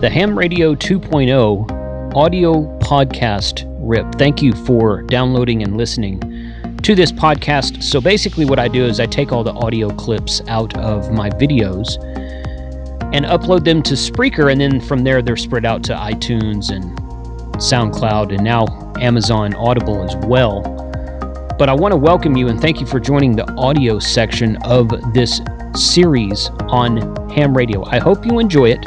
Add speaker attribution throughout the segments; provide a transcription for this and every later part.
Speaker 1: the Ham Radio 2.0 audio podcast rip. Thank you for downloading and listening to this podcast. So basically, what I do is I take all the audio clips out of my videos and upload them to Spreaker, and then from there, they're spread out to iTunes and SoundCloud, and now Amazon Audible as well. But I want to welcome you and thank you for joining the audio section of this series on ham radio. I hope you enjoy it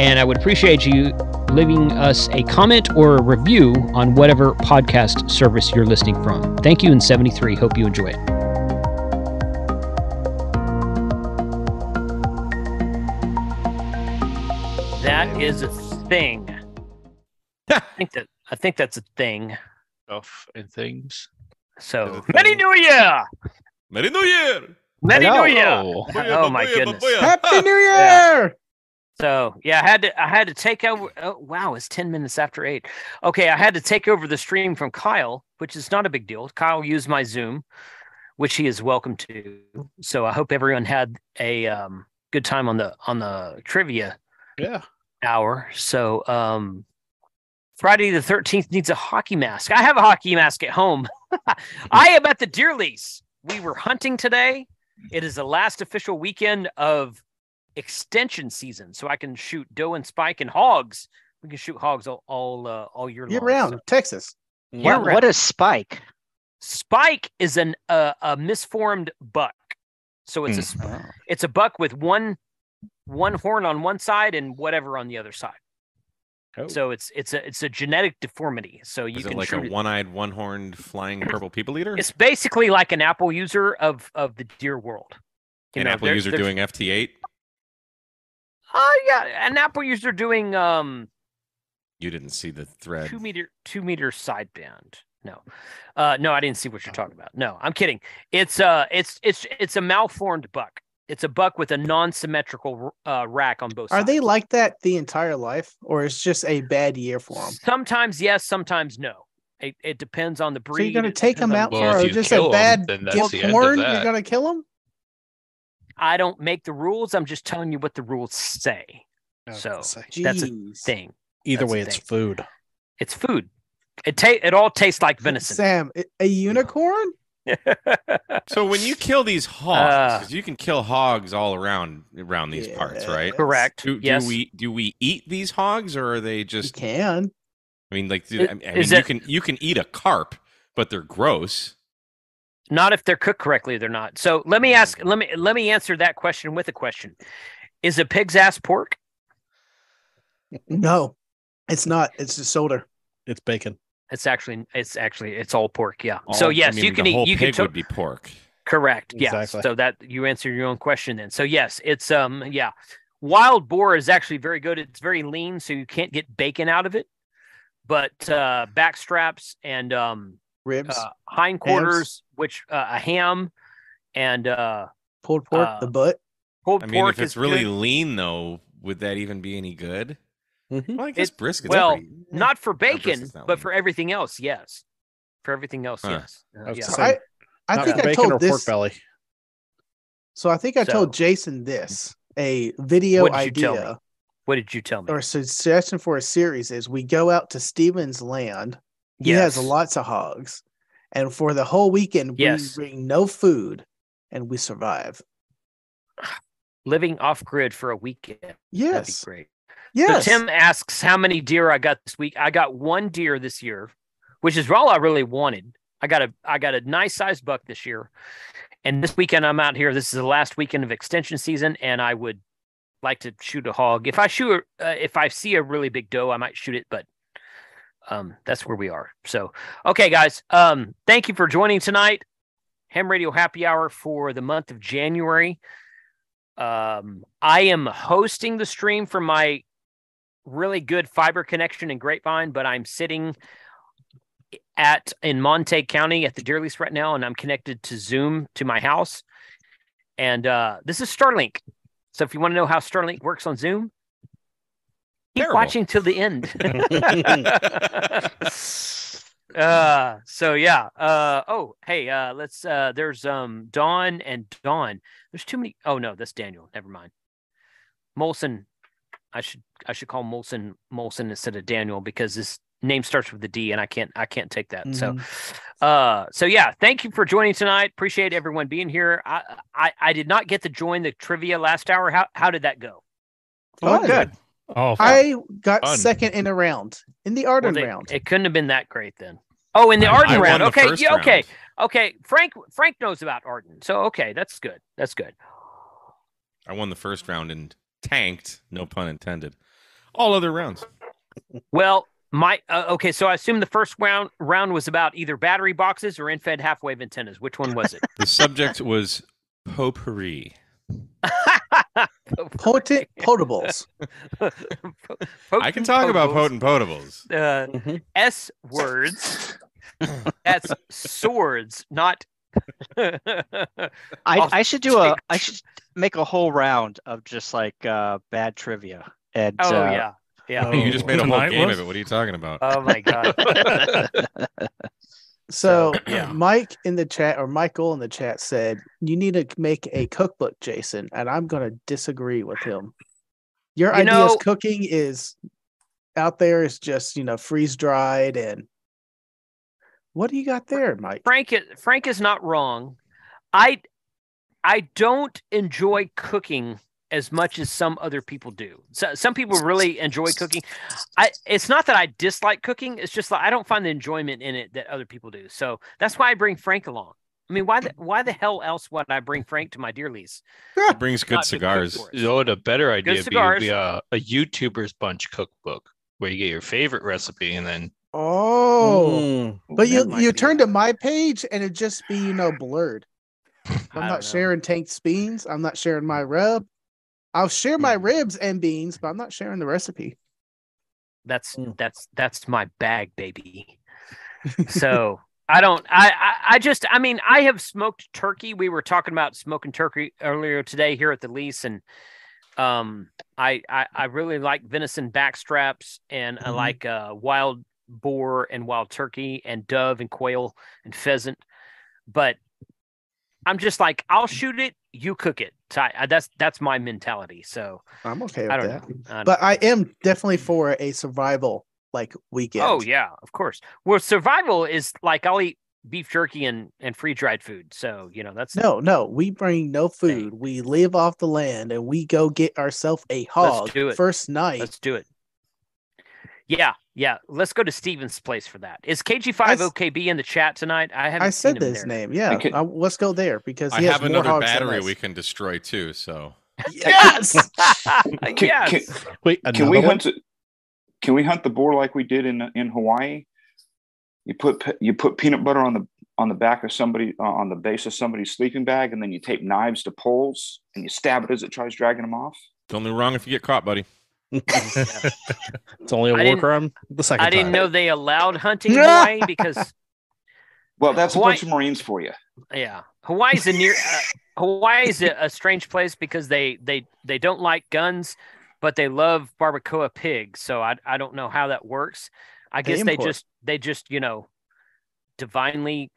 Speaker 1: and I would appreciate you leaving us a comment or a review on whatever podcast service you're listening from. Thank you in 73. Hope you enjoy it. That is a thing. I think that I think that's a thing.
Speaker 2: stuff and things.
Speaker 1: So
Speaker 2: Is it
Speaker 1: Merry
Speaker 2: thing?
Speaker 1: New Year!
Speaker 2: Merry New Year!
Speaker 1: Merry
Speaker 3: Hello.
Speaker 1: New Year!
Speaker 2: Oh,
Speaker 1: Oh my goodness.
Speaker 3: Happy New
Speaker 1: Yeah.
Speaker 3: Year!
Speaker 1: So yeah, I had to I had to take over. Oh, wow, it's ten minutes after eight. Okay, I had to take over the stream from Kyle, which is not a big deal. Kyle used my Zoom, which he is welcome to. So I hope everyone had a um, good time on the on the trivia
Speaker 2: Yeah.
Speaker 1: hour. So um, Friday the thirteenth needs a hockey mask. I have a hockey mask at home. I am at the deer lease. We were hunting today. It is the last official weekend of extension season, so I can shoot doe and spike and hogs. We can shoot hogs all all, uh, all year,
Speaker 3: Year
Speaker 1: long.
Speaker 3: round,
Speaker 1: So
Speaker 3: Texas.
Speaker 1: year
Speaker 4: What, what
Speaker 1: round.
Speaker 4: is Spike?
Speaker 1: spike is an uh, a misformed buck. So it's a
Speaker 5: Hmm.
Speaker 1: sp- it's a buck with one one horn on one side and whatever on the other side.
Speaker 2: Oh.
Speaker 1: So it's it's a it's a genetic deformity. So you
Speaker 5: Is
Speaker 1: can
Speaker 5: it like a
Speaker 1: shoot it-
Speaker 5: one-eyed, one-horned, flying purple people eater?
Speaker 1: It's basically like an apple user of of the deer world. You
Speaker 5: An
Speaker 1: know,
Speaker 5: Apple
Speaker 1: there-
Speaker 5: user
Speaker 1: there's-
Speaker 5: doing FT8? Ah,
Speaker 1: Oh yeah, an apple user doing um
Speaker 5: You didn't see the thread.
Speaker 1: two meter two meter sideband. No, uh, no, I didn't see
Speaker 3: Oh.
Speaker 1: what you're talking about. No, I'm kidding. It's uh, it's it's it's a malformed buck. It's a buck with a non-symmetrical uh, rack on both.
Speaker 3: Are
Speaker 1: sides.
Speaker 3: they like that the entire life, or it's just a bad year for them?
Speaker 1: Sometimes yes, sometimes no. It, it depends on the
Speaker 3: So
Speaker 1: breed.
Speaker 3: you're going to
Speaker 1: it
Speaker 3: take
Speaker 1: depends
Speaker 3: them
Speaker 1: on
Speaker 3: out
Speaker 1: the-
Speaker 2: Well, if
Speaker 3: for
Speaker 2: you
Speaker 3: just
Speaker 2: kill
Speaker 3: a
Speaker 2: 'em,
Speaker 3: bad
Speaker 2: then that's
Speaker 3: gilt
Speaker 2: the end of
Speaker 3: horn? You're
Speaker 2: that.
Speaker 3: going to kill them?
Speaker 1: I don't make the rules. I'm just telling you what the rules say.
Speaker 3: Oh,
Speaker 1: So That's a Thing.
Speaker 6: Either
Speaker 1: That's
Speaker 6: way,
Speaker 1: the
Speaker 6: it's
Speaker 1: thing.
Speaker 6: food.
Speaker 1: It's food. It ta- It all tastes like venison.
Speaker 3: Sam, a- a unicorn?
Speaker 5: So when you kill these
Speaker 1: Ah.
Speaker 5: hogs, 'cause you can kill hogs all around around these parts, right?
Speaker 3: Yes.
Speaker 1: Correct.
Speaker 5: Do, do
Speaker 1: yes.
Speaker 5: we do we eat these hogs, or are they
Speaker 3: You
Speaker 5: just?
Speaker 3: can.
Speaker 5: I mean, like, do,
Speaker 1: It-
Speaker 5: I mean,
Speaker 1: is
Speaker 5: you
Speaker 1: it-
Speaker 5: can you can eat a carp, but they're gross.
Speaker 1: not if they're cooked correctly they're not so let me ask let me let me answer that question with a question is a pig's ass pork
Speaker 3: No, it's not. It's just solder.
Speaker 6: It's bacon.
Speaker 1: it's actually it's actually it's all pork yeah so
Speaker 5: All-
Speaker 1: yes
Speaker 5: I mean,
Speaker 1: you can
Speaker 5: the
Speaker 1: eat
Speaker 5: whole
Speaker 1: you can
Speaker 5: pig
Speaker 1: to-
Speaker 5: would be pork.
Speaker 1: correct
Speaker 6: Exactly.
Speaker 1: yeah so that you answer your own question then so yes it's um yeah wild boar is actually very good it's very lean so you can't get bacon out of it but uh backstraps and um
Speaker 3: Ribs,
Speaker 1: uh, hindquarters which uh, a ham and uh
Speaker 3: pulled pork,
Speaker 1: uh,
Speaker 3: the butt.
Speaker 1: pulled
Speaker 5: I mean,
Speaker 1: pork
Speaker 5: if it's
Speaker 1: is
Speaker 5: really
Speaker 1: good.
Speaker 5: lean, though, would that even be any good?
Speaker 1: Mm-hmm.
Speaker 6: Mhm.
Speaker 5: Well, I guess
Speaker 1: Hmm. It-
Speaker 5: brisket's
Speaker 1: well,
Speaker 5: pretty-
Speaker 1: not for
Speaker 5: versus
Speaker 1: bacon,
Speaker 5: that
Speaker 1: but
Speaker 5: one.
Speaker 1: for everything else, yes. For everything else,
Speaker 5: Huh.
Speaker 1: yes.
Speaker 6: I
Speaker 1: yeah.
Speaker 6: was gonna
Speaker 3: So
Speaker 6: say,
Speaker 3: I, I
Speaker 6: not
Speaker 3: think I
Speaker 6: bacon or
Speaker 3: told
Speaker 6: pork
Speaker 3: this.
Speaker 6: belly.
Speaker 3: So I think I
Speaker 1: So-
Speaker 3: told Jason this a video
Speaker 1: What did you tell me?
Speaker 3: idea.
Speaker 1: What did you tell me?
Speaker 3: or suggestion for a series is we go out to Steven's land. He
Speaker 1: yes.
Speaker 3: has lots of hogs. And for the whole weekend,
Speaker 1: Yes.
Speaker 3: we bring no food and we survive.
Speaker 1: Living off grid for a weekend.
Speaker 3: Yes.
Speaker 1: That'd be great.
Speaker 3: Yes.
Speaker 1: So Tim asks how many deer I got this week. I got one deer this year, which is all I really wanted. I got a I got a nice sized buck this year. And this weekend I'm out here. This is the last weekend of extension season, and I would like to shoot a hog. If I shoot a- uh, if I see a really big doe, I might shoot it, but um that's where we are. So okay guys, um thank you for joining tonight. Ham Radio Happy Hour for the month of January. Um, I am hosting the stream from my really good fiber connection in Grapevine, but I'm sitting at in Monte County at the deer lease right now, and I'm connected to Zoom to my house. And uh, this is Starlink. So if you want to know how Starlink works on Zoom, keep
Speaker 5: Terrible.
Speaker 1: watching till the end. uh so yeah uh oh hey uh let's uh there's um dawn and dawn there's too many oh no that's daniel never mind molson i should i should call molson molson instead of daniel because this name starts with a d and i can't i can't take that so uh, so yeah, thank you for joining tonight. Appreciate everyone being here. I, I I did not get to join the trivia last hour. How how did that go?
Speaker 5: Oh,
Speaker 3: Fun.
Speaker 5: good.
Speaker 6: Oh,
Speaker 3: I got
Speaker 7: Fun.
Speaker 3: second in a round in the
Speaker 1: Well,
Speaker 3: Arden
Speaker 1: they-
Speaker 3: round.
Speaker 1: It couldn't have been that great then. Oh, in the Arden
Speaker 5: I won
Speaker 1: round.
Speaker 5: the
Speaker 1: Okay,
Speaker 5: first
Speaker 1: yeah, okay,
Speaker 5: round.
Speaker 1: okay. Frank Frank knows about Arden, so okay, that's good. That's good.
Speaker 5: I won the first round and tanked, no pun intended. All other rounds.
Speaker 1: Well, my uh, okay. So I assume the first round round was about either battery boxes or infed half wave antennas. Which one was it?
Speaker 5: The subject was potpourri.
Speaker 3: Potent potables.
Speaker 5: I can talk about
Speaker 1: potent.
Speaker 5: potent potables.
Speaker 1: uh,
Speaker 8: Mm-hmm.
Speaker 3: Mhm.
Speaker 1: S words. That's swords, not.
Speaker 8: I,
Speaker 1: I'll
Speaker 8: I should do a
Speaker 1: take-
Speaker 8: I should make a whole round of just like uh bad trivia and
Speaker 1: oh
Speaker 8: uh,
Speaker 1: yeah, yeah.
Speaker 5: you just made a whole
Speaker 6: Tonight
Speaker 5: game
Speaker 6: was?
Speaker 5: of it. What are you talking about?
Speaker 1: Oh my god.
Speaker 3: So
Speaker 5: yeah.
Speaker 3: Mike in the chat or Michael in the chat said you need to make a cookbook, Jason, and I'm going to disagree with him. Your
Speaker 1: You
Speaker 3: ideas
Speaker 1: know-
Speaker 3: cooking is out there is just you know freeze dried and what do you got there, Mike?
Speaker 1: Frank i- Frank is not wrong. I I don't enjoy cooking as much as some other people do. So, some people really enjoy cooking. I it's not that I dislike cooking, it's just like I don't find the enjoyment in it that other people do. So that's why I bring Frank along. I mean, why the, why the hell else would I bring Frank to my dear lease?
Speaker 5: It brings good
Speaker 1: Not good
Speaker 5: cigars.
Speaker 1: for it.
Speaker 7: You know what a better idea would be,
Speaker 1: cigars.
Speaker 7: would be a, a YouTuber's bunch cookbook where you get your favorite recipe and then Hmm.
Speaker 3: Oh,
Speaker 1: Mm.
Speaker 3: but
Speaker 8: that
Speaker 3: you
Speaker 8: might
Speaker 3: you
Speaker 8: be
Speaker 3: turn
Speaker 8: a-
Speaker 3: to my page and it just be you know blurred.
Speaker 1: I
Speaker 3: I'm
Speaker 1: don't know.
Speaker 3: not sharing tanked beans. I'm not sharing my rub. I'll share my
Speaker 1: Mm.
Speaker 3: ribs and beans, but I'm not sharing the recipe.
Speaker 1: That's
Speaker 3: Mm.
Speaker 1: that's that's my bag, baby. so I don't. I, I I just. I mean, I have smoked turkey. We were talking about smoking turkey earlier today here at the lease, and um, I I, I really like venison backstraps, and I
Speaker 3: Mhm.
Speaker 1: like uh wild boar and wild turkey and dove and quail and pheasant, but I'm just like I'll shoot it, you cook it. So I, that's that's my mentality. So
Speaker 3: I'm okay with
Speaker 1: I don't
Speaker 3: that.
Speaker 1: know. I don't-
Speaker 3: but I am definitely for a survival like weekend.
Speaker 1: Oh yeah, of course. Well, survival is like I'll eat beef jerky and and free dried food. So you know that's
Speaker 3: No, no, we bring no food. We live off the land and we go get ourselves a hog
Speaker 1: do it.
Speaker 3: first night.
Speaker 1: let's do it. Yeah, yeah. Let's go to Steven's place for that. Is KG5
Speaker 3: s-
Speaker 1: OKB in the chat tonight? I haven't
Speaker 3: I
Speaker 1: seen
Speaker 3: said
Speaker 1: him
Speaker 3: this
Speaker 1: there.
Speaker 3: name. Yeah.
Speaker 6: could-
Speaker 3: I- let's go there because
Speaker 5: I
Speaker 3: he has
Speaker 5: have
Speaker 3: more
Speaker 5: another
Speaker 3: hogs than
Speaker 5: battery
Speaker 3: us.
Speaker 5: we can destroy too. So
Speaker 3: Yes.
Speaker 6: Can-
Speaker 1: yes.
Speaker 6: can-
Speaker 7: wait.
Speaker 6: Can we hunt?
Speaker 2: Can we hunt the boar like we did in in Hawaii? You put pe- you put peanut butter on the on the back of somebody uh, on the base of somebody's sleeping bag, and then you tape knives to poles and you stab it as it tries dragging them off.
Speaker 5: it's only wrong if you get caught, buddy.
Speaker 6: it's only a
Speaker 1: I
Speaker 6: war
Speaker 1: didn't-
Speaker 6: crime. The second
Speaker 1: I didn't
Speaker 6: time.
Speaker 1: know they allowed hunting in Hawaii because
Speaker 2: Well, that's a
Speaker 1: Why-
Speaker 2: bunch of Marines for you.
Speaker 1: yeah, Hawaii's a near uh, Hawaii's a, a strange place because they they they don't like guns, but they love barbacoa pigs. So I I don't know how that works. I
Speaker 3: They
Speaker 1: guess they
Speaker 3: import.
Speaker 1: just they just you know divinely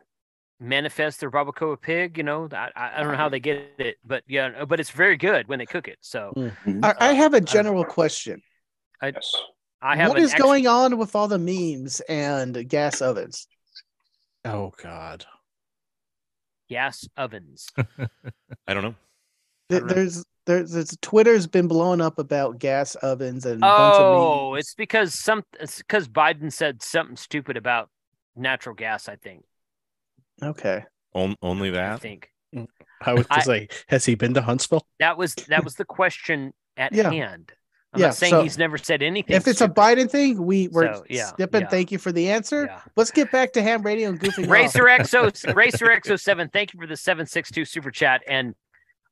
Speaker 1: manifest their barbacoa pig. You know I I I don't know how they get it, but yeah, but it's very good when they cook it. So
Speaker 4: Mm-hmm.
Speaker 3: I, I have a
Speaker 1: Uh, know.
Speaker 3: general question.
Speaker 2: Yes.
Speaker 1: I have
Speaker 3: What
Speaker 1: an
Speaker 3: is
Speaker 1: extra-
Speaker 3: going on with all the memes and gas ovens?
Speaker 6: Oh God.
Speaker 1: gas ovens.
Speaker 5: I don't know.
Speaker 3: Th-
Speaker 1: don't know.
Speaker 3: There's there's it's, Twitter's been blowing up about gas ovens and a bunch of
Speaker 1: Oh, it's because some it's because Biden said something stupid about natural gas. I think.
Speaker 3: memes. Okay.
Speaker 5: On, only
Speaker 1: I
Speaker 5: that.
Speaker 1: think
Speaker 6: I was
Speaker 4: Mm.
Speaker 1: I-
Speaker 6: just like, has he been to Huntsville?
Speaker 1: that was that was the question at
Speaker 3: Yeah.
Speaker 1: hand. I'm
Speaker 3: Yeah,
Speaker 1: not saying
Speaker 3: so
Speaker 1: he's never said anything.
Speaker 3: If it's a Biden thing, we we're
Speaker 1: So, yeah,
Speaker 3: skipping.
Speaker 1: yeah.
Speaker 3: Thank you for the answer. Let's get back to ham radio and goofing. off.
Speaker 1: Racer XO, Racer XO7, thank you for the 762 super chat. And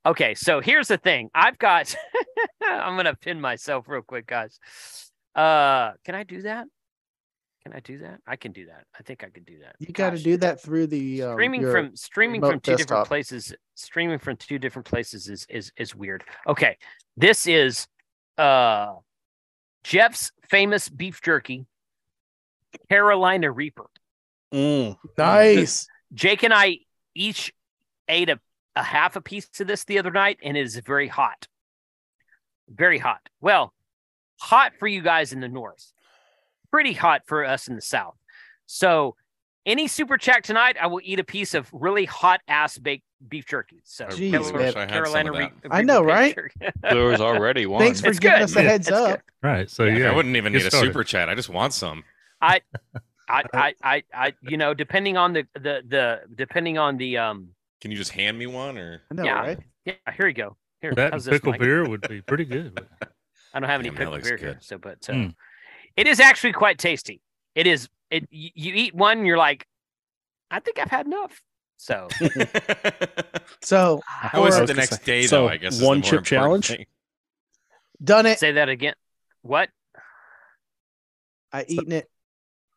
Speaker 1: okay, so here's the thing. I've got, I'm going to pin myself real quick, guys. Uh, can I do that? Can I do that? I can do that. I think I can do that.
Speaker 3: You got to do that through the um,
Speaker 1: streaming
Speaker 3: your
Speaker 1: from streaming from
Speaker 3: remote
Speaker 1: two different
Speaker 3: desktop.
Speaker 1: places streaming from two different places is is is weird okay this is uh jeff's famous beef jerky carolina reaper
Speaker 4: Mm.
Speaker 3: Nice.
Speaker 1: jake and i each ate a, a half a piece of this the other night and it is very hot very hot well hot for you guys in the north pretty hot for us in the south so any super chat tonight i will eat a piece of really hot ass baked beef jerky so
Speaker 5: I really
Speaker 3: Jeez,
Speaker 5: wish
Speaker 3: man.
Speaker 5: I had
Speaker 1: Carolina
Speaker 5: some of that.
Speaker 1: Reaper
Speaker 3: I know,
Speaker 1: baked
Speaker 3: right?
Speaker 1: jerky.
Speaker 7: There was already one.
Speaker 3: Thanks for
Speaker 1: It's
Speaker 3: giving
Speaker 1: good.
Speaker 3: us a
Speaker 1: Yeah.
Speaker 3: heads
Speaker 1: It's
Speaker 3: up.
Speaker 1: good.
Speaker 9: Right. So yeah,
Speaker 5: I wouldn't even
Speaker 9: get
Speaker 5: need
Speaker 9: started.
Speaker 5: a super chat. I just want some.
Speaker 1: I, I, I, I, I, you know, depending on the, the, the, depending on the, um,
Speaker 5: Can you just hand me one or?
Speaker 3: I know,
Speaker 1: Yeah.
Speaker 3: right?
Speaker 1: yeah, here you go. Here,
Speaker 9: That
Speaker 1: how's
Speaker 9: and
Speaker 1: this,
Speaker 9: pickle
Speaker 1: Mike?
Speaker 9: beer would be pretty good.
Speaker 1: I don't have any
Speaker 5: Damn, that
Speaker 1: pickle
Speaker 5: looks
Speaker 1: beer here,
Speaker 5: good.
Speaker 1: so, but uh,
Speaker 9: Mm.
Speaker 1: it is actually quite tasty. It is. It y- you eat one, you're like, I think I've had enough. So
Speaker 3: So
Speaker 5: How is
Speaker 3: Or-
Speaker 5: it the next day
Speaker 4: so
Speaker 5: though? I guess is the
Speaker 4: one
Speaker 5: more
Speaker 4: chip
Speaker 5: important
Speaker 4: challenge?
Speaker 5: thing.
Speaker 3: done it.
Speaker 1: say that again. What?
Speaker 3: I eaten it.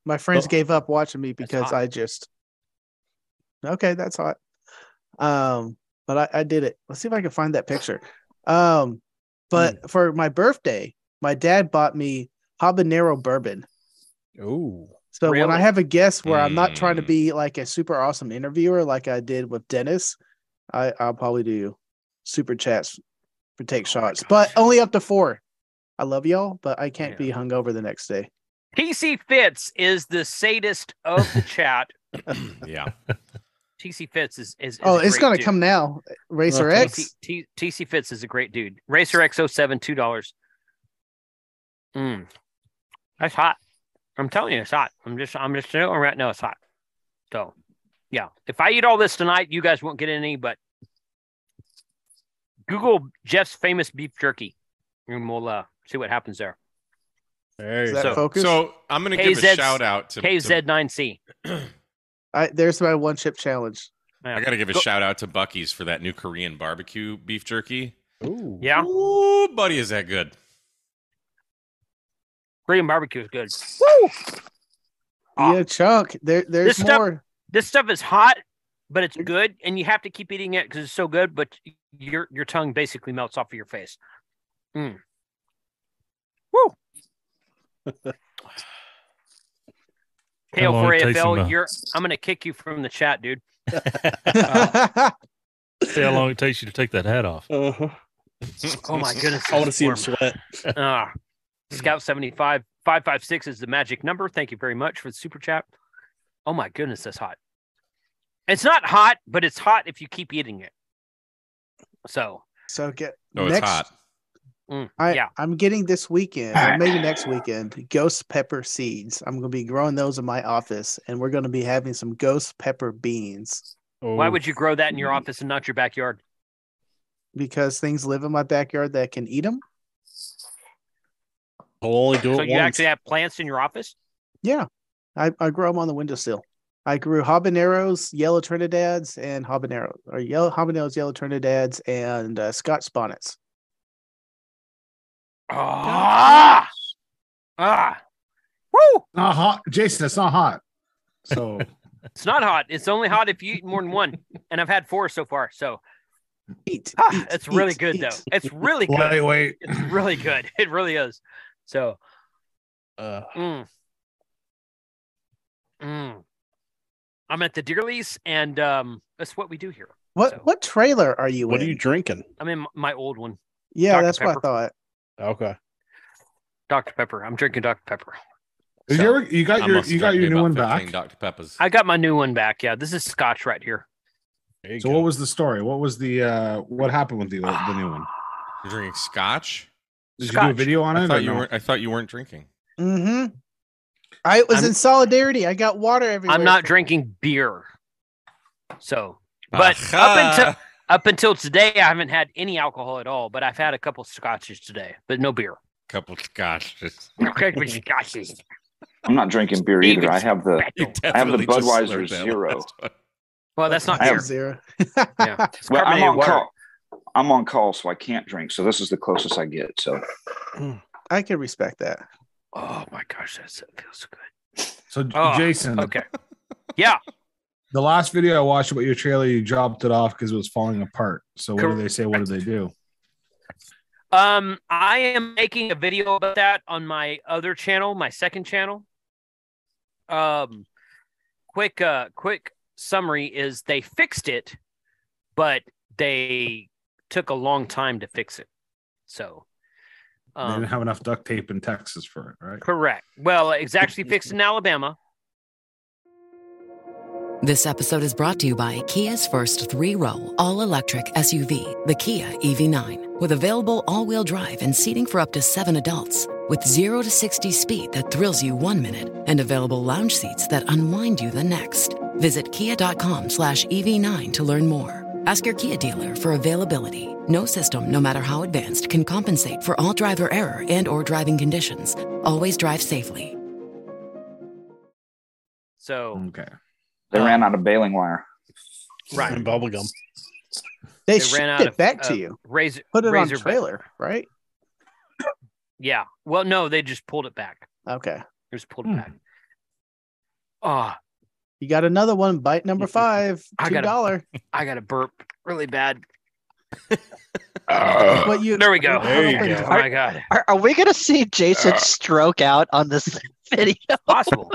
Speaker 3: My friends
Speaker 4: So-
Speaker 3: gave up watching me because
Speaker 1: hot.
Speaker 3: I just okay, that's hot. Um, but I, I did it. Let's see if I can find that picture. Um,
Speaker 1: Hmm.
Speaker 3: but for my birthday, my dad bought me habanero bourbon.
Speaker 4: Ooh.
Speaker 3: So when I
Speaker 1: Really? Hmm.
Speaker 3: have a guest where I'm not trying to
Speaker 5: Mm.
Speaker 3: be like a super awesome interviewer like I did with Dennis, I, I'll probably do super chats for
Speaker 1: Oh
Speaker 3: take shots, but only up to four. I love y'all, but I can't be hungover the next day.
Speaker 1: TC Fitz is the sadist of the chat.
Speaker 5: Yeah.
Speaker 1: TC Fitz is is. is
Speaker 3: Oh,
Speaker 1: a
Speaker 3: it's
Speaker 1: great
Speaker 3: gonna
Speaker 1: dude.
Speaker 3: come now. Racer
Speaker 4: Okay.
Speaker 3: X.
Speaker 1: TC, T- TC Fitz is a great dude. Racer X07, two dollars. Mm. That's hot. I'm telling you, it's hot. I'm just I'm just showing right now it's hot. So yeah. If I eat all this tonight, you guys won't get any, but Google Jeff's famous beef jerky and we'll uh, see what happens there.
Speaker 4: There
Speaker 3: Is
Speaker 4: you
Speaker 3: that
Speaker 4: go.
Speaker 3: focus?
Speaker 5: So I'm gonna give a
Speaker 1: KZ's
Speaker 5: shout out to to-
Speaker 1: KZ9C.
Speaker 3: I, there's my one chip challenge.
Speaker 5: I gotta give a
Speaker 1: Go-
Speaker 5: shout out to Bucky's for that new Korean barbecue beef jerky.
Speaker 4: Ooh.
Speaker 1: Yeah.
Speaker 5: Ooh, buddy, is that good?
Speaker 1: Korean barbecue is good. Woo! Ah.
Speaker 3: Yeah, Chuck. There, there's
Speaker 1: This stuff-
Speaker 3: more.
Speaker 1: this stuff is hot, but it's good, and you have to keep eating it because it's so good. But y- your your tongue basically melts off of your face. Mm. Woo!
Speaker 9: How long it takes them
Speaker 1: KO4AFL,
Speaker 9: to-
Speaker 1: you're I'm gonna kick you from the chat, dude.
Speaker 9: See how long it takes you to take that hat off.
Speaker 4: Uh-huh.
Speaker 1: Oh my goodness!
Speaker 4: I want to
Speaker 1: this
Speaker 4: see him
Speaker 1: is
Speaker 4: sweat.
Speaker 1: warm. Ah. Scout 75 556 is the magic number. Thank you very much for the super chat. Oh my goodness, that's hot. It's not hot, but it's hot if you keep eating it. So
Speaker 3: so get
Speaker 5: No, Oh, it's
Speaker 3: next.
Speaker 5: hot.
Speaker 3: I,
Speaker 1: Mm, Yeah.
Speaker 3: I'm getting this weekend, or maybe next weekend, ghost pepper seeds. I'm gonna be growing those in my office, and we're gonna be having some ghost pepper beans
Speaker 5: Oh.
Speaker 1: Why would you grow that in your office and not your backyard?
Speaker 3: because things live in my backyard that can eat them.
Speaker 4: I'll only do it
Speaker 1: So
Speaker 4: once.
Speaker 1: you actually have plants in your office?
Speaker 3: Yeah, I, I grow them on the windowsill. I grew habaneros, yellow Trinidads, and habanero or yellow habaneros, yellow Trinidads, and uh, Scotch bonnets.
Speaker 1: Ah, ah, woo!
Speaker 10: Not hot, Jason. It's not hot. So
Speaker 1: It's not hot. It's only hot if you eat more than one, and I've had four so far. So
Speaker 3: Eat.
Speaker 1: ah,
Speaker 3: eat,
Speaker 1: it's really
Speaker 3: eat,
Speaker 1: good
Speaker 3: eat.
Speaker 1: though. It's really good.
Speaker 10: lightweight.
Speaker 1: It's really good. It really is. So,
Speaker 4: Uh,
Speaker 1: mm. Mm. I'm at the Deerleys, and um, that's what we do here.
Speaker 3: What
Speaker 1: So-
Speaker 3: what trailer are you
Speaker 4: what are
Speaker 3: in?
Speaker 4: you drinking?
Speaker 1: I'm in m- my old one,
Speaker 3: yeah,
Speaker 1: Dr.
Speaker 3: that's
Speaker 1: Pepper?
Speaker 3: what I thought.
Speaker 4: Okay.
Speaker 1: Dr Pepper. I'm drinking Dr Pepper.
Speaker 10: Did
Speaker 1: So-
Speaker 10: you ever? You got your you got your new one back.
Speaker 5: Dr. Peppers.
Speaker 1: I got my new one back. Yeah, this is Scotch right here.
Speaker 4: There you
Speaker 10: So
Speaker 4: go.
Speaker 10: what was the story? What was the uh what happened with the the new one?
Speaker 5: You're drinking scotch.
Speaker 10: Did you do a
Speaker 1: Ah, Scotch.
Speaker 10: video on it?
Speaker 5: I
Speaker 10: or
Speaker 5: thought you
Speaker 10: no?
Speaker 5: weren't. I thought you weren't drinking.
Speaker 3: Mm-hmm. I was
Speaker 1: I'm-
Speaker 3: in solidarity. I got water everywhere.
Speaker 1: I'm not drinking beer. So, but up until
Speaker 5: Aha!
Speaker 1: up until today, I haven't had any alcohol at all. But I've had a couple scotches today, but no beer.
Speaker 5: couple scotches.
Speaker 2: I'm not drinking beer
Speaker 5: Beavis
Speaker 2: either. I have the
Speaker 5: You
Speaker 2: I have the
Speaker 5: definitely just
Speaker 2: Budweiser
Speaker 5: slurped that
Speaker 2: Zero.
Speaker 5: last one.
Speaker 1: Well, that's not
Speaker 2: I
Speaker 1: beer.
Speaker 2: have-
Speaker 3: Zero.
Speaker 1: yeah. It's
Speaker 2: Well, I'm
Speaker 1: carbonated
Speaker 2: on
Speaker 1: water.
Speaker 2: call. I'm on call, so I can't drink. So this is the closest I get. So
Speaker 3: I can respect that.
Speaker 1: Oh my gosh, that's, that feels good.
Speaker 10: So J-
Speaker 1: Oh,
Speaker 10: Jason,
Speaker 1: Okay. Yeah.
Speaker 10: the last video I watched about your trailer, you dropped it off because it was falling apart. So what do they say? What do they do?
Speaker 1: Um, I am making a video about that on my other channel, my second channel. Um, quick, uh, quick summary is they fixed it, but they took a long time to fix it. So,
Speaker 10: they
Speaker 1: um,
Speaker 10: didn't have enough duct tape in Texas for it, right?
Speaker 1: correct. Well, it's actually fixed in Alabama.
Speaker 11: This episode is brought to you by Kia's first three row all electric SUV, the Kia EV9, with available all wheel drive and seating for up to seven adults, with zero to 60 speed that thrills you one minute and available lounge seats that unwind you the next. Visit kia.com slash EV9 to learn more. Ask your Kia dealer for availability. No system, no matter how advanced, can compensate for all driver error and or driving conditions. Always drive safely.
Speaker 1: So,
Speaker 10: Okay.
Speaker 2: they ran out of baling wire.
Speaker 1: right.
Speaker 4: Uh, Bubblegum.
Speaker 3: They,
Speaker 1: They
Speaker 3: shipped
Speaker 1: ran out
Speaker 3: it
Speaker 1: of,
Speaker 3: back
Speaker 1: uh,
Speaker 3: to you.
Speaker 1: Razor,
Speaker 3: Put it
Speaker 1: razor
Speaker 3: on trailer, right?
Speaker 1: Yeah. Well, no, they just pulled it back.
Speaker 3: Okay.
Speaker 1: They just pulled
Speaker 10: Hmm.
Speaker 1: it back. Ah,
Speaker 3: You got another one, bite number five,
Speaker 1: I
Speaker 3: two
Speaker 1: got a-
Speaker 3: dollar.
Speaker 1: I got to burp really bad.
Speaker 3: What you
Speaker 1: There we go.
Speaker 4: There you
Speaker 1: Oh
Speaker 4: go.
Speaker 1: my god.
Speaker 8: Are, are we gonna see Jason
Speaker 5: Uh.
Speaker 8: stroke out on this video?
Speaker 1: Possible.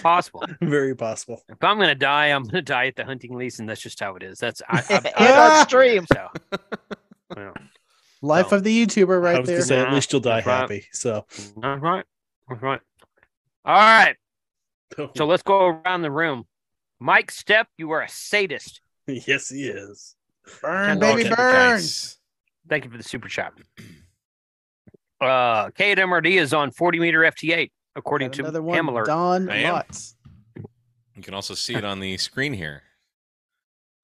Speaker 1: Possible.
Speaker 4: Very possible.
Speaker 1: If I'm gonna die, I'm gonna die at the hunting lease, and that's just how it is. That's I, I,
Speaker 8: And
Speaker 1: I
Speaker 8: on stream.
Speaker 1: So
Speaker 3: Life
Speaker 1: No.
Speaker 3: of the YouTuber
Speaker 4: I
Speaker 3: right
Speaker 4: was
Speaker 3: there.
Speaker 4: gonna say at
Speaker 1: Oh. Nah,
Speaker 4: least you'll die
Speaker 1: that's right.
Speaker 4: happy. So
Speaker 1: that's right. That's right. All right. So let's go around the room. Mike Step, you are a sadist.
Speaker 4: yes, he is.
Speaker 3: burn,
Speaker 1: Ten dollar
Speaker 3: baby,
Speaker 1: tip,
Speaker 3: burn.
Speaker 5: Nice.
Speaker 1: Thank you for the super chat. Uh KMRD is on 40 meter FT8, according
Speaker 3: Got
Speaker 1: to
Speaker 3: another one.
Speaker 1: Hamler.
Speaker 3: Don
Speaker 5: I am.
Speaker 3: Lutz.
Speaker 5: You can also see it on the screen here.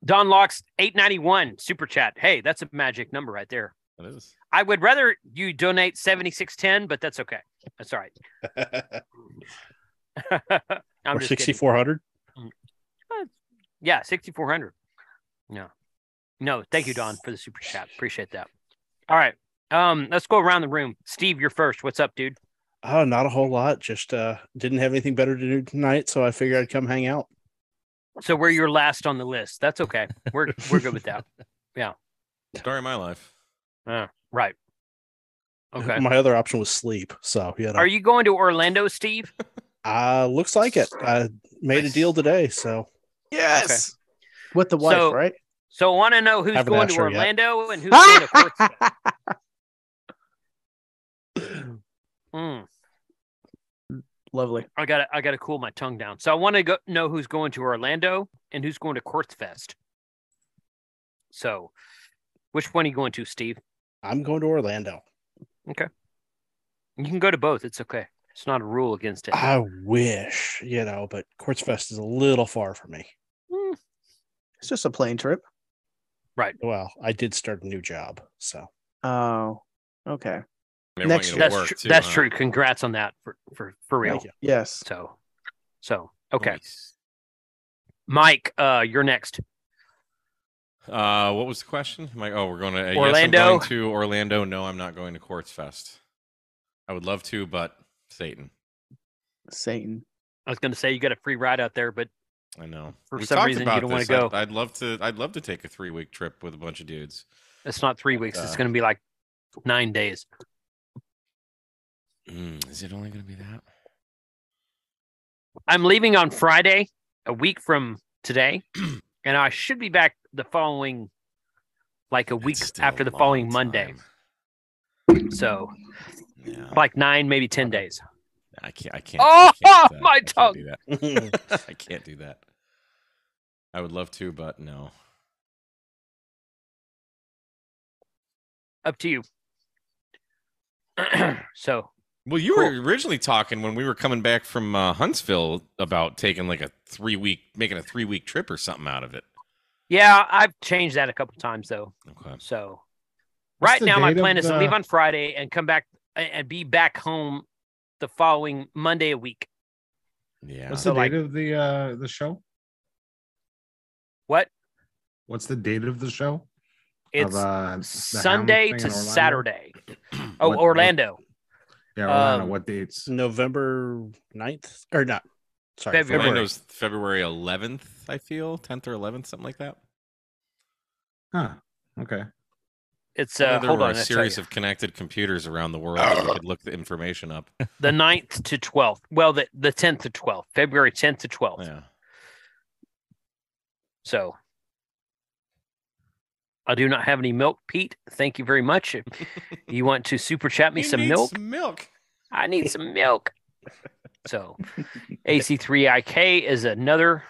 Speaker 1: Don Locks 891 super chat. Hey, that's a magic number right there.
Speaker 5: That is.
Speaker 1: I would rather you donate 7610, but that's okay. That's all right. I'm
Speaker 4: or
Speaker 1: just kidding.
Speaker 4: sixty four hundred.
Speaker 1: Yeah, 6400. No. No, thank you Don for the super chat. Appreciate that. All right. Um let's go around the room. Steve, you're first. What's up, dude?
Speaker 4: Oh, not a whole lot. Just uh didn't have anything better to do tonight, so I figured I'd come hang out.
Speaker 1: So we're your last on the list. That's okay. We're we're good with that. Uh,
Speaker 5: Story of my life.
Speaker 1: Right. Okay.
Speaker 4: My other option was sleep. So you know,
Speaker 1: Are you going to Orlando, Steve?
Speaker 4: uh looks like it. I made a deal today, so
Speaker 3: Yes. With the wife,
Speaker 1: So-
Speaker 3: right?
Speaker 1: So I want to know who's
Speaker 4: Haven't
Speaker 1: going
Speaker 4: asked
Speaker 1: to
Speaker 4: her yet.
Speaker 1: Orlando and who's going to Portsmouth. Mm,
Speaker 3: Lovely.
Speaker 1: Hmm. I gotta I gotta cool my tongue down. So I want to go know who's going to Orlando and who's going to Quartzfest. So which one are you going to, Steve?
Speaker 4: I'm going to Orlando.
Speaker 1: You can go to both. It's okay. It's not a rule against it.
Speaker 4: I wish, you know, but Quartz Fest is a little far for me.
Speaker 1: Mm,
Speaker 3: It's just a plane trip.
Speaker 4: Well, I did start a new job, so
Speaker 3: Oh, okay.
Speaker 5: They want
Speaker 3: Next
Speaker 5: you to
Speaker 3: year.
Speaker 1: that's
Speaker 5: work,
Speaker 1: tr-
Speaker 5: too,
Speaker 1: that's
Speaker 5: huh?
Speaker 1: true. Congrats on that for for, for real.
Speaker 4: Thank you.
Speaker 3: Yes.
Speaker 1: So so okay.
Speaker 5: Nice.
Speaker 1: Mike, uh you're next.
Speaker 5: Uh, what was the question? Am I, oh, we're going to uh, Yes,
Speaker 1: Orlando.
Speaker 5: I'm going to Orlando. No, I'm not going to Quartz Fest. I would love to, but Satan.
Speaker 3: Satan.
Speaker 1: I was gonna say you got a free ride out there, but
Speaker 5: I know.
Speaker 1: For some
Speaker 5: talked
Speaker 1: reason, you
Speaker 5: about
Speaker 1: don't wanna
Speaker 5: this. I'd-
Speaker 1: go.
Speaker 5: I'd, love to. I'd love to take a three week trip with a bunch of dudes.
Speaker 1: it's not three weeks. It's
Speaker 5: Uh,
Speaker 1: gonna be like nine days.
Speaker 5: Mm, is it only going to be that?
Speaker 1: I'm leaving on Friday, a week from today, and I should be back the following, like a week
Speaker 5: It's still
Speaker 1: after
Speaker 5: a
Speaker 1: the following
Speaker 5: long
Speaker 1: Monday.
Speaker 5: time.
Speaker 1: So,
Speaker 5: Yeah,
Speaker 1: like nine, maybe 10 days.
Speaker 5: I can't. I can't.
Speaker 1: Oh,
Speaker 5: I can't do that.
Speaker 1: my
Speaker 5: I can't do that.
Speaker 4: tongue.
Speaker 5: I can't do that. I would love to, but no.
Speaker 1: Up to you. so,
Speaker 5: Well, you
Speaker 1: Cool.
Speaker 5: were originally talking when we were coming back from uh, Huntsville about taking like a three week, making a three week trip or something out of it.
Speaker 1: yeah, I've changed that a couple times, though.
Speaker 5: Okay.
Speaker 1: So,
Speaker 10: What's
Speaker 1: right
Speaker 10: the
Speaker 1: now, my
Speaker 10: date of
Speaker 1: plan is to
Speaker 10: the-
Speaker 1: leave on Friday and come back and and be back home the following Monday a week.
Speaker 5: Yeah.
Speaker 10: What's
Speaker 1: So,
Speaker 10: the
Speaker 1: like-
Speaker 10: date of the uh the show?
Speaker 1: What?
Speaker 10: What's the date of the show?
Speaker 1: It's
Speaker 10: uh, the
Speaker 1: Sunday
Speaker 10: Hound
Speaker 1: to
Speaker 10: thing in Orlando?
Speaker 1: Saturday. Oh,
Speaker 10: What- what-
Speaker 1: Orlando.
Speaker 10: Yeah, Orlando.
Speaker 1: Um,
Speaker 10: what dates?
Speaker 4: November 9th or not. Sorry,
Speaker 5: February.
Speaker 4: February.
Speaker 5: Orlando's February 11th, I feel, 10th or 11th, something like that.
Speaker 10: Huh. Okay.
Speaker 1: It's
Speaker 5: I know
Speaker 1: uh,
Speaker 5: there
Speaker 1: hold
Speaker 5: were
Speaker 1: on,
Speaker 5: a
Speaker 1: I'll tell
Speaker 5: series
Speaker 1: you.
Speaker 5: of connected computers around the world that we could look the information up.
Speaker 1: the 9th to 12th. Well, the the 10th to 12th, February 10th to 12th.
Speaker 5: Yeah.
Speaker 1: So I do not have any milk, Pete. Thank you very much. If you want to super chat me
Speaker 5: He
Speaker 1: some
Speaker 5: needs
Speaker 1: milk,
Speaker 5: some milk.
Speaker 1: I need some milk. So AC3IK is another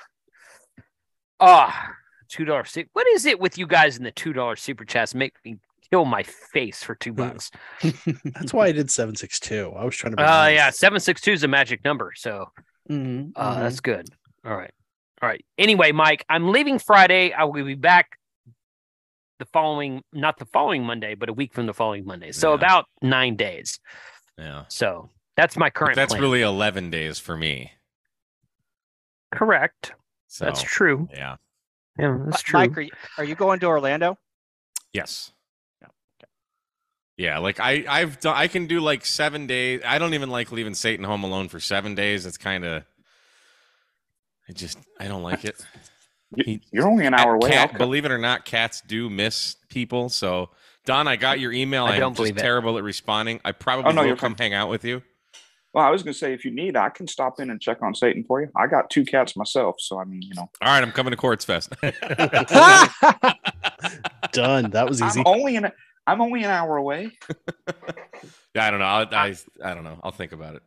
Speaker 1: ah two dollar super. What is it with you guys in the two dollar super chats? Make me kill my face for two bucks.
Speaker 4: That's why I did 762. I was trying to. be
Speaker 1: Uh,
Speaker 4: nice.
Speaker 1: yeah, seven six two is a magic number. So
Speaker 3: Mm-hmm.
Speaker 1: uh, that's good. All right, all right. Anyway, Mike, I'm leaving Friday. I will be back the following, not the following Monday, but a week from the following Monday. So about nine days.
Speaker 5: Yeah.
Speaker 1: So that's my
Speaker 5: But
Speaker 1: current.
Speaker 5: that's
Speaker 1: plan.
Speaker 5: really 11 days for me.
Speaker 1: correct.
Speaker 5: So,
Speaker 1: That's true.
Speaker 5: Yeah.
Speaker 1: Yeah, that's
Speaker 12: Mi- Mike,
Speaker 1: true.
Speaker 12: are you, are you going to Orlando?
Speaker 5: Yes. Yeah, like I, I've done, I can do like seven days. I don't even like leaving Satan home alone for seven days. It's kind of, I just, I don't like it.
Speaker 2: You're only an hour away. I'll
Speaker 5: Cat,
Speaker 2: come.
Speaker 5: believe it or not, cats do miss people. So, Don, I got your email.
Speaker 2: I
Speaker 5: I am
Speaker 2: don't
Speaker 5: just
Speaker 2: believe it.
Speaker 5: terrible at responding. I probably
Speaker 2: Oh, no,
Speaker 5: will
Speaker 2: you're
Speaker 5: come hang out with you.
Speaker 2: Well, I was going to say, if you need, I can stop in and check on Satan for you. I got two cats myself, so I mean, you know,
Speaker 5: All right, I'm coming to Quartz Fest.
Speaker 4: Done. That was easy.
Speaker 2: I'm only an I'm only an hour away.
Speaker 5: Yeah, I don't know. I, I, I don't know. I'll think about it.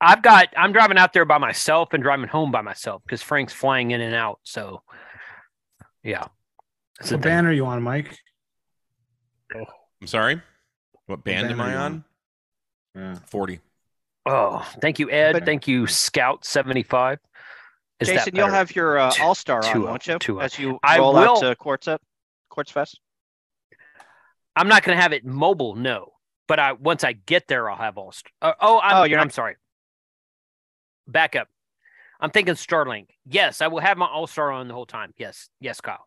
Speaker 1: I've got. I'm driving out there by myself and driving home by myself because Frank's flying in and out. So yeah, That's the
Speaker 10: What
Speaker 1: thing.
Speaker 10: band are you on, Mike?
Speaker 5: I'm sorry. What band,
Speaker 10: band
Speaker 5: am
Speaker 10: are
Speaker 5: I
Speaker 10: you
Speaker 5: on?
Speaker 10: Yeah.
Speaker 5: 40.
Speaker 1: Oh, thank you, Ed. Thank you, Scout seventy five.
Speaker 12: Jason, you'll have your uh, All Star on,
Speaker 1: two up,
Speaker 12: won't you?
Speaker 1: two up.
Speaker 12: As you
Speaker 1: I
Speaker 12: roll
Speaker 1: will-
Speaker 12: out to Quartz Up, Quartz Fest.
Speaker 1: I'm not going to have it mobile, no. But I once I get there, I'll have all. St- uh, oh, I'm,
Speaker 12: Oh, you're not-
Speaker 1: I'm sorry. Back up. I'm thinking Starlink. Yes, I will have my All Star on the whole time. Yes, yes, Kyle.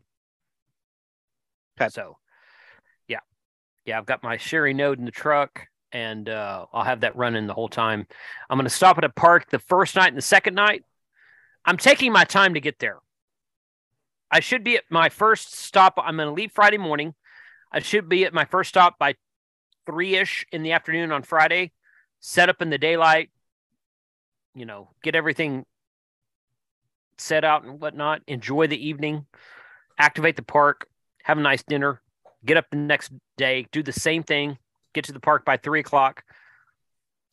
Speaker 1: So, yeah, yeah, I've got my Sherry node in the truck, and uh, I'll have that running the whole time. I'm going to stop at a park the first night and the second night. I'm taking my time to get there. I should be at my first stop. I'm going to leave Friday morning. I should be at my first stop by three ish in the afternoon on Friday. Set up in the daylight. You know, get everything set out and whatnot. Enjoy the evening. Activate the park. Have a nice dinner. Get up the next day. Do the same thing. Get to the park by three o'clock.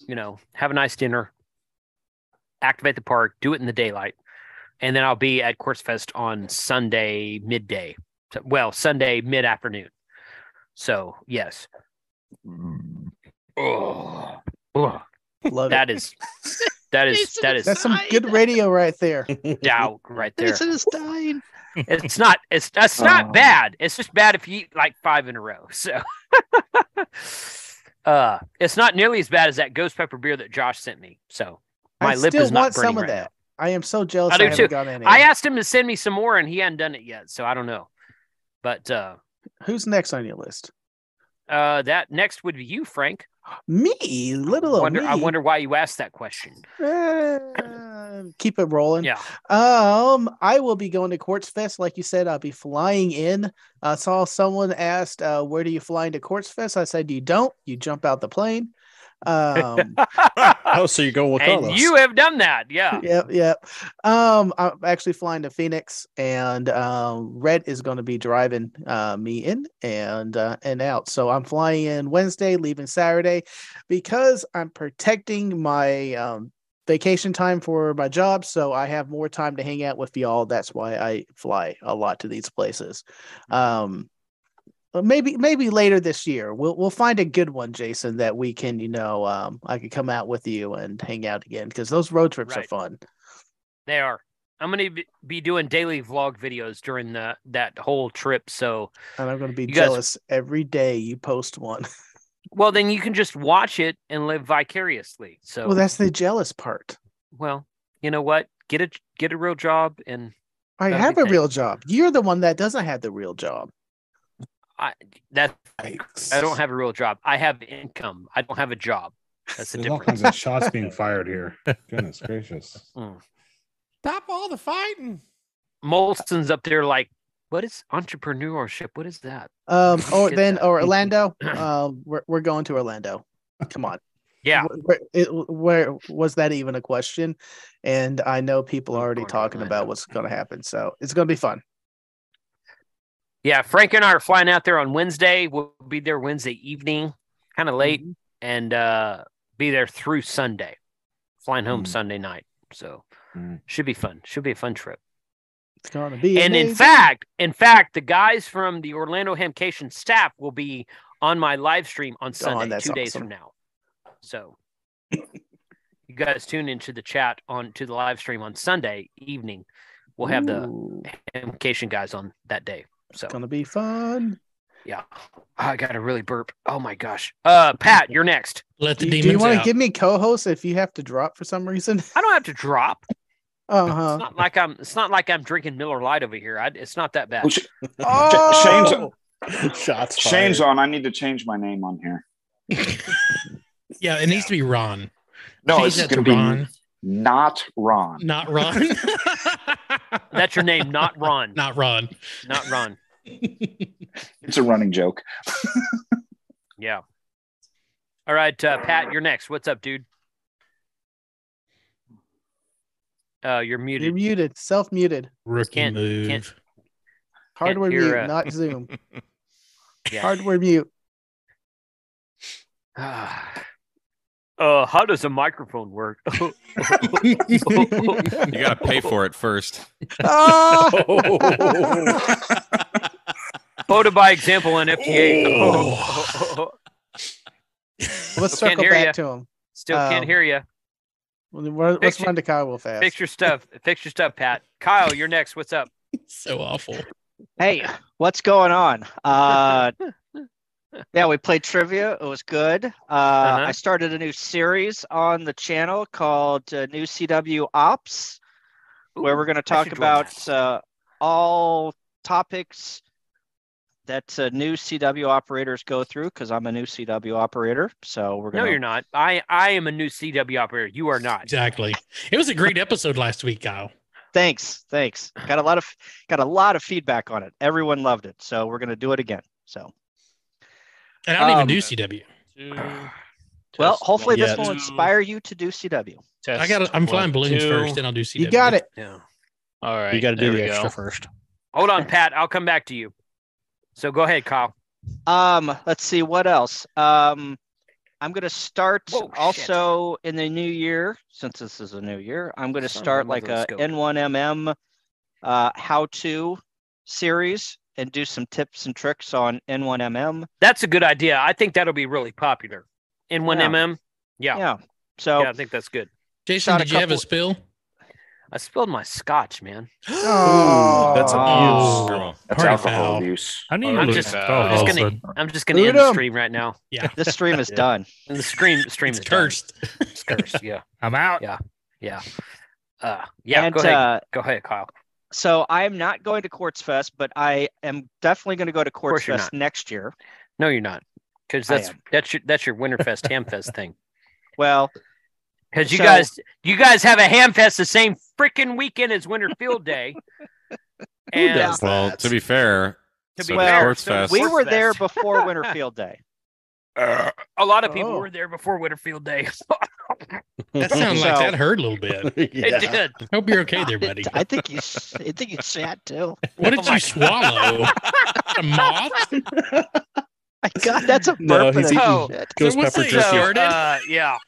Speaker 1: You know, have a nice dinner. Activate the park. Do it in the daylight and then I'll be at Quartz Fest on Sunday midday. So- Well, Sunday mid afternoon. So yes. Oh,
Speaker 3: Love
Speaker 1: that is that is that is
Speaker 3: That's some good radio right there.
Speaker 1: doubt right there.
Speaker 3: Jason is
Speaker 8: dying.
Speaker 1: It's not it's that's not
Speaker 3: Oh.
Speaker 1: bad. It's just bad if you eat like five in a row. So uh it's not nearly as bad as that ghost pepper beer that Josh sent me. So my
Speaker 3: I
Speaker 1: lip
Speaker 3: still
Speaker 1: is not
Speaker 3: want
Speaker 1: burning
Speaker 3: some of
Speaker 1: right now.
Speaker 3: that. I am so jealous.
Speaker 1: I
Speaker 3: I,
Speaker 1: do
Speaker 3: haven't
Speaker 1: too.
Speaker 3: got any.
Speaker 1: I asked him to send me some more, and he hadn't done it yet, so I don't know. But uh,
Speaker 3: Who's next on your list?
Speaker 1: uh, that next would be you, Frank.
Speaker 3: Me, little
Speaker 1: I
Speaker 3: old
Speaker 1: wonder, I
Speaker 3: Oh, me.
Speaker 1: wonder why you asked that question.
Speaker 3: Uh, keep it rolling.
Speaker 1: Yeah.
Speaker 3: Um, I will be going to Quartz Fest, like you said. I'll be flying in. I saw someone asked, uh, "Where do you fly into Quartz Fest?" I said, "You don't. You jump out the plane." Um,
Speaker 4: Oh, so you go with
Speaker 1: and
Speaker 4: Carlos.
Speaker 1: you have done that, yeah.
Speaker 3: yep, yep. Um, I'm actually flying to Phoenix, and um, Red is going to be driving uh, me in and uh, and out. So I'm flying in Wednesday, leaving Saturday, because I'm protecting my um, vacation time for my job. So I have more time to hang out with y'all. That's why I fly a lot to these places.
Speaker 1: Mm-hmm.
Speaker 3: Um, but maybe maybe later this year we'll we'll find a good one, Jason, that we can you know um, I could come out with you and hang out again because those road trips are
Speaker 1: Right.
Speaker 3: fun.
Speaker 1: They are. I'm going to be doing daily vlog videos during the that whole trip. So
Speaker 3: And I'm going to be
Speaker 1: You guys-
Speaker 3: jealous every day you post one.
Speaker 1: Well, then you can just watch it and live vicariously. So,
Speaker 3: Well, that's the jealous part.
Speaker 1: well, you know what? Get a get a real job, and
Speaker 3: I
Speaker 1: That'd
Speaker 3: have
Speaker 1: be
Speaker 3: a
Speaker 1: nice.
Speaker 3: real job. You're the one that doesn't have the real job.
Speaker 1: I that I don't have a real job. I have income. I don't have a job. That's the
Speaker 10: There's all
Speaker 1: difference.
Speaker 10: kinds of shots being fired here. Goodness gracious.
Speaker 1: Mm.
Speaker 5: Stop all the fighting.
Speaker 1: Molson's up there like, what is entrepreneurship? What is that?
Speaker 3: Um, or
Speaker 1: Get
Speaker 3: then
Speaker 1: that.
Speaker 3: or Orlando. um, we're we're going to Orlando. Come on.
Speaker 1: Yeah.
Speaker 3: Where, it, where was that even a question? And I know people are already talking about what's going to happen, so it's going to be fun.
Speaker 1: Yeah, Frank and I are flying out there on Wednesday. We'll be there Wednesday evening, kind of late,
Speaker 3: Mm-hmm.
Speaker 1: and uh, be there through Sunday. Flying home
Speaker 3: Mm.
Speaker 1: Sunday night, so
Speaker 10: Mm.
Speaker 1: should be fun. Should be a fun trip.
Speaker 3: It's going to be.
Speaker 1: and in
Speaker 3: amazing.
Speaker 1: fact, in fact, the guys from the Orlando Hamcation staff will be on my live stream on Sunday,
Speaker 3: that's
Speaker 1: two days
Speaker 3: awesome.
Speaker 1: from now. So you guys tune into the chat on to the live stream on Sunday evening. We'll have
Speaker 3: Ooh.
Speaker 1: the Hamcation guys on that day. So
Speaker 3: it's going to be fun.
Speaker 1: yeah, I got to really burp. Oh my gosh. Uh, Pat, you're next.
Speaker 13: Let
Speaker 3: Do, do you want to give me co-host if you have to drop for some reason?
Speaker 1: I don't have to drop.
Speaker 3: Uh
Speaker 1: It's
Speaker 3: huh.
Speaker 1: not like I'm. It's not like I'm drinking Miller Lite over here. I, it's not that bad.
Speaker 2: Oh!
Speaker 4: Shane's shots.
Speaker 2: Shane's on. I need to change my name on here.
Speaker 13: Yeah, it needs to be Ron.
Speaker 2: No,
Speaker 13: Change
Speaker 2: it's
Speaker 13: that
Speaker 2: going to be
Speaker 13: to Ron.
Speaker 2: not Ron.
Speaker 13: Not Ron.
Speaker 1: That's your name, not Ron.
Speaker 13: Not Ron.
Speaker 1: Not Ron.
Speaker 2: It's a running joke.
Speaker 1: Yeah. All right, uh, Pat, you're next. What's up, dude? Uh,
Speaker 3: You're
Speaker 1: you're muted.
Speaker 3: muted. Self muted.
Speaker 13: Rookie
Speaker 1: Can't-
Speaker 13: move.
Speaker 1: can't-
Speaker 3: Hardware
Speaker 1: hear,
Speaker 3: mute,
Speaker 1: uh,
Speaker 3: not Zoom.
Speaker 1: Yeah.
Speaker 3: Hardware mute.
Speaker 1: Uh, how does a microphone work? Oh, you
Speaker 5: You got to pay for it first.
Speaker 1: Photo by example and FDA.
Speaker 3: Let's
Speaker 1: Can't
Speaker 3: Oh. circle
Speaker 1: hear
Speaker 3: back
Speaker 1: ya.
Speaker 3: to him.
Speaker 1: Still can't
Speaker 3: Um,
Speaker 1: hear you.
Speaker 3: Let's
Speaker 1: Fix
Speaker 3: run to Kyle real fast.
Speaker 1: Fix your stuff. Fix your stuff, Pat. Kyle, you're next. What's up?
Speaker 13: so awful.
Speaker 8: Hey, what's going on? Uh, yeah, we played trivia. It was good. Uh,
Speaker 1: Uh-huh.
Speaker 8: I started a new series on the channel called uh, New CW Ops, where we're going to talk about uh, all topics that uh, new CW operators go through because I'm a new CW operator. So we're going
Speaker 1: No,
Speaker 8: to
Speaker 1: you're not. I I am a new CW operator. You are not.
Speaker 13: Exactly. It was a great episode last week, Kyle.
Speaker 8: Thanks, thanks. Got a lot of got a lot of feedback on it. Everyone loved it, so we're gonna do it again. So,
Speaker 13: And I don't
Speaker 8: Um,
Speaker 13: even do CW.
Speaker 8: well, hopefully this
Speaker 13: yet.
Speaker 8: will inspire you to do CW.
Speaker 13: I got. I'm flying balloons first, and I'll do CW.
Speaker 3: it.
Speaker 1: Yeah. All right.
Speaker 4: you got to do
Speaker 1: there
Speaker 4: the
Speaker 1: we go.
Speaker 4: extra first.
Speaker 1: Hold on, Pat. I'll come back to you. So go ahead, Kyle.
Speaker 8: Um, let's see what else. Um, I'm gonna start also in the new year, since this is a new year. I'm gonna
Speaker 13: Son of a
Speaker 8: start like
Speaker 13: motherless
Speaker 8: a
Speaker 13: goat.
Speaker 8: N1MM uh, how-to series and do some tips and tricks on N1MM.
Speaker 1: That's a good idea. I think that'll be really popular. In one
Speaker 8: Yeah.
Speaker 1: mm, yeah,
Speaker 8: Yeah. So
Speaker 1: yeah, I think that's good.
Speaker 13: Jason,
Speaker 1: Shot a
Speaker 13: did you have a
Speaker 1: couple-
Speaker 13: spill?
Speaker 1: I spilled my scotch, man.
Speaker 3: Oh,
Speaker 5: That's
Speaker 1: Oh.
Speaker 5: abuse.
Speaker 2: That's
Speaker 13: Party
Speaker 2: alcohol
Speaker 13: foul.
Speaker 2: abuse.
Speaker 9: I need to
Speaker 1: I'm
Speaker 9: look
Speaker 1: just, oh,
Speaker 9: at
Speaker 1: I'm just
Speaker 9: alcohol,
Speaker 1: gonna,
Speaker 9: son.
Speaker 1: I'm just gonna end
Speaker 9: Boot
Speaker 1: the
Speaker 9: 'em.
Speaker 1: stream right now.
Speaker 13: Yeah.
Speaker 8: This stream is
Speaker 1: Yeah.
Speaker 8: done.
Speaker 1: The stream, stream is done.
Speaker 13: Cursed.
Speaker 1: It's cursed. Yeah,
Speaker 9: I'm out.
Speaker 1: yeah, yeah, uh, yeah.
Speaker 8: And,
Speaker 1: go ahead,
Speaker 8: uh,
Speaker 1: go ahead, Kyle.
Speaker 8: So I am not going to Quartz Fest, but I am definitely going to go to Quartz
Speaker 1: course you're
Speaker 8: Fest
Speaker 1: not.
Speaker 8: next year.
Speaker 1: No, you're not, because
Speaker 8: I
Speaker 1: that's
Speaker 8: am.
Speaker 1: that's your that's your Winterfest Hamfest thing.
Speaker 8: Well,
Speaker 1: Because you
Speaker 8: So-
Speaker 1: guys, you guys have a Hamfest the same freaking weekend as Winter Field Day. and
Speaker 5: does Well, to be fair,
Speaker 1: To
Speaker 5: so
Speaker 1: be
Speaker 5: did
Speaker 1: fair,
Speaker 5: Sports
Speaker 1: so did
Speaker 5: Fest.
Speaker 8: we were
Speaker 1: Fest.
Speaker 8: there before Winterfield Day.
Speaker 1: a lot of people
Speaker 3: Oh.
Speaker 1: were there before Winterfield Day.
Speaker 13: That sounds like
Speaker 8: So-
Speaker 13: that hurt a little bit.
Speaker 1: It did.
Speaker 13: Hope you're okay there, buddy.
Speaker 8: I think you. s- I think you shat too. Oh
Speaker 13: What did you swallow? a moth?
Speaker 8: My God, that's a burp
Speaker 4: No,
Speaker 8: and
Speaker 4: he's
Speaker 8: a
Speaker 4: eating
Speaker 1: Oh.
Speaker 8: shit.
Speaker 4: ghost
Speaker 13: So what's
Speaker 4: pepper
Speaker 13: the-
Speaker 4: jerky.
Speaker 13: Started?
Speaker 1: Uh, yeah.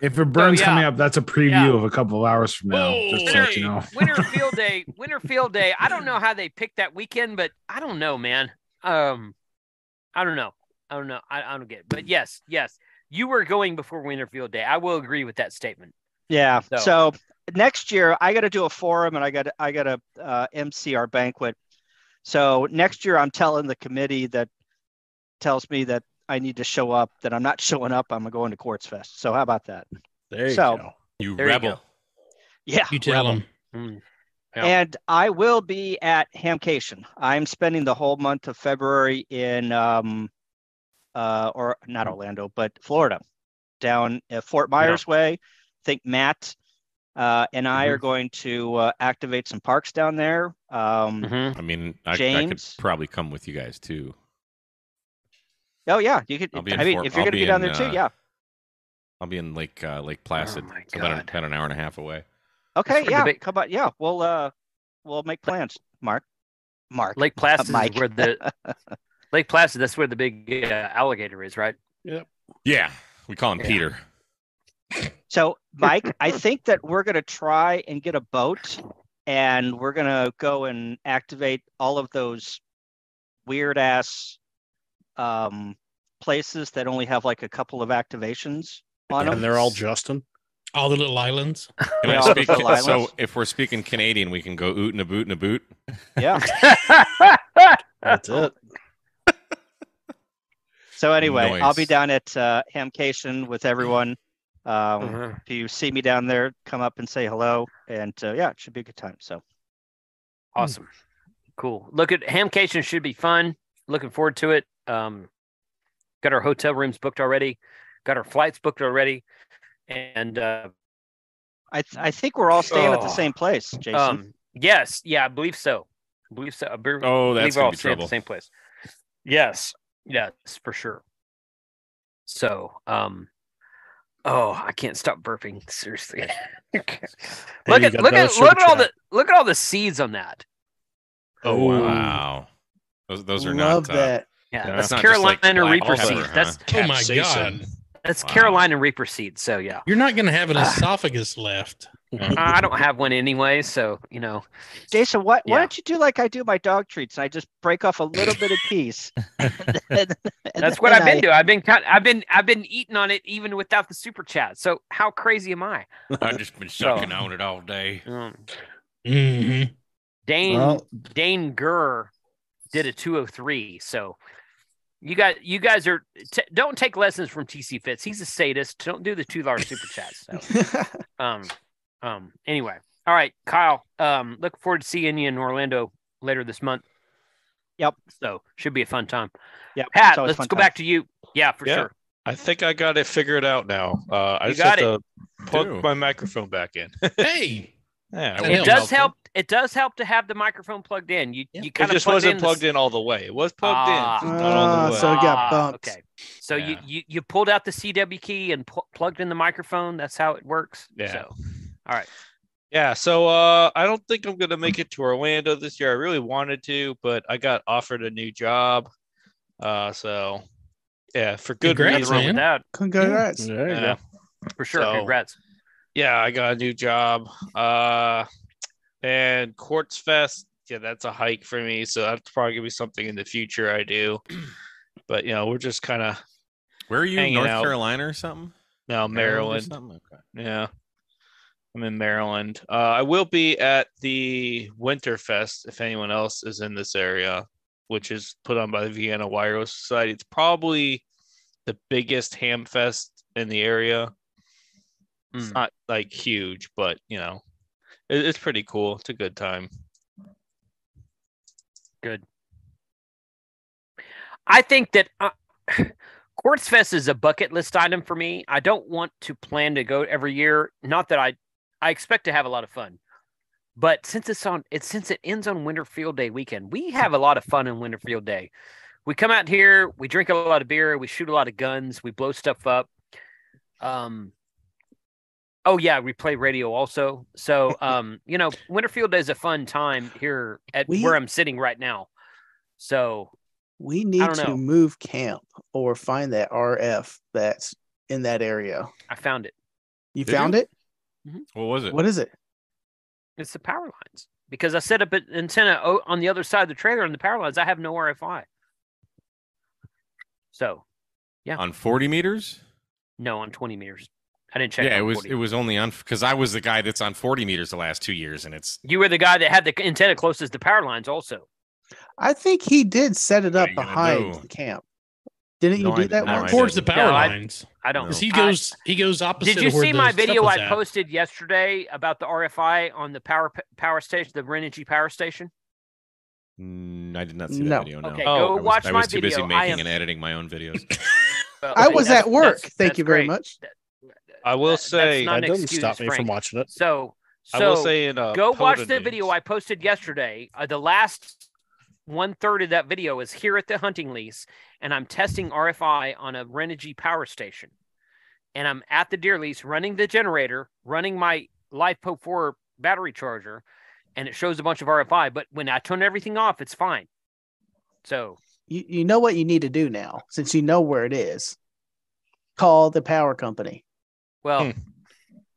Speaker 10: If it burns
Speaker 1: Oh, yeah.
Speaker 10: coming up, that's a preview
Speaker 1: Yeah.
Speaker 10: of a couple of hours from now.
Speaker 13: Whoa.
Speaker 10: Just to let you know.
Speaker 1: Winter Field Day, Winter Field Day. I don't know how they picked that weekend, but I don't know, man. Um, I don't know. I don't know. I, I don't get it. But yes, yes, you were going before Winter Field Day. I will agree with that statement.
Speaker 8: Yeah.
Speaker 1: So-
Speaker 8: So. next year I got to do a forum and I got to I got to uh, MC our banquet. So next year I'm telling the committee that tells me that I need to show up, then I'm not showing up. I'm going to Quartz Fest. So how about that?
Speaker 4: There
Speaker 5: you
Speaker 8: so,
Speaker 5: go. You
Speaker 8: there
Speaker 5: rebel.
Speaker 8: go. Yeah.
Speaker 5: You tell
Speaker 8: rebel.
Speaker 5: 'em. Mm. Yeah.
Speaker 8: And I will be at Hamcation. I'm spending the whole month of February in, um, uh, or not
Speaker 5: Mm-hmm.
Speaker 8: Orlando, but Florida, down at Fort Myers Way. I think Matt uh, and I
Speaker 5: Mm-hmm.
Speaker 8: are going to uh, activate some parks down there. Um,
Speaker 1: Mm-hmm.
Speaker 5: I mean, I, I could
Speaker 8: James?
Speaker 5: probably come with you guys too.
Speaker 8: Oh yeah, you could.
Speaker 5: I'll be in
Speaker 8: I mean,
Speaker 5: Fort-
Speaker 8: if you're
Speaker 5: I'll
Speaker 8: going to
Speaker 5: be
Speaker 8: be down
Speaker 5: in,
Speaker 8: there too,
Speaker 5: uh,
Speaker 8: yeah.
Speaker 5: I'll be in Lake uh, Lake Placid,
Speaker 8: my
Speaker 5: so about, about an hour and a half away.
Speaker 8: Okay,
Speaker 5: for
Speaker 8: yeah.
Speaker 5: debate.
Speaker 8: Come on, yeah. We'll uh, we'll make plans, Mark. Mark.
Speaker 1: Lake Placid
Speaker 8: Mike.
Speaker 1: is where the Lake Placid. That's where the big uh, alligator is, right?
Speaker 4: Yep.
Speaker 5: Yeah, we call him
Speaker 1: Yeah.
Speaker 5: Peter.
Speaker 8: So, Mike, I think that we're going to try and get a boat, and we're going to go and activate all of those weird ass um, places that only have like a couple of activations on them.
Speaker 4: And they're all Justin.
Speaker 13: All the little islands.
Speaker 5: Can I
Speaker 8: all
Speaker 5: speak,
Speaker 8: little
Speaker 5: so
Speaker 8: islands.
Speaker 5: if we're speaking Canadian, we can go oot and a boot and a boot.
Speaker 8: Yeah.
Speaker 4: That's it.
Speaker 8: Oh So anyway, I'll be
Speaker 5: Nice.
Speaker 8: down at uh, Hamcation with everyone. Um,
Speaker 1: Mm-hmm.
Speaker 8: If you see me down there, come up and say hello, and uh, yeah, it should be a good time. So
Speaker 1: Awesome.
Speaker 4: Hmm.
Speaker 1: Cool. Look at Hamcation should be fun. Looking forward to it. Um, got our hotel rooms booked already. Got our flights booked already. And uh,
Speaker 8: I th- I think we're all staying at
Speaker 1: Oh.
Speaker 8: the same place, Jason.
Speaker 1: um, yes, yeah, I believe so. I believe so. I be-
Speaker 5: Oh,
Speaker 1: believe
Speaker 5: that's
Speaker 1: we're
Speaker 5: gonna
Speaker 1: all staying
Speaker 5: be
Speaker 1: at
Speaker 5: trouble.
Speaker 1: the same place. Yes, yes, for sure. So, um, oh, I can't stop burping. Seriously, look
Speaker 4: you
Speaker 1: at
Speaker 4: got
Speaker 1: look
Speaker 4: another
Speaker 1: at
Speaker 4: super
Speaker 1: look at all the
Speaker 4: chat.
Speaker 1: look at all the seeds on that.
Speaker 5: Oh
Speaker 4: Ooh.
Speaker 5: wow, those, those are
Speaker 3: Love
Speaker 5: not. uh,
Speaker 3: that.
Speaker 1: Yeah,
Speaker 5: they're
Speaker 1: that's
Speaker 5: not just like
Speaker 1: Carolina
Speaker 5: black
Speaker 1: Reaper
Speaker 5: pepper,
Speaker 1: seeds.
Speaker 5: huh?
Speaker 1: That's
Speaker 13: Oh my
Speaker 4: Capsaicin.
Speaker 13: god.
Speaker 1: that's Carolina Reaper seeds. So yeah, Ah. Uh,
Speaker 13: You're not gonna have an esophagus left.
Speaker 1: I don't have one anyway. So you know,
Speaker 8: Jason, why why
Speaker 1: Yeah.
Speaker 8: don't you do like I do my dog treats, and I just break off a little bit of piece. and then- and
Speaker 1: that's what
Speaker 8: then
Speaker 1: I've been
Speaker 8: I-
Speaker 1: doing. I've been kind, I've been I've been eating on it even without the super chat. So how crazy am I?
Speaker 5: I've just been sucking
Speaker 1: Oh.
Speaker 5: on it all day.
Speaker 1: Mm,
Speaker 13: Mm-hmm.
Speaker 1: Dane
Speaker 10: Well-
Speaker 1: Dane Gurr did a 203. So you got you guys are t- don't take lessons from TC Fitz. He's a sadist. Don't do the two large super chats. So um um anyway. All right, Kyle. Um looking forward to seeing you in Orlando later this month.
Speaker 8: Yep.
Speaker 1: So should be a fun time.
Speaker 8: Yep, it's
Speaker 1: Pat,
Speaker 8: always
Speaker 1: let's
Speaker 8: fun
Speaker 1: go
Speaker 8: time.
Speaker 1: back to you. Yeah, for
Speaker 7: Yeah.
Speaker 1: sure.
Speaker 7: I think I got it figured out now. Uh, I
Speaker 1: You
Speaker 7: just
Speaker 1: got
Speaker 7: have to plug
Speaker 5: Dude.
Speaker 7: my microphone back in.
Speaker 13: Hey.
Speaker 7: yeah,
Speaker 13: That
Speaker 7: it
Speaker 1: It
Speaker 13: was
Speaker 1: does
Speaker 13: helpful.
Speaker 1: help. It does help to have the microphone plugged in. You you kind of
Speaker 7: just wasn't plugged in all the way. It was plugged
Speaker 1: Ah.
Speaker 7: in, just not all
Speaker 3: Ah,
Speaker 7: the way.
Speaker 3: so it got
Speaker 1: Ah,
Speaker 3: bumped.
Speaker 1: Okay. So you,
Speaker 7: Yeah.
Speaker 1: you you pulled out the CW key and pl- plugged in the microphone. That's how it works.
Speaker 7: Yeah.
Speaker 1: So, all right.
Speaker 7: Yeah, so uh, I don't think I'm gonna make it to Orlando this year. I really wanted to, but I got offered a new job. Uh, so yeah, for good
Speaker 13: Congrats,
Speaker 7: reason.
Speaker 13: man.
Speaker 1: With that,
Speaker 3: Congrats.
Speaker 4: There you
Speaker 7: Yeah,
Speaker 1: for sure.
Speaker 7: So-
Speaker 1: Congrats.
Speaker 7: yeah, I got a new job. Uh, and Quartz Fest, yeah, that's a hike for me. So that's probably gonna be something in the future I do. But you know, we're just kind of
Speaker 5: Where are you?
Speaker 7: Hanging
Speaker 5: North
Speaker 7: out.
Speaker 5: Carolina or something?
Speaker 7: now
Speaker 5: or
Speaker 7: Maryland.
Speaker 5: something? Okay.
Speaker 7: Yeah. I'm in Maryland. Uh, I will be at the Winterfest if anyone else is in this area, which is put on by the Vienna Wireless Society. It's probably the biggest ham fest in the area. It's
Speaker 1: Mm.
Speaker 7: not like huge, but you know, it, it's pretty cool. It's a good time.
Speaker 1: Good. I think that uh, Quartz Fest is a bucket list item for me. I don't want to plan to go every year. Not that I, I expect to have a lot of fun, but since it's on, it since it ends on Winter Field Day weekend, we have a lot of fun in Winter Field Day. We come out here, we drink a lot of beer, we shoot a lot of guns, we blow stuff up. Um. Oh yeah, we play radio also. So um, you know, Winterfield Day is a fun time here at
Speaker 3: We-
Speaker 1: where I'm sitting right now. So
Speaker 3: We need
Speaker 1: don't
Speaker 3: to
Speaker 1: know.
Speaker 3: move camp or find that RF that's in that area.
Speaker 1: I found it.
Speaker 3: You
Speaker 5: Did
Speaker 3: found
Speaker 5: you?
Speaker 3: it?
Speaker 5: What was it?
Speaker 3: What is it?
Speaker 1: It's the power lines because I set up an antenna o- on the other side of the trailer and the power lines. I have no RFI. So Yeah.
Speaker 5: On 40 meters?
Speaker 1: no, on 20 meters. I didn't check.
Speaker 5: yeah,
Speaker 1: on
Speaker 5: it was
Speaker 1: 40.
Speaker 5: it was only on because I was the guy that's on 40 meters the last two years, and it's
Speaker 1: You were the guy that had the antenna closest to power lines. Also,
Speaker 3: I think he did set it up
Speaker 5: you gonna
Speaker 3: behind
Speaker 5: do?
Speaker 3: the camp. Didn't
Speaker 5: No,
Speaker 3: you
Speaker 5: I
Speaker 3: do
Speaker 5: did
Speaker 3: that
Speaker 5: not.
Speaker 3: once?
Speaker 13: towards the
Speaker 1: No,
Speaker 13: power
Speaker 1: I-
Speaker 13: lines.
Speaker 1: I
Speaker 5: Oh.
Speaker 1: don't.
Speaker 13: 'Cause He
Speaker 1: I-
Speaker 13: goes. he goes opposite.
Speaker 1: Did you
Speaker 13: of where
Speaker 1: see
Speaker 13: the
Speaker 1: my
Speaker 13: stuff
Speaker 1: video
Speaker 13: is
Speaker 1: I
Speaker 13: at.
Speaker 1: posted yesterday about the RFI on the power power station, the Renegade power station?
Speaker 5: Mm, I did not see that
Speaker 3: No.
Speaker 5: video. No.
Speaker 1: Okay, go
Speaker 5: I was,
Speaker 1: watch
Speaker 5: I
Speaker 1: my
Speaker 5: was too busy
Speaker 1: video. I
Speaker 5: making
Speaker 1: am-
Speaker 5: and editing my own videos.
Speaker 1: Well,
Speaker 3: I
Speaker 1: okay,
Speaker 3: was
Speaker 1: that's-
Speaker 3: at work.
Speaker 1: that's-
Speaker 3: Thank
Speaker 1: that's
Speaker 3: you very
Speaker 1: great.
Speaker 3: much.
Speaker 7: I will say,
Speaker 1: not an
Speaker 4: that doesn't
Speaker 1: excuse,
Speaker 4: stop me from
Speaker 1: Frank.
Speaker 4: watching it.
Speaker 1: So, so
Speaker 7: I will say in, uh,
Speaker 1: go watch
Speaker 7: Poda
Speaker 1: the
Speaker 7: news-
Speaker 1: video I posted yesterday. Uh, the last one third of that video is here at the hunting lease, and I'm testing RFI on a Renogy power station, and I'm at the deer lease running the generator, running my LiFePo four battery charger, and it shows a bunch of RFI. But when I turn everything off, it's fine. So
Speaker 3: You, you know what you need to do now, since you know where it is. Call the power company. Hmm.
Speaker 1: well,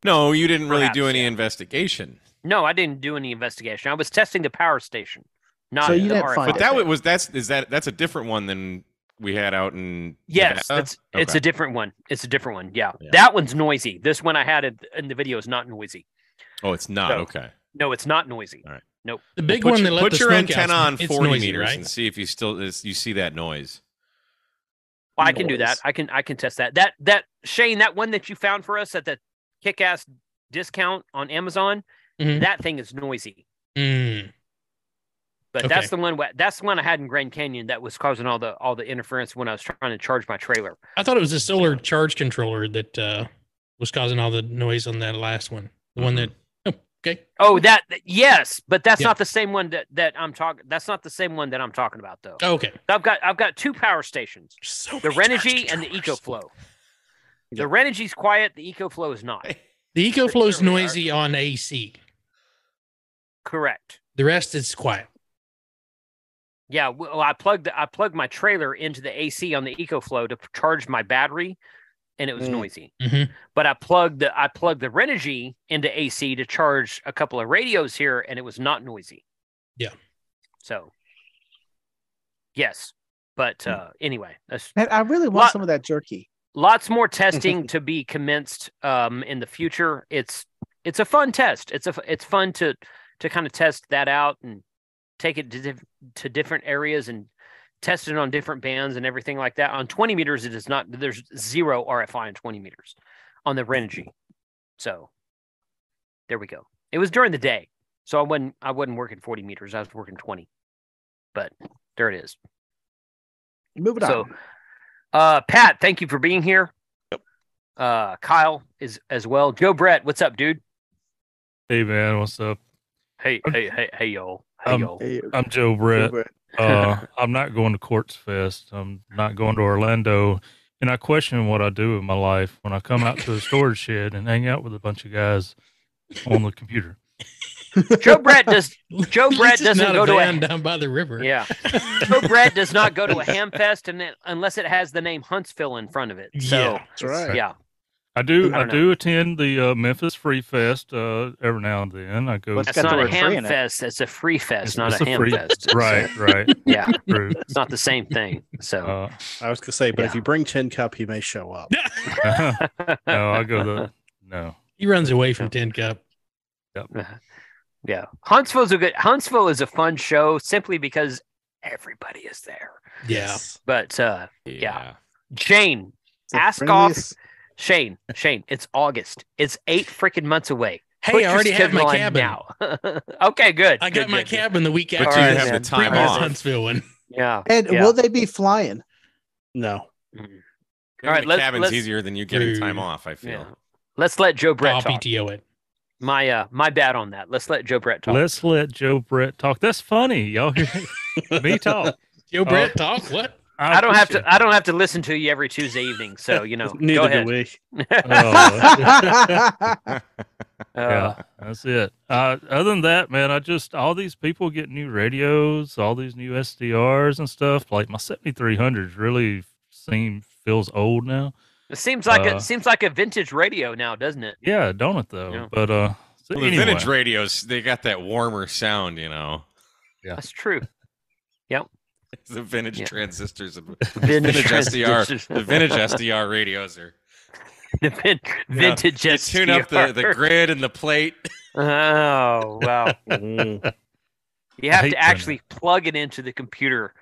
Speaker 5: no, you didn't really do
Speaker 1: Perhaps,
Speaker 5: any investigation.
Speaker 1: no, I didn't do any investigation. I was testing the power station, not
Speaker 3: So you
Speaker 1: the
Speaker 3: didn't
Speaker 1: RFI.
Speaker 3: find
Speaker 5: But that was that's is that that's a different one than we had out in
Speaker 1: Yes,
Speaker 5: Nevada?
Speaker 1: it's it's
Speaker 5: Okay.
Speaker 1: a different one. It's a different one. Yeah.
Speaker 5: Yeah.
Speaker 1: that one's noisy. This one I had it- in the video is not noisy.
Speaker 5: oh, it's not
Speaker 1: so-
Speaker 5: okay.
Speaker 1: No, it's not noisy.
Speaker 5: All right.
Speaker 1: Nope.
Speaker 13: The big
Speaker 5: put
Speaker 13: one
Speaker 5: your,
Speaker 13: that let
Speaker 5: put
Speaker 13: the
Speaker 5: your
Speaker 13: smoke
Speaker 5: antenna
Speaker 13: out,
Speaker 5: on
Speaker 13: it's
Speaker 5: forty
Speaker 13: noisy,
Speaker 5: meters
Speaker 13: right?
Speaker 5: and see if you still is, you see that noise.
Speaker 1: Well, I can do that.
Speaker 3: Noise.
Speaker 1: I can I can test that. That that Shane, that one that you found for us at the kick ass discount on Amazon,
Speaker 13: Mhm.
Speaker 1: that thing is noisy.
Speaker 13: Mm.
Speaker 1: But
Speaker 13: Okay.
Speaker 1: that's the one wh- that's the one I had in Grand Canyon that was causing all the all the interference when I was trying to charge my trailer.
Speaker 13: I thought it was the solar charge controller that uh, was causing all the noise on that last one. The
Speaker 1: Mm-hmm.
Speaker 13: one that. Oh, okay.
Speaker 1: Oh, that yes, but that's
Speaker 13: Yeah.
Speaker 1: not the same one that that I'm talking. That's not the same one that I'm talking about though.
Speaker 13: Oh, okay.
Speaker 1: I've got I've got two power stations.
Speaker 13: So
Speaker 1: the
Speaker 13: many charge
Speaker 1: Renogy and the
Speaker 13: controllers.
Speaker 1: EcoFlow. The Renogy's quiet, the EcoFlow is not.
Speaker 13: The EcoFlow's
Speaker 1: There we are.
Speaker 13: noisy on AC.
Speaker 1: Correct.
Speaker 13: The rest is quiet.
Speaker 1: Yeah, well, I plugged I plugged my trailer into the AC on the EcoFlow to charge my battery, and it was
Speaker 3: Mm.
Speaker 1: noisy.
Speaker 13: Mhm.
Speaker 1: But I plugged the I plugged the Renogy into AC to charge a couple of radios here, and it was not noisy.
Speaker 13: Yeah.
Speaker 1: So, yes, but uh, anyway, that's
Speaker 3: Man, I really want
Speaker 1: Lot-
Speaker 3: some of that jerky.
Speaker 1: lots more testing to be commenced um, in the future. It's it's a fun test. It's a it's fun to to kind of test that out and take it to, diff- to different areas and test it on different bands and everything like that. On 20 meters, it is not there's zero RFI on 20 meters on the Renogy. So there we go. It was during the day, so I wasn't I wasn't working 40 meters. I was working 20. But there it is.
Speaker 3: Moving
Speaker 1: So,
Speaker 3: on.
Speaker 1: uh, Pat, thank you for being here. Uh, Kyle is as well. Joe Brett, what's up, dude?
Speaker 9: Hey man, what's up?
Speaker 1: Hey, hey, hey, hey, y'all. Hey,
Speaker 9: Um,
Speaker 1: y'all.
Speaker 3: Hey,
Speaker 9: I'm Joe Brett.
Speaker 3: Brett.
Speaker 9: Uh, I'm not going to Quartz Fest. I'm not going to Orlando. And I question what I do with my life when I come out to a storage shed and hang out with a bunch of guys on the computer.
Speaker 1: Joe Brett does. Joe
Speaker 13: At
Speaker 1: Brett
Speaker 13: least it's
Speaker 1: doesn't
Speaker 13: not
Speaker 1: go
Speaker 13: a
Speaker 1: to
Speaker 13: van
Speaker 1: a
Speaker 13: down by the river.
Speaker 1: yeah. Joe Brett does not go to a ham fest and it- unless it has the name Huntsville in front of it. So
Speaker 13: Yeah.
Speaker 4: That's right.
Speaker 1: yeah,
Speaker 9: I do.
Speaker 1: I
Speaker 9: I,
Speaker 1: don't know.
Speaker 9: do attend the uh, Memphis Free Fest uh, every now and then. I go.
Speaker 4: Well, It's
Speaker 1: that's
Speaker 4: got the
Speaker 1: not a
Speaker 4: word free
Speaker 1: ham
Speaker 4: in it.
Speaker 1: fest. It's a free fest, not
Speaker 9: it's
Speaker 1: a ham
Speaker 9: free-
Speaker 1: fest. It's,
Speaker 9: Right. Right.
Speaker 1: Yeah,
Speaker 9: True.
Speaker 1: it's not the same thing. So
Speaker 9: Uh,
Speaker 4: I was gonna say, but if
Speaker 1: Yeah.
Speaker 4: you bring tin cup, he may show up.
Speaker 9: no, I go to no.
Speaker 13: He runs away from Tin Cup.
Speaker 1: Uh-huh. yeah, Huntsville's a good. Huntsville is a fun show simply because everybody is there.
Speaker 13: Yeah.
Speaker 1: But uh,
Speaker 5: Yeah.
Speaker 1: Shane,
Speaker 3: It's the
Speaker 1: ask off
Speaker 3: friendliest-
Speaker 1: Shane, Shane, it's August. It's eight freaking months away.
Speaker 13: Hey,
Speaker 1: Put
Speaker 13: I
Speaker 1: your
Speaker 13: already have my
Speaker 1: schedule on
Speaker 13: cabin.
Speaker 1: now. okay, good.
Speaker 13: I
Speaker 1: good,
Speaker 13: got my
Speaker 1: good, good.
Speaker 13: cabin the week
Speaker 5: But
Speaker 13: after.
Speaker 5: you
Speaker 3: Alright,
Speaker 5: have
Speaker 3: man.
Speaker 5: the time
Speaker 13: previous
Speaker 5: off.
Speaker 13: Huntsville one.
Speaker 1: Yeah.
Speaker 3: And
Speaker 1: yeah.
Speaker 3: will they be flying?
Speaker 4: No.
Speaker 1: All right,
Speaker 5: the
Speaker 1: let's-
Speaker 5: cabin's
Speaker 1: let's-
Speaker 5: easier than you getting time
Speaker 13: Dude.
Speaker 5: off. I feel.
Speaker 1: Yeah. Let's let Joe
Speaker 13: I'll
Speaker 1: Brett talk.
Speaker 13: PTO it.
Speaker 1: My uh, my bad on that. Let's let Joe Brett talk.
Speaker 9: Let's let Joe Brett talk. That's funny, y'all. Hear me talk. Oh.
Speaker 13: Yo, Brett, talk. What?
Speaker 1: I don't have to. I don't have to listen to you every Tuesday evening. So you know, go
Speaker 4: Neither do
Speaker 1: ahead.
Speaker 4: we.
Speaker 9: yeah,
Speaker 1: Uh,
Speaker 9: Oh. that's it. Uh, other than that, man, I just all these people get new radios, all these new SDRs and stuff. Like my 7300 really seem feels old now.
Speaker 1: It seems like
Speaker 9: Uh,
Speaker 1: a seems like a vintage radio now, doesn't it?
Speaker 9: Yeah, don't it though?
Speaker 1: Yeah.
Speaker 9: But uh, so
Speaker 5: Well, the
Speaker 9: anyway,
Speaker 5: vintage radios, they got that warmer sound, you know.
Speaker 1: That's true.
Speaker 5: The vintage
Speaker 1: Yeah.
Speaker 5: transistors, of-
Speaker 1: Vintage
Speaker 5: vintage SDR,
Speaker 1: transistors.
Speaker 5: the vintage SDR radios are
Speaker 1: The vin-
Speaker 5: you know,
Speaker 1: vintage
Speaker 5: They tune up the, the
Speaker 1: SDR.
Speaker 5: grid and the plate.
Speaker 1: Oh wow!
Speaker 4: Mm.
Speaker 1: You
Speaker 9: I
Speaker 1: have
Speaker 9: hate doing
Speaker 1: to
Speaker 5: Mm.
Speaker 9: that.
Speaker 1: actually plug it into the computer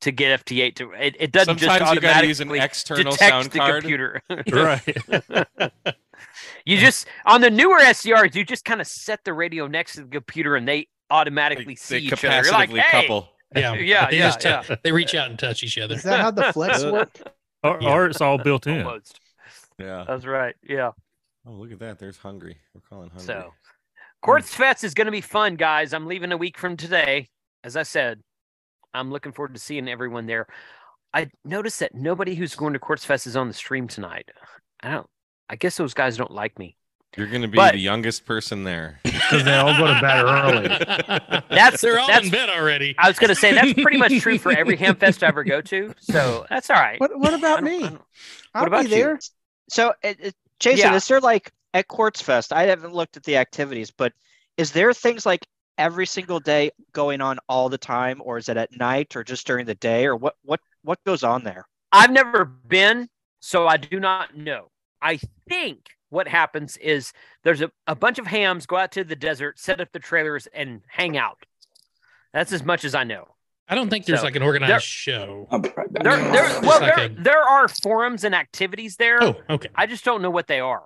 Speaker 1: to get FT8 to it, it doesn't
Speaker 5: Sometimes
Speaker 1: just
Speaker 5: you gotta
Speaker 1: automatically
Speaker 5: use an external
Speaker 1: detect
Speaker 5: sound
Speaker 1: the
Speaker 5: card.
Speaker 1: computer.
Speaker 5: Right.
Speaker 1: you just on the newer SCRs, you just kind of set the radio next to the computer and they automatically see each other. You're like,
Speaker 5: capacitively
Speaker 1: hey!
Speaker 5: couple.
Speaker 13: Yeah,
Speaker 1: yeah,
Speaker 13: They
Speaker 1: yeah,
Speaker 13: just tou-
Speaker 1: yeah.
Speaker 13: They reach out and touch each other.
Speaker 3: Is that how the flex work?
Speaker 9: Or,
Speaker 13: Yeah.
Speaker 9: or it's all built in.
Speaker 1: Almost.
Speaker 5: Yeah.
Speaker 1: That's right. Yeah.
Speaker 5: Oh, look at that. There's hungry. We're calling hungry.
Speaker 1: So, Quartz Fest is going to be fun, guys. I'm leaving a week from today. As I said, I'm looking forward to seeing everyone there. I noticed that nobody who's going to Quartz Fest is on the stream tonight. I don't. I guess those guys don't like me.
Speaker 5: You're going to be
Speaker 1: But-
Speaker 5: the youngest person there.
Speaker 9: Because they all go to bed
Speaker 5: early.
Speaker 1: That's
Speaker 13: They're all
Speaker 1: that's,
Speaker 13: in bed already.
Speaker 1: I was going to say that's pretty much true for every Hamfest I ever go to. So that's all right.
Speaker 3: What What about me? I'll
Speaker 1: about
Speaker 3: be
Speaker 1: you?
Speaker 3: there.
Speaker 8: So, it, it- Jason,
Speaker 1: Yeah.
Speaker 8: is there like at Quartz Fest? I haven't looked at the activities, but is there things like every single day going on all the time, or is it at night, or just during the day, or what? What what goes on there?
Speaker 1: I've never been, so I do not know. I think what happens is there's a, a bunch of hams go out to the desert, set up the trailers, and hang out. That's as much as I know.
Speaker 13: I don't think there's
Speaker 1: So,
Speaker 13: like an
Speaker 1: there-
Speaker 13: organized show.
Speaker 1: There, there,
Speaker 13: It's
Speaker 1: well,
Speaker 13: like
Speaker 1: there,
Speaker 13: a-
Speaker 1: there are forums and activities there.
Speaker 13: Oh, okay.
Speaker 1: I just don't know what they are.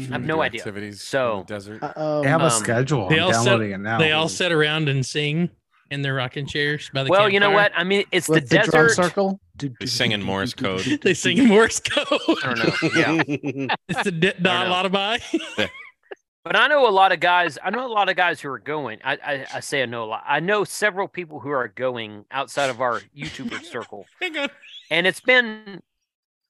Speaker 1: I have
Speaker 5: you wanna
Speaker 1: no
Speaker 5: do
Speaker 1: idea.
Speaker 5: Activities in
Speaker 1: So,
Speaker 5: the desert.
Speaker 2: Uh,
Speaker 10: They have a
Speaker 1: um,
Speaker 10: schedule.
Speaker 13: They
Speaker 10: I'm
Speaker 13: all sit,
Speaker 10: downloading it now.
Speaker 13: They all sit around and sing in their rocking chairs by the
Speaker 1: well, you know
Speaker 13: campfire.
Speaker 1: what? I mean, it's
Speaker 3: With
Speaker 1: the,
Speaker 3: the drum
Speaker 1: desert.
Speaker 3: circle.
Speaker 5: They sing in Morse code.
Speaker 13: They sing Morse code.
Speaker 1: I don't know. Yeah.
Speaker 13: it's the d-
Speaker 1: know.
Speaker 13: da lullaby.
Speaker 1: But I know a lot of guys. I know a lot of guys who are going. I, I, I say I know a lot. I know several people who are going outside of our YouTuber circle,
Speaker 13: Hang on.
Speaker 1: and it's been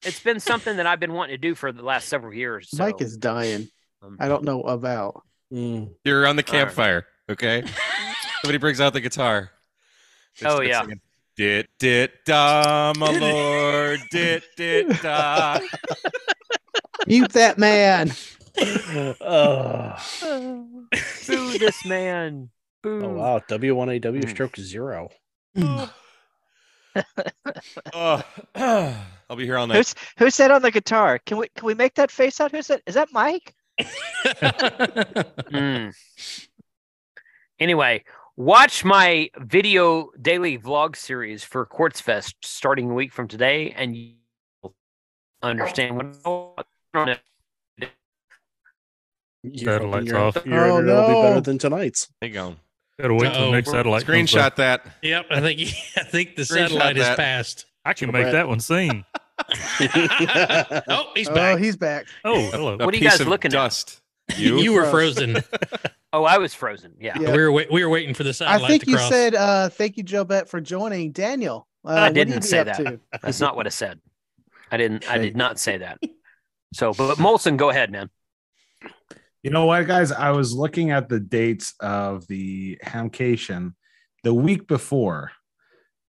Speaker 1: it's been something that I've been wanting to do for the last several years. So.
Speaker 3: Mike is dying.
Speaker 1: um,
Speaker 3: I don't know about.
Speaker 1: Mm.
Speaker 5: You're around the campfire, okay? Somebody brings out the guitar. They
Speaker 1: Oh,
Speaker 5: start
Speaker 1: yeah.
Speaker 5: singing, Dit dit da, my lord. Dit dit da.
Speaker 3: Mute that man.
Speaker 4: Oh,
Speaker 1: boo this man. Boo.
Speaker 4: Oh wow,
Speaker 5: Hmm.
Speaker 4: W1AW stroke zero.
Speaker 5: Oh, I'll be here all night.
Speaker 8: Who's who said on the guitar? Can we can we make that face out? Who's that? Is that Mike?
Speaker 1: Mm. Anyway, watch my video daily vlog series for Quartz Fest starting a week from today, and you'll understand what. I don't know.
Speaker 4: You're hoping
Speaker 9: Satellites
Speaker 4: your-
Speaker 9: off.
Speaker 4: Your
Speaker 3: Oh,
Speaker 4: internet will be
Speaker 3: no.
Speaker 4: better than tonight's.
Speaker 5: There you go.
Speaker 9: Gotta wait till
Speaker 13: Uh-oh.
Speaker 9: the next satellite. comes up.
Speaker 5: Screenshot that.
Speaker 13: Yep, I think I think the
Speaker 5: Screenshot
Speaker 13: satellite is
Speaker 5: that.
Speaker 13: passed.
Speaker 9: I can make
Speaker 4: Brett.
Speaker 9: that one sing.
Speaker 13: Oh, he's
Speaker 3: Oh,
Speaker 13: back.
Speaker 3: he's back.
Speaker 9: Oh, hello.
Speaker 5: A
Speaker 1: What are you
Speaker 5: piece
Speaker 1: guys
Speaker 5: of
Speaker 1: looking at?
Speaker 5: dust.
Speaker 13: you,
Speaker 5: You?
Speaker 13: were
Speaker 3: frozen.
Speaker 13: frozen.
Speaker 1: Oh, I was frozen. Yeah.
Speaker 3: Yeah.
Speaker 13: We were wait, we were waiting for the
Speaker 3: I
Speaker 13: satellite
Speaker 3: think
Speaker 13: to
Speaker 3: you
Speaker 13: cross.
Speaker 3: said uh, thank you, Joe Bet, for joining Daniel. Uh,
Speaker 1: I
Speaker 3: what do you
Speaker 1: didn't
Speaker 3: be
Speaker 1: say
Speaker 3: up
Speaker 1: that.
Speaker 3: to?
Speaker 1: That's not what I said. I didn't. I did not say that. So, but Molson, go ahead, man.
Speaker 10: You know what, guys? I was looking at the dates of the hamcation the week before.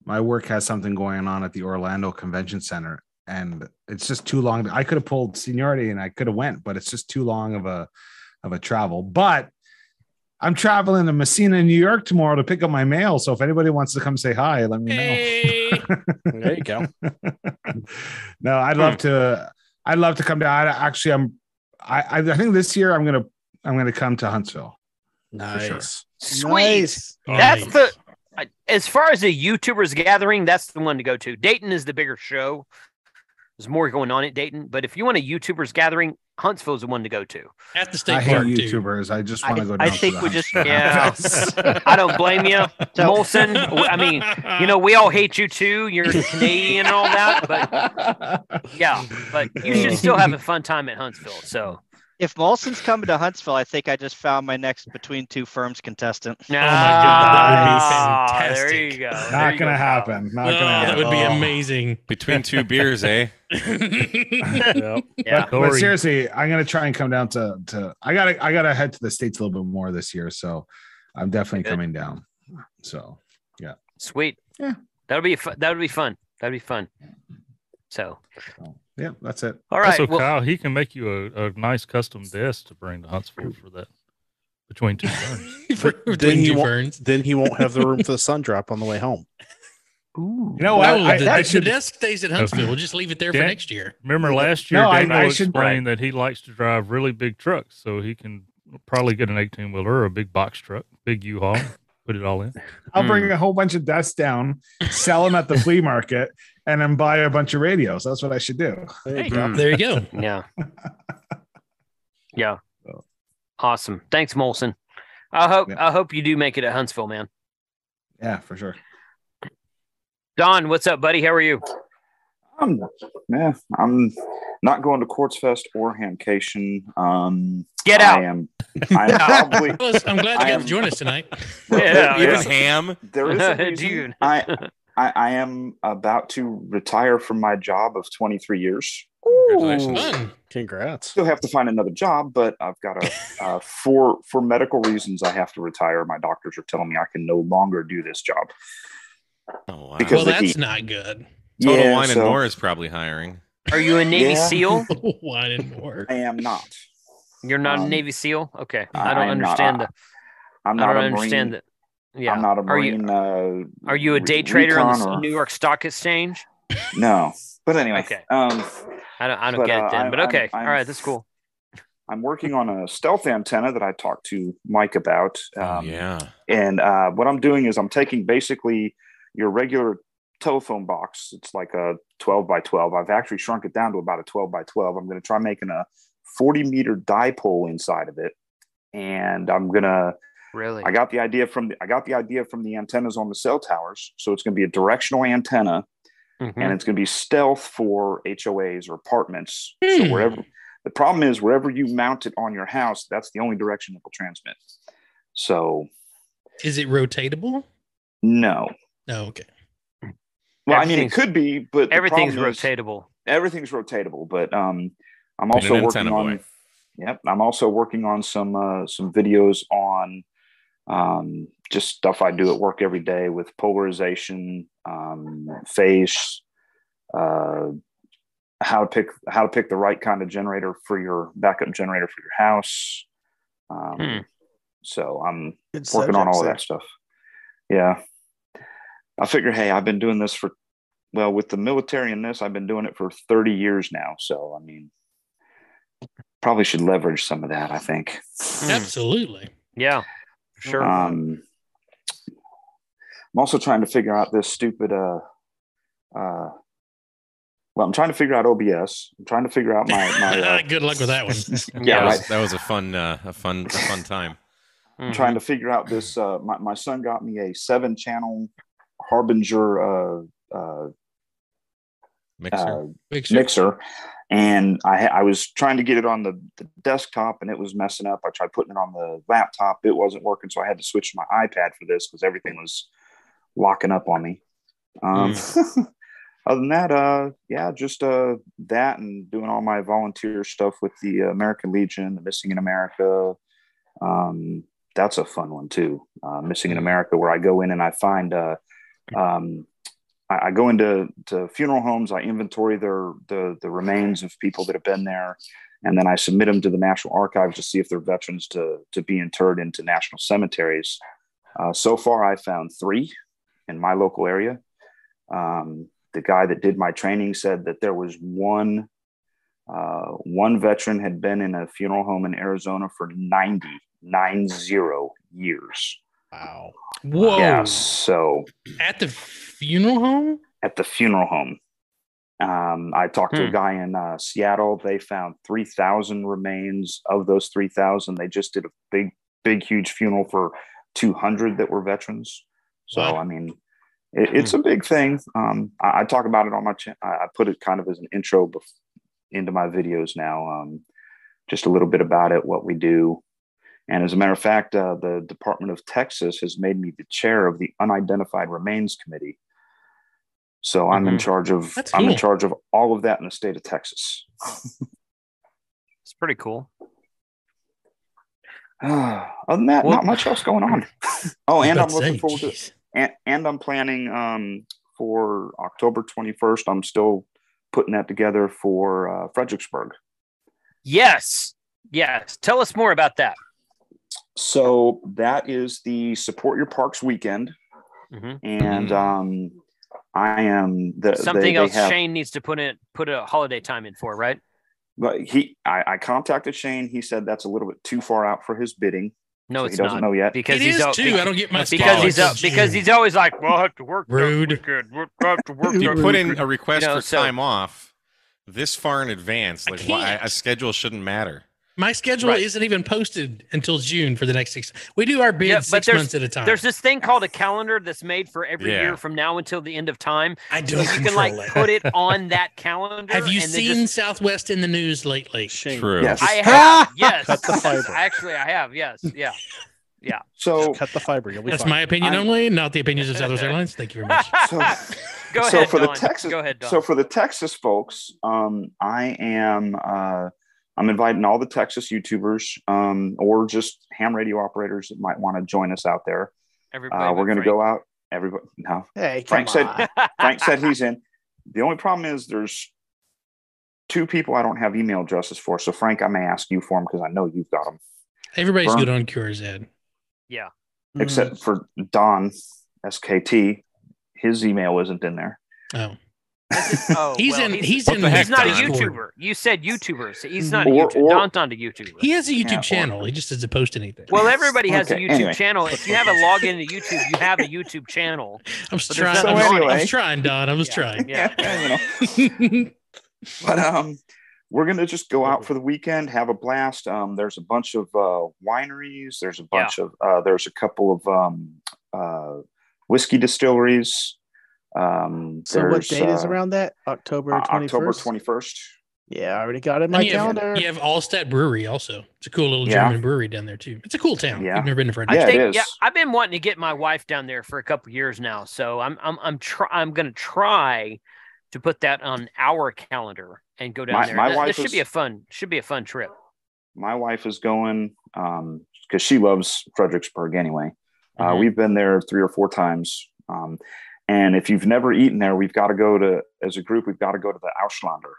Speaker 10: My work has something going on at the Orlando Convention Center, and it's just too long. I could have pulled seniority and I could have went, but it's just too long of a of a travel. But I'm traveling to Messina, New York tomorrow to pick up my mail. So if anybody wants to come say hi, let me know.
Speaker 13: Hey,
Speaker 4: There you go.
Speaker 10: no, I'd
Speaker 13: Hmm.
Speaker 10: love to. I'd love to come down. I, actually, I'm. I I I think this year I'm gonna I'm gonna come to Huntsville. for
Speaker 4: Nice.
Speaker 10: sure.
Speaker 1: Sweet.
Speaker 3: Nice.
Speaker 1: That's
Speaker 13: Oh, Nice.
Speaker 1: the. I- As far as the YouTubers gathering, that's the one to go to. Dayton is the bigger show. There's more going on at Dayton, but if you want a YouTubers gathering, Huntsville's the one to go to.
Speaker 13: at the state
Speaker 10: I hate
Speaker 13: park too.
Speaker 10: YouTubers. I just want
Speaker 8: I-
Speaker 10: to go.
Speaker 8: I
Speaker 10: Down
Speaker 8: think
Speaker 10: to
Speaker 8: we just-
Speaker 1: Yeah. I don't blame you, Molson. W- I mean, you know, we all hate you too. You're Canadian and all that, but yeah, but you should still have a fun time at Huntsville. So,
Speaker 8: If Molson's coming to Huntsville, I think I just found my next between two firms contestant.
Speaker 1: oh my
Speaker 13: God, that would be
Speaker 1: Ah, There you go. There
Speaker 10: Not
Speaker 1: you
Speaker 10: gonna
Speaker 1: go,
Speaker 10: happen. Not
Speaker 13: Oh,
Speaker 10: gonna
Speaker 13: that
Speaker 10: happen.
Speaker 13: would be
Speaker 10: Oh.
Speaker 13: amazing.
Speaker 5: Between two beers, eh?
Speaker 9: Yep.
Speaker 1: Yeah.
Speaker 10: But
Speaker 9: Dory.
Speaker 10: seriously, I'm gonna try and come down to to. I gotta I gotta head to the states a little bit more this year, so I'm definitely
Speaker 1: Good.
Speaker 10: coming down. So
Speaker 1: Sweet.
Speaker 10: Yeah.
Speaker 1: That'll be fu- that'll be fun. That'll be fun. So,
Speaker 10: so, yeah, that's it.
Speaker 1: all right.
Speaker 9: also,
Speaker 1: well,
Speaker 9: Kyle, he can make you a, a nice custom desk to bring to Huntsville for that. Between two turns.
Speaker 4: then,
Speaker 13: Between
Speaker 4: he
Speaker 13: two
Speaker 4: won't,
Speaker 13: ferns.
Speaker 4: then he won't have the room for the sun drop on the way home.
Speaker 10: You know what?
Speaker 13: Oh,
Speaker 10: I,
Speaker 13: the,
Speaker 10: I
Speaker 13: the
Speaker 10: should-
Speaker 13: desk stays at Huntsville. We'll just leave it there for
Speaker 9: Dan-
Speaker 13: next year.
Speaker 9: Remember last year,
Speaker 10: No, I-
Speaker 9: Daniel
Speaker 10: I should-
Speaker 9: explained that he likes to drive really big trucks, so he can probably get an 18 wheeler or a big box truck, big U-Haul. put it all in.
Speaker 10: I'll
Speaker 13: Hmm.
Speaker 10: bring a whole bunch of desks down, sell them at the flea market, and then buy a bunch of radios. That's what I should do.
Speaker 13: There you go. There you go. Oh.
Speaker 1: Yeah. Yeah. Awesome. Thanks, Molson. I hope I hope you do make it at Huntsville, man.
Speaker 10: Yeah, for sure.
Speaker 1: Don, what's up, buddy? How are you?
Speaker 2: I'm, yeah, I'm not going to Quartz Fest or Hamcation. Um,
Speaker 1: Get
Speaker 2: out. I am. I'm probably.
Speaker 13: I'm glad you
Speaker 2: I
Speaker 13: got
Speaker 2: am-
Speaker 13: to join us tonight.
Speaker 2: There is a reason I, I I am about to retire from my job of 23 years.
Speaker 13: Congratulations.
Speaker 10: Congrats.
Speaker 2: Still have to find another job, but I've got a uh, for for medical reasons I have to retire. My doctors are telling me I can no longer do this job.
Speaker 5: Oh, wow.
Speaker 2: Because
Speaker 13: well,
Speaker 2: the
Speaker 13: that's
Speaker 2: heat.
Speaker 13: not good.
Speaker 5: Total
Speaker 2: Yeah,
Speaker 5: Wine
Speaker 2: so-
Speaker 5: and More is probably hiring.
Speaker 1: Are you a Navy
Speaker 2: Yeah.
Speaker 1: SEAL?
Speaker 13: Wine and more.
Speaker 2: I am not.
Speaker 1: You're not a
Speaker 2: Um,
Speaker 1: Navy SEAL? Okay.
Speaker 2: I-
Speaker 1: I don't
Speaker 2: I am not.
Speaker 1: understand
Speaker 2: I-
Speaker 1: the
Speaker 2: I'm
Speaker 1: I
Speaker 2: not
Speaker 1: don't
Speaker 2: a
Speaker 1: understand
Speaker 2: Marine.
Speaker 1: the yeah.
Speaker 2: I'm not a
Speaker 1: Are you-
Speaker 2: marine. uh,
Speaker 1: Are you a
Speaker 2: re-
Speaker 1: day trader on the
Speaker 2: recon
Speaker 1: s-
Speaker 2: or-
Speaker 1: New York Stock Exchange?
Speaker 2: No, but anyway.
Speaker 1: Okay.
Speaker 2: Um,
Speaker 1: I don't. I don't
Speaker 2: but,
Speaker 1: get
Speaker 2: uh,
Speaker 1: it then.
Speaker 2: I'm-
Speaker 1: but okay.
Speaker 2: I'm-
Speaker 1: All right.
Speaker 2: I'm-
Speaker 1: That's cool.
Speaker 2: I'm working on a stealth antenna that I talked to Mike about. Um,
Speaker 5: Yeah.
Speaker 2: And uh, what I'm doing is I'm taking basically your regular telephone box. It's like a 12 by 12. I've actually shrunk it down to about a 12 by 12. I'm going to try making a 40 meter dipole inside of it, and I'm going to
Speaker 1: Really?
Speaker 2: I got the idea from the, I got the idea from the antennas on the cell towers. So it's going to be a directional antenna,
Speaker 13: Mm-hmm.
Speaker 10: Hmm.
Speaker 2: and it's going to be stealth for HOAs or apartments. So
Speaker 13: Hmm.
Speaker 2: wherever the problem is, wherever you mount it on your house, that's the only direction it will transmit. So
Speaker 13: Is it rotatable?
Speaker 2: no,
Speaker 13: No. Okay.
Speaker 2: well, I mean it
Speaker 13: Everything's-
Speaker 2: could be, but the
Speaker 1: everything's
Speaker 2: problem is-
Speaker 1: rotatable.
Speaker 2: Everything's rotatable, but um, I'm
Speaker 5: Been
Speaker 2: also
Speaker 5: an
Speaker 2: working
Speaker 5: antenna
Speaker 2: on.
Speaker 5: boy.
Speaker 2: Yep, I'm also working on some uh, some videos on um, just stuff I do at work every day with polarization, um, phase, uh, how to pick how to pick the right kind of generator for your backup generator for your house. Um,
Speaker 5: Hmm.
Speaker 13: Hmm.
Speaker 2: So I'm
Speaker 3: Good
Speaker 2: working
Speaker 3: subjects
Speaker 2: on all of
Speaker 3: there.
Speaker 2: that stuff. Yeah, I figure, hey, I've been doing this for well, with the military and this, I've been doing it for 30 years now. So I mean, probably should leverage some of that. I think.
Speaker 13: Hmm. Absolutely.
Speaker 1: Yeah. Sure.
Speaker 2: Um, I'm also trying to figure out this stupid. Uh, uh, well, I'm trying to figure out OBS. I'm trying to figure out my my. Uh,
Speaker 13: Good luck with that one.
Speaker 2: Yeah,
Speaker 5: that, was,
Speaker 2: right.
Speaker 5: that was a fun, uh, a fun, a fun time.
Speaker 2: I'm trying to figure out this. Uh, my my son got me a seven channel Harbinger uh, uh, uh, mixer. and I ha- I was trying to get it on the, the desktop and it was messing up. I tried putting it on the laptop, it wasn't working, so I had to switch to my iPad for this because everything was locking up on me. Um, Other than that, uh, yeah, just uh, that and doing all my volunteer stuff with the uh, American Legion, the Missing in America. Um, that's a fun one too. Uh, Missing in America, where I go in and I find uh, um, I, I go into to funeral homes, I inventory their the the remains of people that have been there, and then I submit them to the National Archives to see if they're veterans to to be interred into national cemeteries. Uh, so far, I found three in my local area. Um, the guy that did my training said that there was one uh, one veteran had been in a funeral home in Arizona for 90, 90 years.
Speaker 13: Wow. Whoa.
Speaker 2: Yeah, so
Speaker 13: At the funeral home?
Speaker 2: at the funeral home. Um, I talked to a
Speaker 13: Hmm.
Speaker 2: guy in uh, Seattle. They found 3,000 remains of those 3,000. They just did a big, big, huge funeral for 200 that were veterans. So,
Speaker 13: Wow.
Speaker 2: I mean, it, it's a big thing. Um, I, I talk about it on my channel. I, I put it kind of as an intro bef- into my videos now. Um, just a little bit about it, what we do. And as a matter of fact, uh, the Department of Texas has made me the chair of the Unidentified Remains Committee. So I'm in
Speaker 1: Mhm.
Speaker 2: charge of
Speaker 1: That's
Speaker 2: I'm in
Speaker 1: cool.
Speaker 2: charge of all of that in the state of Texas.
Speaker 1: It's pretty cool.
Speaker 2: uh, Other than that,
Speaker 1: Well-
Speaker 2: not much else going on. oh,
Speaker 13: I was
Speaker 2: and
Speaker 13: about
Speaker 2: I'm
Speaker 13: to
Speaker 2: looking
Speaker 13: say,
Speaker 2: forward
Speaker 13: to
Speaker 2: and, and I'm planning um, for October 21st. I'm still putting that together for uh, Fredericksburg.
Speaker 1: Yes. Yes. Tell us more about that.
Speaker 2: Uh, So that is the Support Your Parks weekend,
Speaker 1: Mm-hmm.
Speaker 2: and um, I am the
Speaker 1: Something
Speaker 2: they- they
Speaker 1: else
Speaker 2: have-
Speaker 1: Shane needs to put in put a holiday time in for, right?
Speaker 2: But he, I, I contacted Shane. He said that's a little bit too far out for his bidding.
Speaker 1: No,
Speaker 2: So
Speaker 1: it's
Speaker 2: he doesn't
Speaker 1: not.
Speaker 2: know yet.
Speaker 1: because
Speaker 13: It
Speaker 1: he's
Speaker 13: is
Speaker 1: al-
Speaker 13: too. I don't get my
Speaker 1: because he's
Speaker 13: scholars.
Speaker 1: al- because he's always like, well, I have to work.
Speaker 13: Rude.
Speaker 1: I have to work.
Speaker 5: If you
Speaker 1: next
Speaker 5: put in
Speaker 1: week."
Speaker 5: a request
Speaker 1: You know,
Speaker 5: for
Speaker 1: so-
Speaker 5: time off this far in advance, like why, a schedule shouldn't matter.
Speaker 13: My schedule
Speaker 5: Right.
Speaker 13: isn't even posted until June for the next six. We do our bid
Speaker 1: Yeah, but
Speaker 13: six
Speaker 1: there's-
Speaker 13: months at a time.
Speaker 1: There's this thing called a calendar that's made for every
Speaker 13: Yeah.
Speaker 1: year from now until the end of time.
Speaker 13: I do
Speaker 1: So You can
Speaker 13: control
Speaker 1: like
Speaker 13: it.
Speaker 1: put it on that calendar.
Speaker 13: Have you
Speaker 1: and then
Speaker 13: seen
Speaker 1: just-
Speaker 13: Southwest in the news lately?
Speaker 5: True.
Speaker 13: Yes.
Speaker 1: I have. yes.
Speaker 13: Cut the
Speaker 1: yes,
Speaker 13: fiber.
Speaker 1: Actually, I have. Yes. Yeah. Yeah.
Speaker 2: So
Speaker 4: cut the fiber. You'll be
Speaker 13: That's
Speaker 4: fine.
Speaker 13: my opinion only, not the opinions of Southwest Airlines. Thank you very much.
Speaker 1: Go
Speaker 2: so
Speaker 1: ahead,
Speaker 2: for
Speaker 1: Don.
Speaker 2: the Texas,
Speaker 1: Go ahead, Don.
Speaker 2: so for the Texas folks, um, I am uh, I'm inviting all the Texas YouTubers um, or just ham radio operators that might want to join us out there.
Speaker 1: Everybody
Speaker 2: Uh,
Speaker 1: but
Speaker 2: we're going to
Speaker 1: Frank.
Speaker 2: go out. Everybody, no.
Speaker 3: Hey,
Speaker 2: Frank
Speaker 3: come
Speaker 2: said Frank said he's in. The only problem is there's two people I don't have email addresses for. So Frank, I may ask you for them because I know you've got them.
Speaker 13: Everybody's
Speaker 2: Burn.
Speaker 13: good on cures, Ed.
Speaker 1: Yeah.
Speaker 2: Except
Speaker 3: Mm.
Speaker 2: for Don SKT, his email isn't in there.
Speaker 13: Oh.
Speaker 1: Oh,
Speaker 13: He's
Speaker 1: well,
Speaker 13: in-
Speaker 1: He's,
Speaker 13: he's What in the heck,
Speaker 1: not a
Speaker 13: Don?
Speaker 1: YouTuber. You said YouTuber. So he's not
Speaker 13: Or-
Speaker 1: a YouTuber.
Speaker 13: or-
Speaker 1: Don's not a YouTuber.
Speaker 13: He has a YouTube
Speaker 1: Yeah, or-
Speaker 13: channel. He just doesn't post anything.
Speaker 1: Well, everybody has a
Speaker 13: Okay,
Speaker 1: YouTube
Speaker 13: anyway.
Speaker 1: channel. If you have a login to YouTube, you have a YouTube channel.
Speaker 13: I'm
Speaker 1: but there's
Speaker 13: trying.
Speaker 1: nothing
Speaker 13: I'm,
Speaker 1: on
Speaker 13: trying-
Speaker 1: it.
Speaker 13: I'm trying, Don. I was trying.
Speaker 1: Yeah.
Speaker 2: but
Speaker 3: Mm-hmm.
Speaker 2: um we're gonna just go out for the weekend have a blast um there's a bunch of uh wineries there's a bunch of uh there's a couple of um uh whiskey distilleries um
Speaker 3: So what
Speaker 2: there's,
Speaker 3: date is
Speaker 2: uh,
Speaker 3: around that? October
Speaker 2: uh,
Speaker 3: twenty first.
Speaker 2: october 21st
Speaker 3: Yeah, I already got it in
Speaker 13: And
Speaker 3: my
Speaker 13: you
Speaker 3: calendar.
Speaker 13: Have, you have Allstat Brewery also. It's a cool little
Speaker 2: Yeah.
Speaker 13: German brewery down there too. It's a cool town.
Speaker 2: Yeah.
Speaker 13: I've never been to Frederick.
Speaker 1: I think, yeah, I've been wanting to get my wife down there for a couple years now, so I'm I'm I'm try I'm gonna try to put that on our calendar and go down
Speaker 2: My-
Speaker 1: there.
Speaker 2: my
Speaker 1: Th-
Speaker 2: wife
Speaker 1: this should be
Speaker 2: is-
Speaker 1: a fun should be a fun trip.
Speaker 2: my wife is going um because she loves fredericksburg anyway uh
Speaker 3: Mm-hmm.
Speaker 1: Mhm.
Speaker 2: we've been there three or four times um and if you've never eaten there we've got to go to as a group we've got to go to the auslander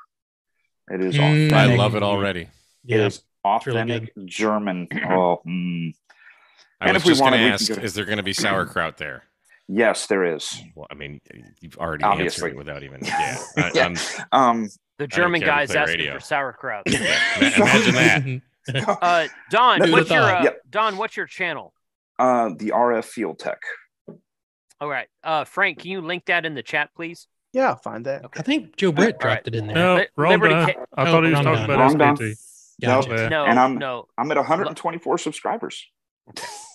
Speaker 2: it is
Speaker 5: Mm.
Speaker 2: authentic.
Speaker 5: I love it already.
Speaker 13: Yeah.
Speaker 2: is authentic German. Oh, mm.
Speaker 5: I
Speaker 2: And
Speaker 5: was
Speaker 2: if we
Speaker 5: just
Speaker 2: wanted,
Speaker 5: going
Speaker 2: we can
Speaker 5: to ask:
Speaker 2: go to-
Speaker 5: Is there going to be sauerkraut there?
Speaker 2: Yes, there is.
Speaker 5: Well, I mean, you've already
Speaker 2: Obviously.
Speaker 5: answered it without even. Yeah. I,
Speaker 2: Yeah.
Speaker 5: I'm-
Speaker 2: Um,
Speaker 1: The
Speaker 5: I don't
Speaker 1: German
Speaker 5: care to
Speaker 1: guy's
Speaker 5: play
Speaker 1: asking
Speaker 5: radio.
Speaker 1: for sauerkraut.
Speaker 5: Ma- Imagine that.
Speaker 1: uh, Don,
Speaker 2: Who
Speaker 1: what's
Speaker 2: would've
Speaker 1: your
Speaker 2: thought?
Speaker 1: uh,
Speaker 2: Yep.
Speaker 1: Don? What's your channel?
Speaker 2: uh, the RF Field Tech.
Speaker 1: All right, uh, Frank, can you link that in the chat, please?
Speaker 3: Yeah, I'll find that.
Speaker 13: I think Joe Britt dropped it in there.
Speaker 9: No,
Speaker 1: Li-
Speaker 9: wrong
Speaker 1: Liberty
Speaker 9: Don.
Speaker 1: Ca-
Speaker 9: I thought he was
Speaker 13: wrong
Speaker 9: talking
Speaker 13: Don.
Speaker 9: about
Speaker 2: Wrong Don.
Speaker 9: SKT.
Speaker 2: No,
Speaker 13: Gotcha.
Speaker 1: No,
Speaker 2: and I'm
Speaker 1: no.
Speaker 2: I'm at 124 subscribers.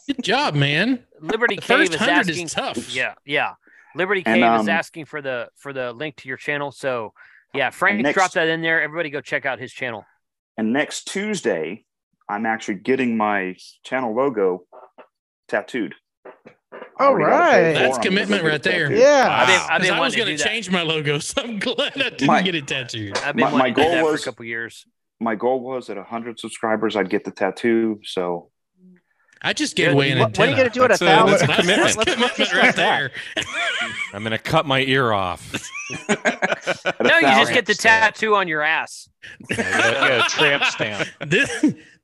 Speaker 13: Good job, man.
Speaker 1: Liberty
Speaker 13: The
Speaker 1: Cave
Speaker 13: first
Speaker 1: is
Speaker 13: hundred
Speaker 1: asking.
Speaker 13: is tough.
Speaker 1: Yeah, yeah. Liberty
Speaker 2: And,
Speaker 1: Cave is
Speaker 2: um,
Speaker 1: asking for the for the link to your channel. So yeah, Frank
Speaker 2: next-
Speaker 1: dropped that in there. Everybody go check out his channel.
Speaker 2: And next Tuesday, I'm actually getting my channel logo tattooed. I
Speaker 3: All
Speaker 2: already got it paid
Speaker 3: right.
Speaker 2: for.
Speaker 13: That's
Speaker 2: I'm gonna
Speaker 13: commitment
Speaker 2: go get
Speaker 13: right
Speaker 2: it
Speaker 13: there.
Speaker 2: tattooed.
Speaker 3: Yeah.
Speaker 1: I've been- I've been
Speaker 13: 'Cause I was
Speaker 1: wanting to
Speaker 13: going
Speaker 1: do
Speaker 13: to
Speaker 1: that.
Speaker 13: change my logo, so I'm glad I didn't
Speaker 2: My-
Speaker 13: get it tattooed.
Speaker 1: I've been
Speaker 2: My, my
Speaker 1: wanting to do that
Speaker 2: goal
Speaker 1: for a
Speaker 2: was
Speaker 1: couple years.
Speaker 2: my goal was at 100 subscribers I'd get the tattoo. So
Speaker 13: I just gave
Speaker 1: Yeah,
Speaker 13: away an
Speaker 1: what- what are
Speaker 13: antenna.
Speaker 1: you gonna do at
Speaker 5: That's a- that's a commitment.
Speaker 13: That's commitment right there.
Speaker 5: I'm going to cut my ear off.
Speaker 1: No, you just get the tattoo on your ass.
Speaker 7: Yeah, yeah, tramp stamp.
Speaker 13: This,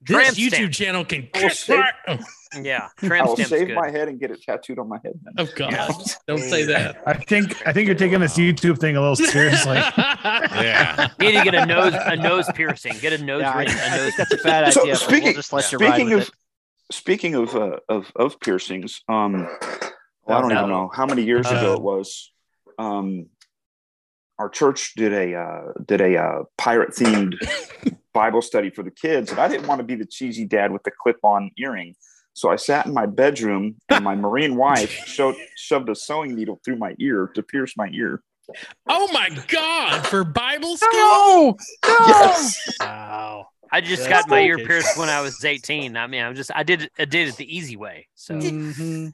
Speaker 1: Tramp
Speaker 13: this YouTube
Speaker 1: stamp.
Speaker 13: channel can
Speaker 2: I will
Speaker 13: kiss
Speaker 2: save,
Speaker 13: my-
Speaker 1: Yeah,
Speaker 2: I
Speaker 1: tramp
Speaker 2: will
Speaker 1: stamp's
Speaker 2: save
Speaker 1: good.
Speaker 2: my head and get it tattooed on my head. Then.
Speaker 13: Oh God! Don't say that.
Speaker 10: I think I think you're taking
Speaker 2: uh,
Speaker 10: this YouTube thing a little seriously.
Speaker 5: Yeah.
Speaker 1: You need to get a nose a nose piercing. Get a nose
Speaker 8: Yeah, I-
Speaker 1: ring. A
Speaker 8: I
Speaker 1: nose.
Speaker 8: think that's a bad
Speaker 2: so
Speaker 8: idea. but
Speaker 2: speaking,
Speaker 8: we'll just let you ride
Speaker 2: speaking
Speaker 8: with
Speaker 2: of
Speaker 8: it.
Speaker 2: speaking of uh, of of piercings, um, well, I don't even know how many years
Speaker 8: uh,
Speaker 2: ago it was. Um, our church did a uh, did a uh, pirate themed Bible study for the kids, and I didn't want to be the cheesy dad with the clip on earring. So I sat in my bedroom, and my Marine wife showed, shoved a sewing needle through my ear to pierce my ear.
Speaker 13: Oh my God! For Bible school?
Speaker 3: No, no.
Speaker 2: Yes.
Speaker 13: Wow.
Speaker 1: I just
Speaker 13: That's
Speaker 1: got my ear
Speaker 13: okay.
Speaker 1: pierced when I was 18. I mean, I'm just I did it- I did it the easy way. So
Speaker 5: Mm-hmm.
Speaker 3: Mhm.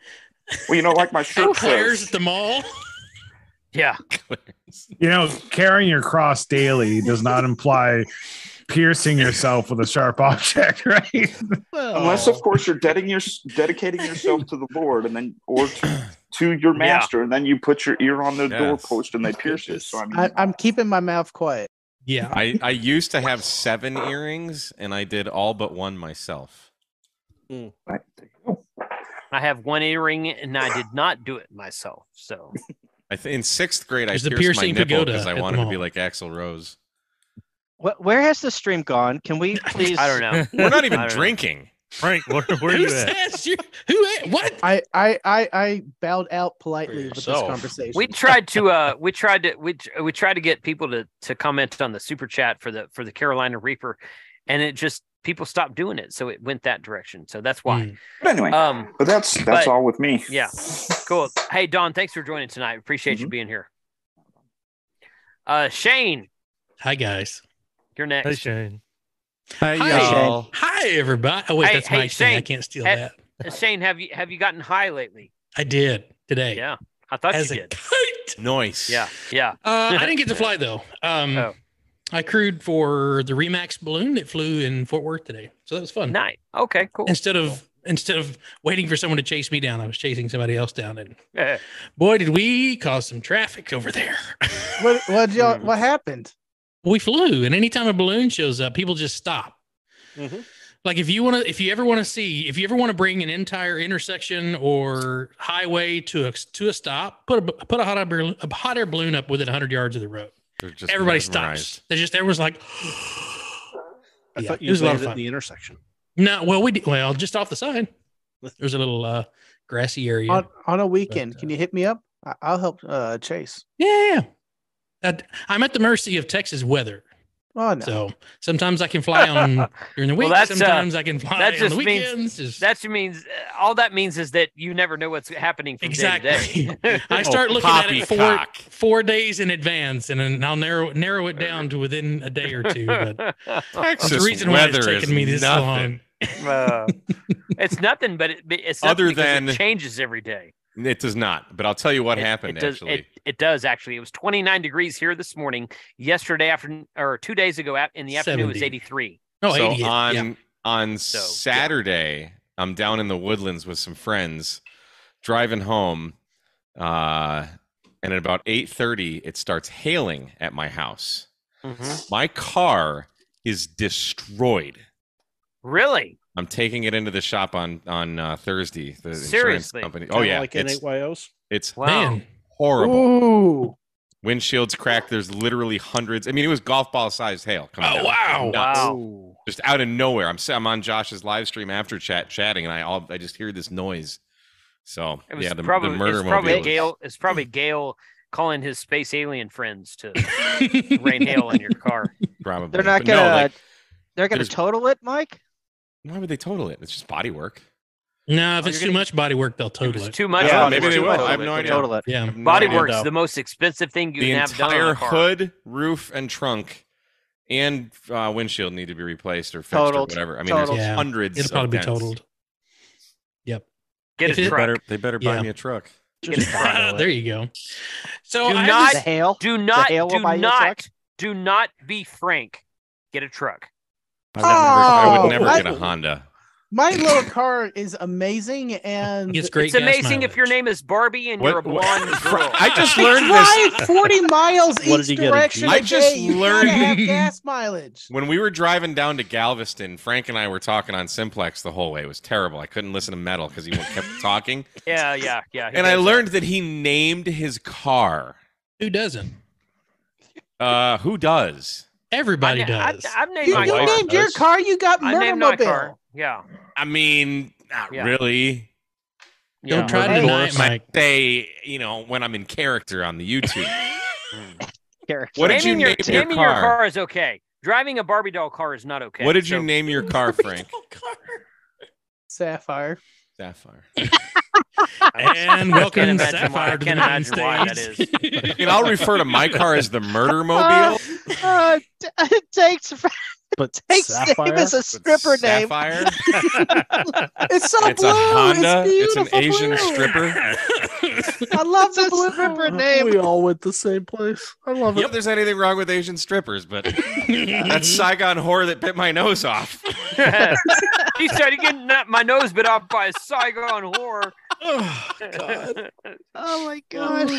Speaker 2: Well, you know, like my
Speaker 13: And
Speaker 2: shirt
Speaker 13: Claire's
Speaker 2: says,
Speaker 13: at the mall.
Speaker 1: yeah,
Speaker 10: you know, carrying your cross daily does not imply piercing yourself with a sharp object, right?
Speaker 2: unless of course you're dedicating, your, dedicating yourself to the Lord and then or to, to your master, and then you put your ear on the
Speaker 5: Yes.
Speaker 2: doorpost and they pierce it. So I mean,
Speaker 3: I, I'm keeping my mouth quiet.
Speaker 13: Yeah.
Speaker 5: I, I used to have seven earrings, and I did all but one myself.
Speaker 2: right, there you go.
Speaker 1: I have one earring and I did not do it myself. So
Speaker 5: I th- in sixth grade,
Speaker 13: There's
Speaker 5: I
Speaker 13: the
Speaker 5: pierced
Speaker 13: piercing
Speaker 5: my nipple
Speaker 13: pagoda
Speaker 5: because
Speaker 13: at
Speaker 5: I
Speaker 13: the
Speaker 5: wanted to be
Speaker 13: mall.
Speaker 5: like Axl Rose.
Speaker 8: Wh- Where has the stream gone? Can we please?
Speaker 1: I don't know.
Speaker 5: We're not even
Speaker 1: I don't know.
Speaker 5: drinking.
Speaker 9: Frank, where, where
Speaker 13: Who
Speaker 9: you at?
Speaker 13: says you? Who? a- What?
Speaker 3: I I I, I bowed out politely with this conversation.
Speaker 1: We tried to uh we tried to we tr- we tried to get people to to comment on the super chat for the for the Carolina Reaper and it just people stopped doing it so it went that direction. So that's why.
Speaker 2: Mm. But anyway,
Speaker 1: Um,
Speaker 2: but that's that's
Speaker 1: but-
Speaker 2: all with me.
Speaker 1: Yeah. Cool. Hey Don, thanks for joining tonight. Appreciate you being here. Uh Shane,
Speaker 13: Hi guys.
Speaker 1: you're next.
Speaker 9: Hey, Shane.
Speaker 5: Hi,
Speaker 13: Shane. Hi everybody. Oh wait,
Speaker 1: Hey-
Speaker 13: that's
Speaker 1: hey,
Speaker 13: my Shane. I
Speaker 1: Shane.
Speaker 13: can't steal
Speaker 1: Hey-
Speaker 13: that.
Speaker 1: Uh, Shane, have you have you gotten high lately?
Speaker 13: I did today.
Speaker 1: Yeah. I thought
Speaker 13: As
Speaker 1: you
Speaker 13: a
Speaker 1: did.
Speaker 5: Nice.
Speaker 1: Yeah. Oh. Yeah.
Speaker 13: Uh, I didn't get to fly though. Um, I crewed for the Remax balloon that flew in Fort Worth today, so that was fun.
Speaker 1: Nice. Okay. Cool.
Speaker 13: Instead of instead of waiting for someone to chase me down, I was chasing somebody else down, and
Speaker 1: Yeah.
Speaker 13: boy, did we cause some traffic over there.
Speaker 3: what what y'all, what happened?
Speaker 13: We flew, and anytime a balloon shows up, people just stop.
Speaker 3: Mm-hmm.
Speaker 13: Like if you want to, if you ever want to see, if you ever want to bring an entire intersection or highway to a to a stop, put a put a hot air balloon, a hot air balloon up within 100 yards of the road.
Speaker 5: They're just
Speaker 13: Everybody
Speaker 5: mesmerized.
Speaker 13: stops. They just everyone's like,
Speaker 4: I
Speaker 13: Yeah,
Speaker 4: thought
Speaker 13: it
Speaker 4: you
Speaker 13: was a lot
Speaker 4: landed
Speaker 13: of
Speaker 4: at
Speaker 13: fun.
Speaker 4: the intersection.
Speaker 13: No, well, we did, well just off the side. There's a little uh, grassy area.
Speaker 3: On on a weekend, can you hit me up? I, I'll help uh Chase.
Speaker 13: yeah, That- I'm at the mercy of Texas weather.
Speaker 3: Oh, no.
Speaker 13: So sometimes I can fly on during the week.
Speaker 1: that's, uh,
Speaker 13: sometimes I can fly
Speaker 1: that
Speaker 13: on
Speaker 1: just
Speaker 13: the weekends.
Speaker 1: means that just means uh, all that means is that you never know what's happening from day to day.
Speaker 13: I start looking at it four, four days in advance, and then I'll narrow narrow it down to within a day or two. But
Speaker 5: Texas
Speaker 13: the reason why
Speaker 5: weather
Speaker 13: it's
Speaker 5: is
Speaker 13: taken me this
Speaker 5: nothing.
Speaker 13: long.
Speaker 1: Uh, it's nothing, but it, it's
Speaker 5: Other
Speaker 1: other than
Speaker 5: than-
Speaker 1: it changes every day.
Speaker 5: It does not, but I'll tell you what
Speaker 1: It-
Speaker 5: happened
Speaker 1: it does,
Speaker 5: actually.
Speaker 1: It, it does actually. It was 29 degrees here this morning. Yesterday afternoon, or two days ago, out in the afternoon, it was
Speaker 5: 70.
Speaker 1: 83.
Speaker 5: so on on Saturday, I'm down in the woodlands with some friends, driving home, uh, and at about 8:30, it starts hailing at my house. My car is destroyed.
Speaker 1: Really?
Speaker 5: I'm taking it into the shop on on uh, Thursday. The insurance
Speaker 4: Seriously?
Speaker 5: company. Oh
Speaker 4: Kinda
Speaker 5: yeah,
Speaker 4: like
Speaker 5: it's,
Speaker 4: NAYOs?
Speaker 5: it's
Speaker 4: Man.
Speaker 5: horrible.
Speaker 3: Ooh.
Speaker 5: Windshields cracked. There's literally hundreds. I mean, it was golf ball sized hail coming.
Speaker 13: Oh,
Speaker 5: down.
Speaker 13: wow.
Speaker 5: Nuts.
Speaker 13: Wow.
Speaker 5: Just out of nowhere. I'm s- I'm on Josh's live stream after chat chatting, and I all I just hear this noise. So
Speaker 1: It was
Speaker 5: yeah, the,
Speaker 1: probably,
Speaker 5: the murder
Speaker 1: it's probably
Speaker 5: mobile.
Speaker 1: Gail. It's probably Gail calling his space alien friends to rain hail on your car.
Speaker 5: Probably.
Speaker 8: They're not
Speaker 5: But no,
Speaker 8: gonna.
Speaker 5: like,
Speaker 8: they're gonna
Speaker 5: there's-
Speaker 8: total it, Mike.
Speaker 5: why would they total it? It's just body work.
Speaker 13: No,
Speaker 1: Oh,
Speaker 13: if it's too much body work, they'll total it.
Speaker 1: Too much.
Speaker 5: Yeah,
Speaker 1: body
Speaker 5: maybe
Speaker 1: work.
Speaker 5: they will. I have no idea.
Speaker 8: Total it.
Speaker 13: Yeah.
Speaker 5: I have no
Speaker 1: Body
Speaker 5: idea.
Speaker 1: work's the most expensive thing you
Speaker 5: the
Speaker 1: can have done. on a
Speaker 5: entire
Speaker 1: car.
Speaker 5: hood, roof, and trunk, and uh, windshield need to be replaced or fixed
Speaker 8: Totaled.
Speaker 5: or whatever. I mean,
Speaker 8: Totaled.
Speaker 5: there's
Speaker 8: Yeah.
Speaker 5: hundreds.
Speaker 13: It'll
Speaker 5: of
Speaker 13: probably be
Speaker 5: dents.
Speaker 13: totaled. Yep.
Speaker 1: Get
Speaker 13: If
Speaker 1: a
Speaker 13: it-
Speaker 5: They better, they better buy
Speaker 13: Yeah.
Speaker 5: me a truck.
Speaker 13: there you go. So
Speaker 1: do
Speaker 13: I
Speaker 1: not,
Speaker 13: was-
Speaker 1: do not,
Speaker 13: hail will
Speaker 1: do
Speaker 13: buy you a
Speaker 1: not,
Speaker 13: truck?
Speaker 1: do not be Frank. Get a truck.
Speaker 5: I
Speaker 3: Oh,
Speaker 5: would never get
Speaker 3: I-
Speaker 5: a Honda.
Speaker 3: My little car is amazing and
Speaker 1: It's amazing if your name is Barbie and
Speaker 5: What-
Speaker 1: you're a
Speaker 5: what-
Speaker 1: blonde girl.
Speaker 5: I just
Speaker 3: They
Speaker 5: learned
Speaker 3: drive
Speaker 5: this.
Speaker 3: 40 miles
Speaker 5: What
Speaker 3: each
Speaker 5: did you get, a
Speaker 3: direction.
Speaker 5: Jeep?
Speaker 3: a
Speaker 5: I just
Speaker 3: day. You gotta
Speaker 5: learned-
Speaker 3: have gas mileage.
Speaker 5: When we were driving down to Galveston, Frank and I were talking on Simplex the whole way. It was terrible. I couldn't listen to metal because he kept talking.
Speaker 1: Yeah, yeah, yeah. he
Speaker 5: And I
Speaker 1: does.
Speaker 5: learned that he named his car.
Speaker 13: Who doesn't?
Speaker 5: Uh, who does?
Speaker 13: Everybody
Speaker 1: I, I,
Speaker 13: does.
Speaker 1: I've named
Speaker 3: You,
Speaker 1: my
Speaker 3: you
Speaker 1: car.
Speaker 3: named your car, you got
Speaker 1: I named my car.
Speaker 3: Murdermobile.
Speaker 1: Yeah.
Speaker 5: I mean, not
Speaker 1: Yeah.
Speaker 5: really.
Speaker 13: Don't try to
Speaker 5: Of
Speaker 13: deny it,
Speaker 5: course,
Speaker 13: Mike.
Speaker 5: I say, you know, when I'm in character on the YouTube.
Speaker 8: Character.
Speaker 5: What did you
Speaker 1: naming your,
Speaker 5: name your
Speaker 1: naming your
Speaker 5: car?
Speaker 1: car is okay. Driving a Barbie doll car is not okay.
Speaker 5: what did you
Speaker 1: so-
Speaker 5: name your car, Frank?
Speaker 3: Sapphire.
Speaker 5: Sapphire.
Speaker 13: And welcome
Speaker 1: imagine why- I
Speaker 13: Sapphire to the
Speaker 1: can't
Speaker 13: main
Speaker 1: imagine why that
Speaker 13: stage.
Speaker 5: I mean, I'll refer to my car as the murder mobile.
Speaker 8: Uh, t- it takes
Speaker 4: But
Speaker 8: takes name as a stripper name.
Speaker 5: Sapphire.
Speaker 3: It's so
Speaker 5: it's
Speaker 3: blue.
Speaker 5: a Honda. It's,
Speaker 3: It's
Speaker 5: an
Speaker 3: beautiful
Speaker 5: Asian
Speaker 3: blue.
Speaker 5: stripper.
Speaker 3: I love the blue
Speaker 8: stripper
Speaker 4: We all went the same place. I love
Speaker 5: Not that there's anything wrong with Asian strippers, but that Saigon whore that bit my nose off.
Speaker 1: he started getting that- my nose bit off by a Saigon whore.
Speaker 8: Oh my god.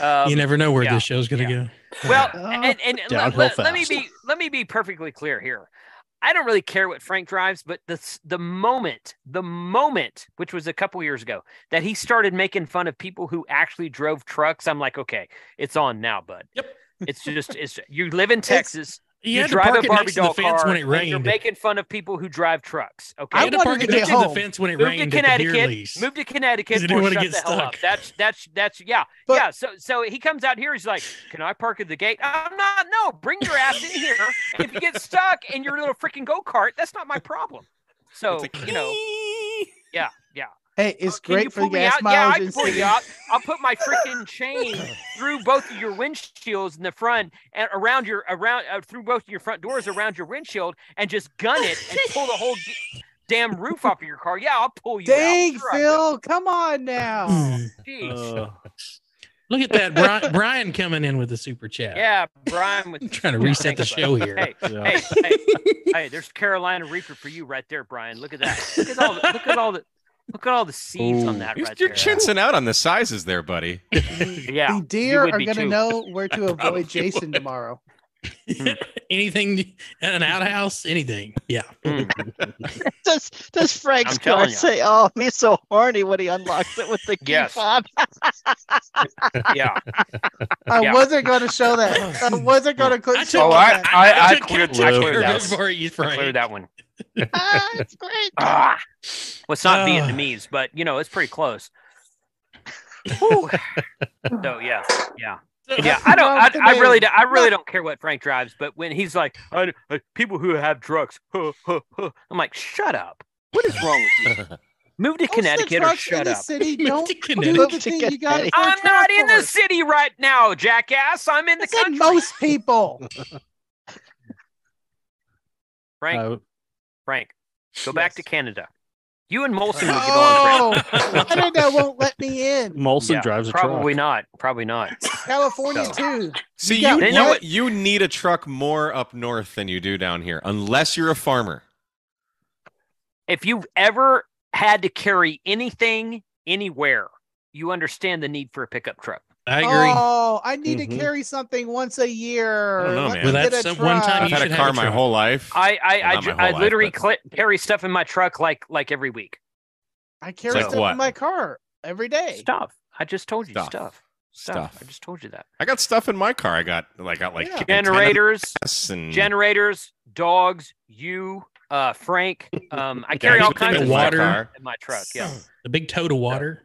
Speaker 1: Um,
Speaker 13: you never know where this show's going to go.
Speaker 1: Well, and, and let-
Speaker 13: Oh, Downhill
Speaker 1: let, let me
Speaker 13: fast.
Speaker 1: be let me be perfectly clear here. I don't really care what Frank drives, but the s- the moment, the moment, which was a couple years ago, that he started making fun of people who actually drove trucks, I'm like, okay, it's on now, bud.
Speaker 13: Yep.
Speaker 1: It's just it's you live in Texas.
Speaker 13: You, had to park it next to the fence when it
Speaker 1: and You're
Speaker 13: rained.
Speaker 1: making fun of people who drive trucks. Okay,
Speaker 13: I had to park it next to the fence when it
Speaker 1: Move
Speaker 13: rained
Speaker 1: to
Speaker 13: at the
Speaker 1: Connecticut.
Speaker 13: beer lease.
Speaker 1: Move to
Speaker 13: 'Cause
Speaker 1: Connecticut.
Speaker 13: I
Speaker 1: Or
Speaker 13: didn't
Speaker 1: shut
Speaker 13: wanna
Speaker 1: the
Speaker 13: get
Speaker 1: hell up.
Speaker 13: stuck.
Speaker 1: That's that's that's yeah yeah. So so he comes out here. He's like, "Can I park at the gate?" I'm not. No, bring your ass in here. If you get stuck in your little freaking go kart, that's not my problem. So you know, yeah yeah.
Speaker 3: Hey, it's
Speaker 1: Can you
Speaker 3: great for the
Speaker 1: pull me
Speaker 3: gas
Speaker 1: out? Yeah, I
Speaker 3: mileage
Speaker 1: can
Speaker 3: and
Speaker 1: pull
Speaker 3: city.
Speaker 1: you out. I'll put my freaking chain through both of your windshields in the front and around your around uh, through both of your front doors around your windshield and just gun it and pull the whole d- damn roof off of your car. Yeah, I'll pull you
Speaker 3: Dang,
Speaker 1: out. Sure I will.
Speaker 3: Phil, come on now.
Speaker 1: Jeez.
Speaker 13: Look at that, Brian, Brian coming in with the super chat.
Speaker 1: yeah, Brian was
Speaker 13: trying to reset the show here.
Speaker 1: Hey,
Speaker 13: Yeah.
Speaker 1: hey, hey, hey, there's Carolina Reaper for you right there, Brian. Look at that. Look at all the look at all the look at all the seeds on that
Speaker 5: you're
Speaker 1: right
Speaker 5: you're
Speaker 1: there.
Speaker 5: chancing out on the sizes there, buddy.
Speaker 1: Yeah.
Speaker 3: The deer
Speaker 1: would
Speaker 3: are
Speaker 1: be
Speaker 3: going to
Speaker 1: too.
Speaker 3: know where to avoid Jason
Speaker 13: would.
Speaker 3: tomorrow.
Speaker 13: anything, an outhouse, anything. Yeah.
Speaker 1: Hmm.
Speaker 8: Does does Frank's
Speaker 13: I'm telling
Speaker 8: car
Speaker 13: ya.
Speaker 8: say, "Oh, he's so horny when he unlocks it with the key
Speaker 13: Yes.
Speaker 8: fob"?
Speaker 1: yeah.
Speaker 3: I
Speaker 8: Yeah.
Speaker 3: wasn't going to show that. I wasn't going to click.
Speaker 13: I
Speaker 3: show
Speaker 13: took-
Speaker 3: that.
Speaker 13: Oh, I- I- I I took cleared- I cleared care that of one. for you,
Speaker 1: I
Speaker 13: Frank.
Speaker 1: cleared that one.
Speaker 8: That's great.
Speaker 1: Ah, well, it's not
Speaker 13: Ah.
Speaker 1: Vietnamese, but you know, it's pretty close. Whew. so yeah, yeah, yeah. I don't. I, I really, do, I really don't care what Frank drives, but when he's like, I, I- "People who have drugs," huh, huh, huh," I'm like, "Shut up! What is wrong with you? Move to Connecticut or
Speaker 3: trucks
Speaker 1: shut
Speaker 3: in the
Speaker 1: up."
Speaker 3: city don't do the
Speaker 13: Connecticut.
Speaker 3: thing you got.
Speaker 1: I'm not in the city right now, jackass. I'm in the country.
Speaker 3: Most people.
Speaker 1: Frank,
Speaker 3: Uh,
Speaker 1: Frank, go back to Canada. You and Molson would get on.
Speaker 3: Oh,
Speaker 1: Frank.
Speaker 3: Canada won't let me in.
Speaker 1: Yeah, Probably not. Probably not.
Speaker 3: California
Speaker 1: No.
Speaker 3: too.
Speaker 5: See,
Speaker 3: got
Speaker 5: you,
Speaker 3: one-
Speaker 5: you, know what? you need a truck more up north than you do down here, unless you're a farmer.
Speaker 1: If you've ever had to carry anything anywhere, you understand the need for a pickup truck.
Speaker 13: I
Speaker 3: Oh, I need
Speaker 1: Mhm.
Speaker 3: to carry something once a year.
Speaker 5: I don't know,
Speaker 3: Let
Speaker 5: man.
Speaker 3: me
Speaker 5: Mm-hmm. Well,
Speaker 3: get
Speaker 5: that's
Speaker 3: a
Speaker 5: the one
Speaker 3: truck.
Speaker 5: time I've you had a should have car a my truck. whole life.
Speaker 1: I I
Speaker 5: Well,
Speaker 1: I,
Speaker 5: not
Speaker 1: ju-
Speaker 5: my whole
Speaker 1: I
Speaker 5: life,
Speaker 1: literally cl- carry stuff in my truck like like every week.
Speaker 3: I carry
Speaker 5: Like
Speaker 3: stuff
Speaker 5: what?
Speaker 3: in my car every day.
Speaker 1: Stuff. I just told you
Speaker 5: Stuff.
Speaker 1: stuff. Stuff.
Speaker 5: Stuff.
Speaker 1: I just told you that.
Speaker 5: I got stuff in my car. I got like got like antenna
Speaker 1: Generators,
Speaker 5: masts and
Speaker 1: generators, dogs, you, uh, Frank. Um, I carry all
Speaker 13: everything
Speaker 1: kinds
Speaker 13: in
Speaker 1: of
Speaker 13: my
Speaker 1: water
Speaker 13: car.
Speaker 1: in my truck. Yeah,
Speaker 13: The big tote of water.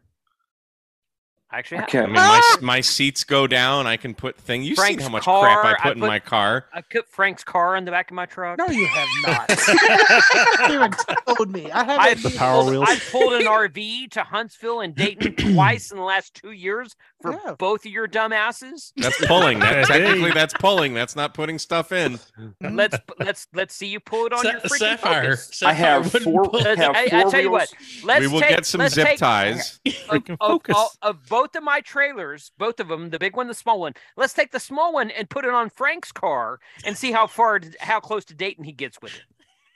Speaker 1: I actually. Have.
Speaker 5: I mean, my, my seats go down. I can put thing. You seen
Speaker 1: Frank's
Speaker 5: how much
Speaker 1: car,
Speaker 5: crap I put,
Speaker 1: I
Speaker 5: in
Speaker 1: put-
Speaker 5: my car?
Speaker 1: I put Frank's car in the back of my truck. No,
Speaker 3: you have not.
Speaker 1: you
Speaker 3: even told me. I haven't.
Speaker 1: I,
Speaker 3: used-
Speaker 1: pulled- I pulled an RV to Huntsville and Dayton twice in the last two years for both of your dumbasses.
Speaker 5: That's pulling. That,
Speaker 9: Hey.
Speaker 5: technically, that's pulling. That's not putting stuff in.
Speaker 1: Let's let's let's see you pull it on
Speaker 13: Sa-
Speaker 1: your freaking
Speaker 13: Sapphire.
Speaker 1: Focus.
Speaker 13: I have Sapphire wouldn't four- pull-
Speaker 1: Let's-
Speaker 13: have
Speaker 1: I, I
Speaker 13: four
Speaker 1: tell you what.
Speaker 13: wheels.
Speaker 1: Let's
Speaker 5: we will
Speaker 1: take-
Speaker 5: get some
Speaker 1: let's
Speaker 5: zip
Speaker 1: take-
Speaker 5: ties.
Speaker 1: of, of, all- of both of my trailers, both of them, the big one, the small one. Let's take the small one and put it on Frank's car and see how far, how close to Dayton he gets with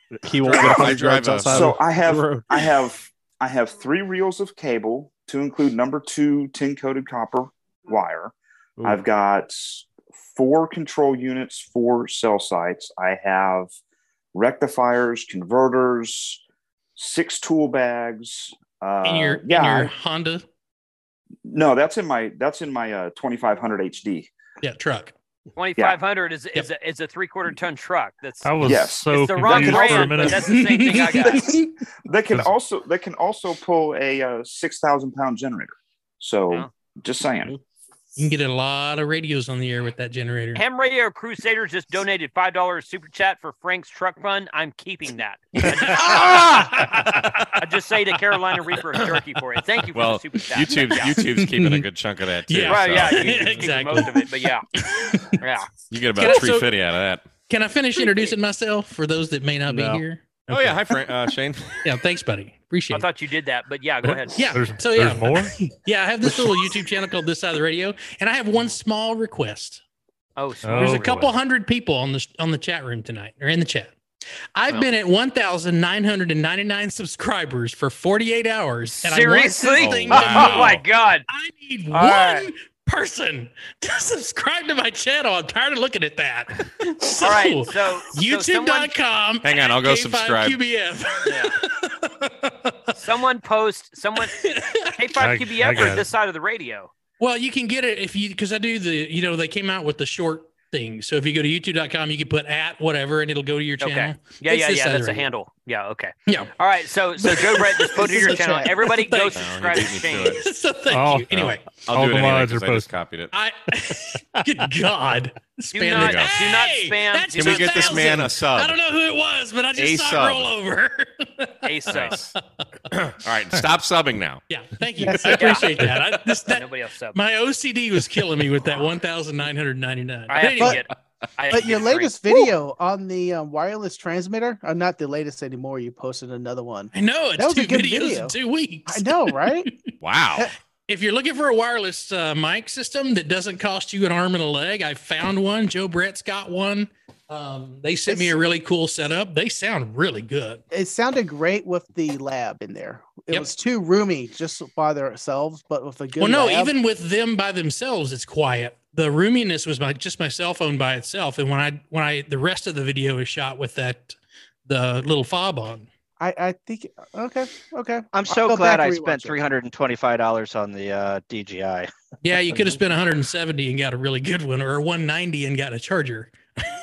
Speaker 1: it.
Speaker 4: He won't get a
Speaker 5: I
Speaker 4: hundred
Speaker 5: drive
Speaker 4: yards
Speaker 5: a-
Speaker 4: outside.
Speaker 5: So
Speaker 4: of
Speaker 2: I have
Speaker 4: the road.
Speaker 2: I have I have three reels of cable to include number two tin coated copper wire.
Speaker 4: Ooh.
Speaker 2: I've got four control units, four cell sites. I have rectifiers, converters, six tool bags. Uh,
Speaker 13: in your
Speaker 2: yeah,
Speaker 13: in your
Speaker 2: I-
Speaker 13: Honda.
Speaker 2: no, that's in my that's in my uh, 2500 HD.
Speaker 13: Yeah, truck.
Speaker 1: Twenty five hundred is is a, is a three quarter ton truck. That's
Speaker 9: I was
Speaker 2: Yes.
Speaker 9: so
Speaker 2: It's the wrong
Speaker 9: confused for a
Speaker 2: brand, but
Speaker 9: minute.
Speaker 2: that's
Speaker 1: the same thing I got.
Speaker 2: They can also they can also pull a uh, six thousand pound generator. So just saying.
Speaker 13: You can get a lot of radios on the air with that generator.
Speaker 1: Ham Radio Crusaders just donated five dollars super chat for Frank's truck fund. I'm keeping that. I just, I just say to Carolina Reaper and Jerky for it. Thank you for
Speaker 5: Well,
Speaker 1: the super chat.
Speaker 5: YouTube's
Speaker 1: Yeah.
Speaker 5: YouTube's keeping a good chunk of that too.
Speaker 13: Yeah.
Speaker 1: right. Yeah,
Speaker 5: so
Speaker 1: you, you exactly.
Speaker 13: Exactly.
Speaker 1: most of it, but yeah, yeah.
Speaker 5: You get
Speaker 13: Can I-
Speaker 5: about
Speaker 13: so-
Speaker 5: three fifty out of that.
Speaker 13: Can I finish introducing myself for those that may not
Speaker 5: No.
Speaker 13: be here?
Speaker 5: Oh yeah, hi Frank, uh, Shane.
Speaker 13: Yeah, thanks, buddy. Appreciate
Speaker 1: I thought you did that, but yeah, go ahead.
Speaker 13: Yeah.
Speaker 9: There's,
Speaker 13: so yeah,
Speaker 9: there's more.
Speaker 13: yeah. I have this little YouTube channel called This Side of the Radio, and I have one small request.
Speaker 1: Oh,
Speaker 13: There's
Speaker 9: Oh,
Speaker 13: a couple
Speaker 9: really?
Speaker 13: hundred people on the on the chat room tonight, or in the chat. I've
Speaker 1: Well.
Speaker 13: been at 1,999 subscribers for 48
Speaker 5: Oh,
Speaker 13: hours, and I want
Speaker 1: seriously.
Speaker 13: this thing
Speaker 1: oh
Speaker 13: to move.
Speaker 1: my god.
Speaker 13: I need
Speaker 1: All
Speaker 13: one
Speaker 1: right.
Speaker 13: person to subscribe to my channel. I'm tired of looking at that. So,
Speaker 1: All right, so, so someone-
Speaker 13: YouTube.com.
Speaker 5: Hang on, I'll go
Speaker 13: K5
Speaker 5: subscribe.
Speaker 13: QBF.
Speaker 1: Someone post someone
Speaker 5: I-
Speaker 1: K5
Speaker 5: I
Speaker 1: QBF
Speaker 5: got
Speaker 1: or
Speaker 5: it.
Speaker 1: this side of the radio.
Speaker 13: Well, you can get it if you because I do the you know they came out with the short things. So if you go to youtube.com, you can put at whatever and it'll go to your channel.
Speaker 1: Okay. Yeah,
Speaker 13: It's
Speaker 1: yeah,
Speaker 13: this
Speaker 1: yeah. That's a
Speaker 13: other-
Speaker 1: handle. Yeah. Okay.
Speaker 13: Yeah.
Speaker 1: All right. So, so Joe Brett just posted
Speaker 13: This
Speaker 1: your
Speaker 13: is a
Speaker 1: channel.
Speaker 13: channel.
Speaker 1: Everybody
Speaker 5: Oh,
Speaker 1: go
Speaker 13: Thank you.
Speaker 1: subscribe to Shane.
Speaker 13: so thank
Speaker 9: All-
Speaker 13: you. Anyway,
Speaker 5: I'll
Speaker 9: Oh. All
Speaker 5: do it
Speaker 9: the
Speaker 5: anyway
Speaker 9: mods are
Speaker 5: because I just
Speaker 9: posted.
Speaker 5: copied it.
Speaker 13: I good God.
Speaker 1: Do not, do
Speaker 5: There
Speaker 1: not
Speaker 5: you go.
Speaker 1: spam.
Speaker 13: that's
Speaker 1: do
Speaker 5: Can we
Speaker 1: not
Speaker 5: get this
Speaker 1: spam.
Speaker 5: man a sub?
Speaker 13: I don't know who it was, but I just
Speaker 5: A
Speaker 13: saw
Speaker 5: sub.
Speaker 13: it roll over.
Speaker 1: A sub.
Speaker 5: Nice. All right, stop subbing now.
Speaker 13: yeah, thank you. I appreciate that. I, this, that
Speaker 1: Nobody else sub.
Speaker 13: my OCD was killing me with that 1,999.
Speaker 1: I have to
Speaker 13: Anyway,
Speaker 1: get. I have
Speaker 3: But
Speaker 1: to
Speaker 3: your
Speaker 1: get three.
Speaker 3: latest video on the um, wireless transmitter, or not the latest anymore. You posted another one.
Speaker 13: I know
Speaker 3: That
Speaker 13: it's
Speaker 3: was
Speaker 13: two
Speaker 3: a good
Speaker 13: videos
Speaker 3: video.
Speaker 13: in two weeks.
Speaker 3: I know, right?
Speaker 5: Wow.
Speaker 13: If you're looking for a wireless uh, mic system that doesn't cost you an arm and a leg, I found one. Joe Brett's got one. Um, they sent me a really cool setup. They sound really good.
Speaker 3: it sounded great with the lab in there. It
Speaker 13: Yep.
Speaker 3: was too roomy just by themselves, but with a good.
Speaker 13: well, no,
Speaker 3: lab-
Speaker 13: even with them by themselves, it's quiet. The roominess was my just my cell phone by itself, and when I when I the rest of the video is shot with that the little fob on.
Speaker 3: I, I think okay, okay.
Speaker 8: I'm
Speaker 3: I'll
Speaker 8: so
Speaker 3: go
Speaker 8: glad
Speaker 3: back
Speaker 8: I
Speaker 3: and
Speaker 8: spent
Speaker 3: rewatch it.
Speaker 8: three hundred and twenty-five dollars on the uh, DJI.
Speaker 13: Yeah, you could have spent 170 and got a really good one, or 190 and got a charger.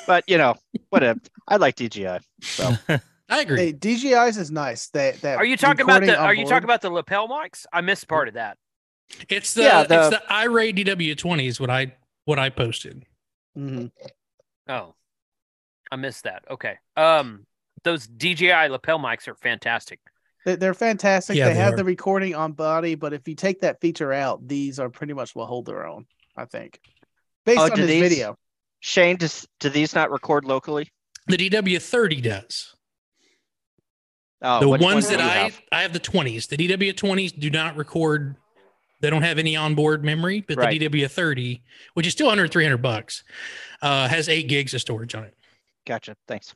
Speaker 8: But you know, whatever. I like DJI. So
Speaker 13: I agree.
Speaker 3: Hey, DJI's is nice. That that
Speaker 1: Are you talking about
Speaker 3: recording
Speaker 1: the?
Speaker 3: on
Speaker 1: Are you
Speaker 3: board-
Speaker 1: talking about the lapel mics? I missed part of that.
Speaker 13: It's the,
Speaker 8: Yeah,
Speaker 13: it's
Speaker 8: the-
Speaker 13: the iRay DW20 is what I what I posted.
Speaker 8: Mm-hmm.
Speaker 3: Mhm.
Speaker 1: Oh, I missed that. Okay. Um, those DJI lapel mics are fantastic.
Speaker 3: They- They're fantastic.
Speaker 13: Yeah,
Speaker 3: they,
Speaker 13: they
Speaker 3: have
Speaker 13: are.
Speaker 3: the recording on body, but if you take that feature out, these are pretty much will hold their own. I think, based
Speaker 8: Oh,
Speaker 3: on
Speaker 8: do
Speaker 3: this
Speaker 8: these-
Speaker 3: video.
Speaker 8: Shane, does do these not record locally?
Speaker 13: The DW30 does.
Speaker 8: Oh,
Speaker 13: the
Speaker 8: which
Speaker 13: ones
Speaker 8: ones do
Speaker 13: that
Speaker 8: you
Speaker 13: I
Speaker 8: have?
Speaker 13: I have the 20s. The DW20s do not record. They don't have any onboard memory, but
Speaker 8: Right.
Speaker 13: the DW30, which is still under 300 bucks, uh, has eight gigs of storage on it.
Speaker 8: Gotcha. Thanks.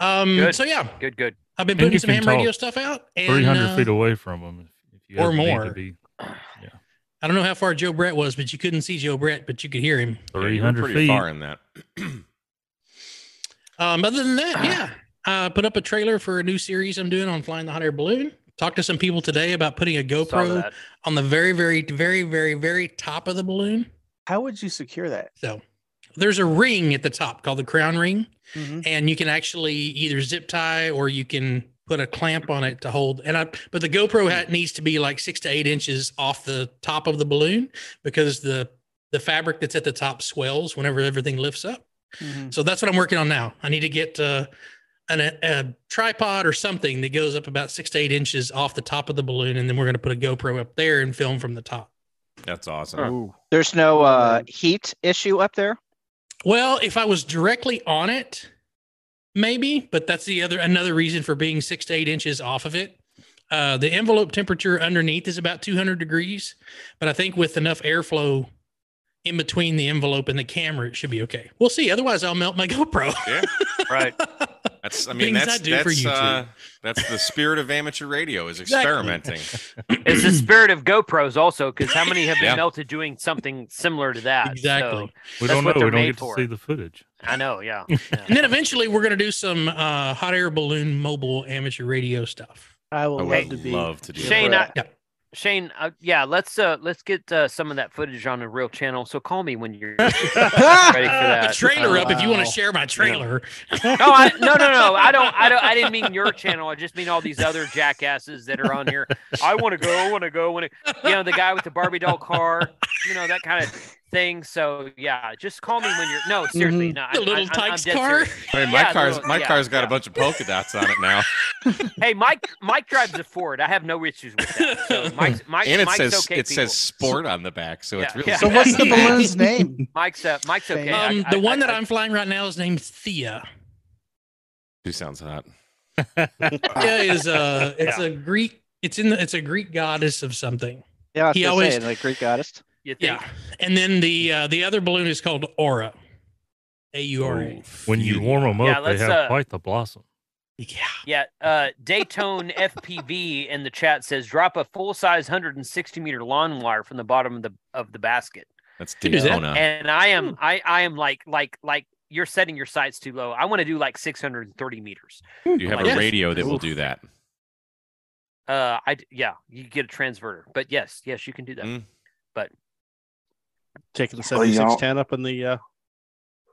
Speaker 13: Um,
Speaker 1: Good.
Speaker 13: so yeah,
Speaker 1: Good, good.
Speaker 13: I've been
Speaker 9: And
Speaker 13: putting
Speaker 9: you
Speaker 13: some
Speaker 9: can
Speaker 13: ham radio
Speaker 9: talk
Speaker 13: stuff out. And,
Speaker 9: 300
Speaker 13: uh,
Speaker 9: feet away from them. If you
Speaker 13: or
Speaker 9: ever need
Speaker 13: more.
Speaker 9: To be
Speaker 13: I don't know how far Joe Brett was, but you couldn't see Joe Brett, but you could hear him.
Speaker 5: Yeah, you were
Speaker 9: 300
Speaker 5: pretty
Speaker 9: feet.
Speaker 5: far in that.
Speaker 13: Um, other than
Speaker 1: Uh-huh.
Speaker 13: that, yeah, I put up a trailer for a new series I'm doing on flying the hot air balloon. Talked to some people today about putting a
Speaker 1: Saw
Speaker 13: GoPro
Speaker 1: that.
Speaker 13: on the very, very, very, very, very top of the balloon.
Speaker 3: How would you secure that?
Speaker 13: So there's a ring at the top called the crown ring,
Speaker 1: Mm-hmm.
Speaker 3: Mhm.
Speaker 13: and you can actually either zip tie or you can put a clamp on it to hold. And I, but the
Speaker 1: Hmm.
Speaker 13: GoPro hat needs to be like six to eight inches off the top of the balloon because the the fabric that's at the top swells whenever everything lifts up.
Speaker 6: Mm-hmm.
Speaker 3: Mhm.
Speaker 13: So that's what I'm working on now. I need to get uh, an, a, a tripod or something that goes up about six to eight inches off the top of the balloon, and then we're going to put a GoPro up there and film from the top.
Speaker 5: That's awesome.
Speaker 8: There's no uh, heat issue up there.
Speaker 13: Well, if I was directly on it, maybe, but that's the other another reason for being six to eight inches off of it. Uh, the envelope temperature underneath is about 200 degrees, but I think with enough airflow in between the envelope and the camera, it should be okay. We'll see. Otherwise, I'll melt my GoPro.
Speaker 5: Yeah.
Speaker 1: Right.
Speaker 5: That's I mean
Speaker 13: Things I
Speaker 5: that's
Speaker 13: do for
Speaker 5: that's
Speaker 13: YouTube.
Speaker 5: uh, that's the spirit of amateur radio is
Speaker 13: Exactly.
Speaker 5: experimenting.
Speaker 1: It's the spirit of GoPros also, because how many have been
Speaker 5: Yeah.
Speaker 1: melted doing something similar to that?
Speaker 13: Exactly.
Speaker 1: So,
Speaker 9: we
Speaker 1: That's
Speaker 9: don't know.
Speaker 1: what
Speaker 9: We
Speaker 1: they're
Speaker 9: don't
Speaker 1: made
Speaker 9: get to
Speaker 1: for.
Speaker 9: see the footage.
Speaker 1: I know. Yeah.
Speaker 13: And then eventually, we're going to do some uh, hot air balloon mobile amateur radio stuff.
Speaker 3: I will
Speaker 5: I
Speaker 3: love
Speaker 5: would
Speaker 3: to be
Speaker 5: love to do that.
Speaker 1: Shane, I,
Speaker 13: uh, Yeah.
Speaker 1: Shane, uh, yeah, let's uh, let's get uh, some of that footage on a real channel. So call me when you're ready for that.
Speaker 13: a trailer
Speaker 1: Uh,
Speaker 13: up if you want
Speaker 3: Wow.
Speaker 13: to share my trailer.
Speaker 1: No, I, no, no, no. I don't. I don't. I didn't mean your channel. I just mean all these other jackasses that are on here. I want to go. I want to go. Want to. You know, the guy with the Barbie doll car. You know that kind of thing. So yeah, just call me when you're. No, seriously, no. I-
Speaker 13: The
Speaker 1: I-
Speaker 13: little
Speaker 1: I'm- I'm
Speaker 13: Tykes
Speaker 1: dead
Speaker 13: car.
Speaker 1: serious.
Speaker 5: I mean, Mm-hmm. my
Speaker 1: Yeah,
Speaker 5: car's
Speaker 1: no,
Speaker 5: my
Speaker 1: yeah,
Speaker 5: car's got
Speaker 1: yeah.
Speaker 5: a bunch of polka dots on it now,
Speaker 1: Hey, Mike. Mike drives a Ford. I have no issues with that. So Mike's Mike's,
Speaker 5: and it
Speaker 1: Mike's
Speaker 5: says
Speaker 1: okay.
Speaker 5: it
Speaker 1: people.
Speaker 5: says sport on the back, so it's
Speaker 1: Yeah,
Speaker 5: really
Speaker 1: yeah.
Speaker 3: So what's the balloon's name?
Speaker 1: Mike's uh, Mike's okay. I-
Speaker 13: Um,
Speaker 1: I-
Speaker 13: the
Speaker 1: I-
Speaker 13: one that
Speaker 1: I-
Speaker 13: I, am flying right now is named Thea.
Speaker 5: Who sounds hot?
Speaker 13: Thea is a it's a Greek. It's in the, it's a Greek goddess of something.
Speaker 8: Yeah, I was
Speaker 13: He
Speaker 8: gonna
Speaker 13: always-
Speaker 8: say, like Greek goddess.
Speaker 1: you think?
Speaker 13: Yeah, and then the uh, the other balloon is called Aura. A U R A.
Speaker 9: When you warm them
Speaker 1: Yeah,
Speaker 9: up, they
Speaker 1: let's,
Speaker 9: have
Speaker 1: uh,
Speaker 9: quite the blossom.
Speaker 13: Yeah.
Speaker 1: Yeah, uh, Daytone FPV in the chat says drop a full size 160 meter lawn wire from the bottom of the of the basket.
Speaker 5: That's
Speaker 13: Who's that?
Speaker 5: Daytona.
Speaker 1: And I am I I am like like like you're setting your sights too low. I want to do like 630 meters.
Speaker 5: You have a
Speaker 1: Yes.
Speaker 5: radio that will do that. Hmm.
Speaker 1: Uh, I d- yeah, you get a transverter, but yes, yes, you can do that.
Speaker 5: Mm.
Speaker 1: But
Speaker 4: Taking the
Speaker 5: Oh, y'all-
Speaker 4: 7610 up in the uh,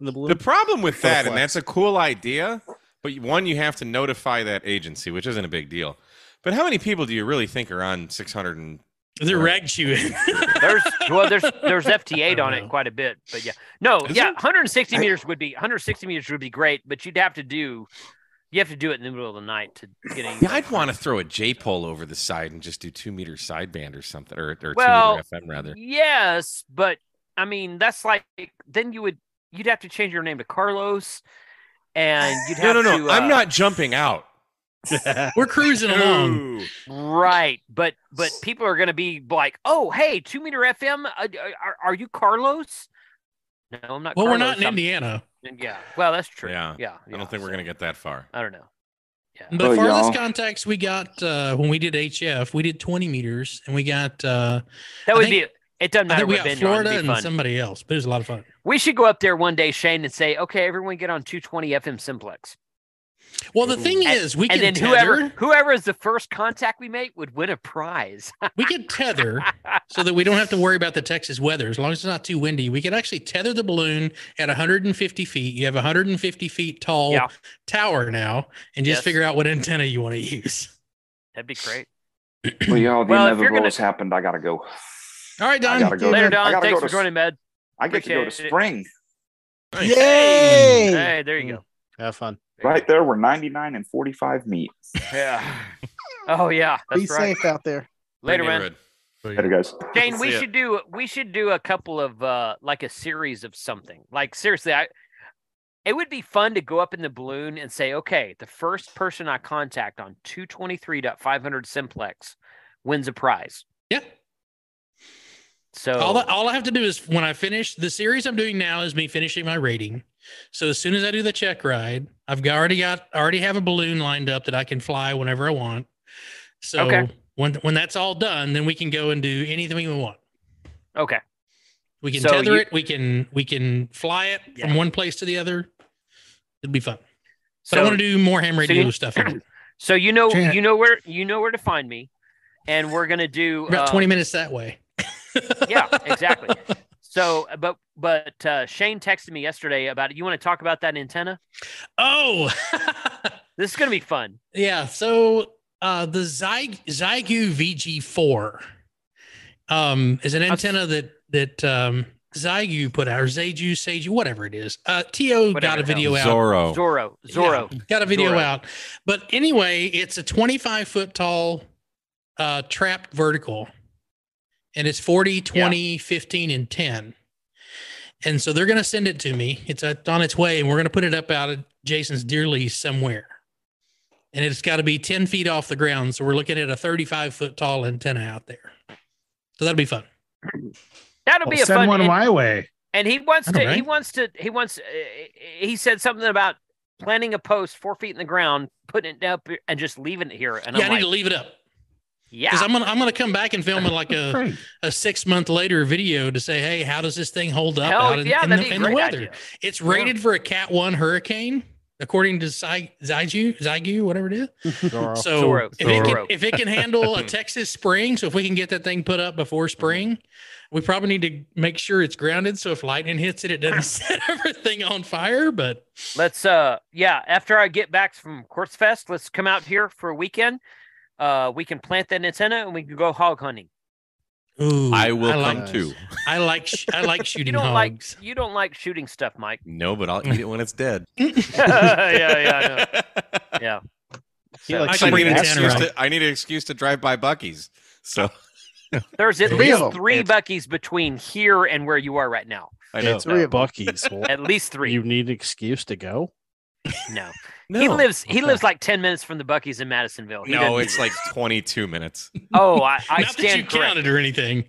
Speaker 4: in the balloon.
Speaker 5: The problem with
Speaker 4: For the
Speaker 5: that, and
Speaker 4: flag.
Speaker 5: that's a cool idea, but you- one, you have to notify that agency, which isn't a big deal. But how many people do you really think are on 600 and?
Speaker 13: They're ragged you in.
Speaker 1: there's well, there's there's FT8 on it quite a bit, but yeah, no, yeah, 160 meters would be 160 meters would be great, but you'd have to do you have to do it in the middle of the night to get any.
Speaker 5: Yeah, I'd want to throw a J pole over the side and just do two meter sideband or something, or, or
Speaker 1: Well,
Speaker 5: two meter FM rather.
Speaker 1: Yes, but I mean that's like then you would you'd have to change your name to Carlos, and you'd
Speaker 5: No,
Speaker 1: have
Speaker 5: no, no.
Speaker 1: to,
Speaker 5: I'm
Speaker 1: uh,
Speaker 5: not jumping out.
Speaker 13: We're cruising along.
Speaker 1: Right, but but people are going to be like, "Oh, hey, two meter FM, uh, are, are you Carlos?" No, I'm not.
Speaker 13: Well, we're
Speaker 1: Carlos,
Speaker 13: not in
Speaker 1: I'm-
Speaker 13: Indiana.
Speaker 1: Yeah, well, that's true.
Speaker 5: Yeah.
Speaker 1: yeah.
Speaker 5: I don't think we're going to get that far.
Speaker 1: I don't know.
Speaker 13: The
Speaker 5: Oh,
Speaker 13: farthest
Speaker 5: y'all.
Speaker 13: contacts we got uh, when we did HF, we did 20 meters, and we got uh,
Speaker 1: That
Speaker 13: I
Speaker 1: would
Speaker 13: think-
Speaker 1: be. It doesn't
Speaker 13: I
Speaker 1: matter.
Speaker 13: think we
Speaker 1: what
Speaker 13: got
Speaker 1: venue, it'd
Speaker 13: Florida
Speaker 1: be
Speaker 13: and
Speaker 1: fun.
Speaker 13: somebody else, but it was a lot of fun.
Speaker 1: We should go up there one day, Shane, and say, "Okay, everyone, get on 220 FM simplex."
Speaker 13: Well, the thing
Speaker 1: And-
Speaker 13: is, we
Speaker 1: and
Speaker 13: can
Speaker 1: then whoever
Speaker 13: tether.
Speaker 1: whoever is the first contact we make would win a prize.
Speaker 13: we could tether so that we don't have to worry about the Texas weather. As long as it's not too windy, we could actually tether the balloon at 150 feet. You have 150 feet tall
Speaker 1: Yeah.
Speaker 13: tower now, and just
Speaker 1: Yes.
Speaker 13: figure out what antenna you want to use.
Speaker 1: That'd be great.
Speaker 2: Well, y'all, the
Speaker 13: Well, if you're
Speaker 2: inevitable
Speaker 13: gonna-
Speaker 2: has happened. I gotta go.
Speaker 13: All right,
Speaker 2: I
Speaker 13: Don.
Speaker 2: gotta go.
Speaker 1: Later,
Speaker 2: I
Speaker 1: Don.
Speaker 2: gotta
Speaker 1: Thanks
Speaker 2: go
Speaker 1: for
Speaker 2: to-
Speaker 1: joining, Med.
Speaker 2: I get to go to
Speaker 1: Appreciate it.
Speaker 2: spring.
Speaker 3: Yay!
Speaker 1: Hey, there you go.
Speaker 4: Mm. Have fun.
Speaker 2: Right there, we're 99 and 45 meet.
Speaker 1: Yeah. Oh yeah, that's
Speaker 3: Be
Speaker 1: right.
Speaker 3: safe out there.
Speaker 1: Later, man.
Speaker 2: Later, guys.
Speaker 1: Shane, we should do we should do a couple of uh like a series of something. Like seriously, I it would be fun to go up in the balloon and say, okay, the first person I contact on 223.500 simplex wins a prize.
Speaker 13: Yeah.
Speaker 1: So
Speaker 13: All, that, all I have to do is when I finish the series I'm doing now is me finishing my rating. So as soon as I do the check ride, I've got- already got I already have a balloon lined up that I can fly whenever I want. So
Speaker 1: Okay.
Speaker 13: when when that's all done, then we can go and do anything we want.
Speaker 1: okay.
Speaker 13: We can
Speaker 1: So
Speaker 13: tether
Speaker 1: you-
Speaker 13: it. We can we can fly it from one place to the other. It'd be fun. So I want to do more ham
Speaker 1: so
Speaker 13: radio
Speaker 1: you-
Speaker 13: stuff. in it.
Speaker 1: So you know
Speaker 13: Jan-
Speaker 1: you know where you know where to find me, and we're gonna do
Speaker 13: About
Speaker 1: uh,
Speaker 13: twenty minutes that way.
Speaker 1: yeah, exactly. So, but but uh, Shane texted me yesterday about it. You want to talk about that antenna?
Speaker 13: Oh,
Speaker 1: this is gonna be fun.
Speaker 13: Yeah. So uh, the Zy- Zygu VG4 um, is an antenna that that um, Zygu put out, or Zaju, Seiju, whatever it is. Uh, To got
Speaker 1: Whatever
Speaker 13: a
Speaker 1: the
Speaker 13: video out.
Speaker 1: hell.
Speaker 5: Zorro.
Speaker 1: Zorro, Zorro.
Speaker 13: Yeah, got a video
Speaker 1: Zorro.
Speaker 13: out. But anyway, it's a 25 foot tall uh, trapped vertical, and it's 40, 20, 15, and 10. And so they're going to send it to me. It's uh, on its way, and we're going to put it up out at Jason's deer lease somewhere. And it's got to be 10 feet off the ground. So we're looking at a 35 foot tall antenna out there. So that'll be fun.
Speaker 1: That'll
Speaker 10: Well,
Speaker 1: be a
Speaker 10: send
Speaker 1: fun
Speaker 10: one
Speaker 1: and,
Speaker 10: my way.
Speaker 1: and he wants
Speaker 10: I
Speaker 1: to.
Speaker 10: know,
Speaker 1: He
Speaker 10: right?
Speaker 1: wants to. He wants. Uh, he said something about planting a post four feet in the ground, putting it up, and just leaving it here. And
Speaker 13: yeah,
Speaker 1: I'm
Speaker 13: I need
Speaker 1: like,
Speaker 13: to leave it up.
Speaker 1: yeah,
Speaker 13: Because I'm gonna I'm gonna come back and film like a, a six month later video to say, hey, how does this thing hold up
Speaker 1: Hell,
Speaker 13: out in,
Speaker 1: yeah,
Speaker 13: in
Speaker 1: that'd
Speaker 13: the,
Speaker 1: be a
Speaker 13: in the
Speaker 1: great
Speaker 13: weather?
Speaker 1: idea.
Speaker 13: It's rated for a Cat One hurricane, according to Zy- Zygu, Zygu, whatever it is.
Speaker 4: Zorro.
Speaker 13: So
Speaker 4: Zorro.
Speaker 13: if it can
Speaker 4: Zorro.
Speaker 13: if it can handle a Texas spring, so if we can get that thing put up before spring, we probably need to make sure it's grounded. So if lightning hits it, it doesn't set everything on fire. But
Speaker 1: let's uh yeah after i get back from quartz fest let's come out here for a weekend uh we can plant that antenna and we can go hog hunting
Speaker 13: ooh,
Speaker 5: I will
Speaker 13: like-
Speaker 5: come too.
Speaker 13: I like sh- I like shooting.
Speaker 1: you don't
Speaker 13: hogs.
Speaker 1: like you don't like shooting stuff mike
Speaker 5: No, but I'll eat it when it's dead.
Speaker 1: yeah yeah I know. yeah
Speaker 5: Yeah,
Speaker 1: So-
Speaker 5: like, I, need an excuse to, I need an excuse to drive by Bucky's. So
Speaker 1: there's at
Speaker 5: Three
Speaker 1: least
Speaker 5: of them.
Speaker 1: three buckies between here and where you are right now
Speaker 5: I know.
Speaker 4: It's
Speaker 1: Three
Speaker 4: three
Speaker 1: of them.
Speaker 4: Bucky's. Well,
Speaker 1: At least three.
Speaker 4: You need an excuse to go.
Speaker 1: no, he lives he lives like 10 minutes from the buckies in madisonville He doesn't
Speaker 5: no,
Speaker 1: need
Speaker 5: it's like 22 minutes.
Speaker 1: it. oh i, I
Speaker 13: Not that you
Speaker 1: stand corrected.
Speaker 13: counted or anything.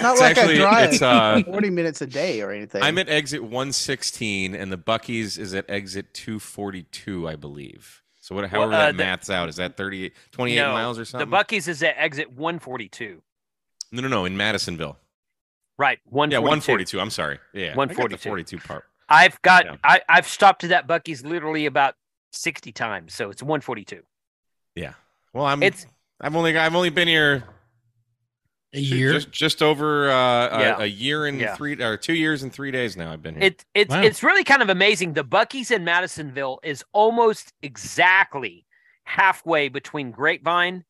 Speaker 3: Not
Speaker 5: It's
Speaker 3: like
Speaker 5: actually-
Speaker 3: I drive
Speaker 5: it's, uh,
Speaker 3: 40 minutes a day or anything.
Speaker 5: I'm at exit 116, and the Bucky's is at exit 242, I believe. So what, however
Speaker 1: uh,
Speaker 5: that
Speaker 1: the-
Speaker 5: maths out, is that 38, 28
Speaker 1: No,
Speaker 5: miles or something?
Speaker 1: the buckies is at exit 142
Speaker 5: no, no, no, in Madisonville.
Speaker 1: right
Speaker 5: Yeah,
Speaker 1: 142
Speaker 5: 142. I'm sorry. Yeah, I got the
Speaker 1: 142.
Speaker 5: 42 part.
Speaker 1: I've got
Speaker 5: Yeah.
Speaker 1: I, I've stopped to that Bucky's literally about sixty times, so it's one forty two.
Speaker 5: Yeah. Well, I'm.
Speaker 1: It's-
Speaker 5: I've only got, I've only been here
Speaker 13: A year?
Speaker 5: Just, just over uh,
Speaker 1: Yeah.
Speaker 5: a, a year and
Speaker 1: Yeah.
Speaker 5: three or two years and three days now. I've been here.
Speaker 1: It, it's it's really kind of amazing. The Bucky's in Madisonville is almost exactly halfway between Grapevine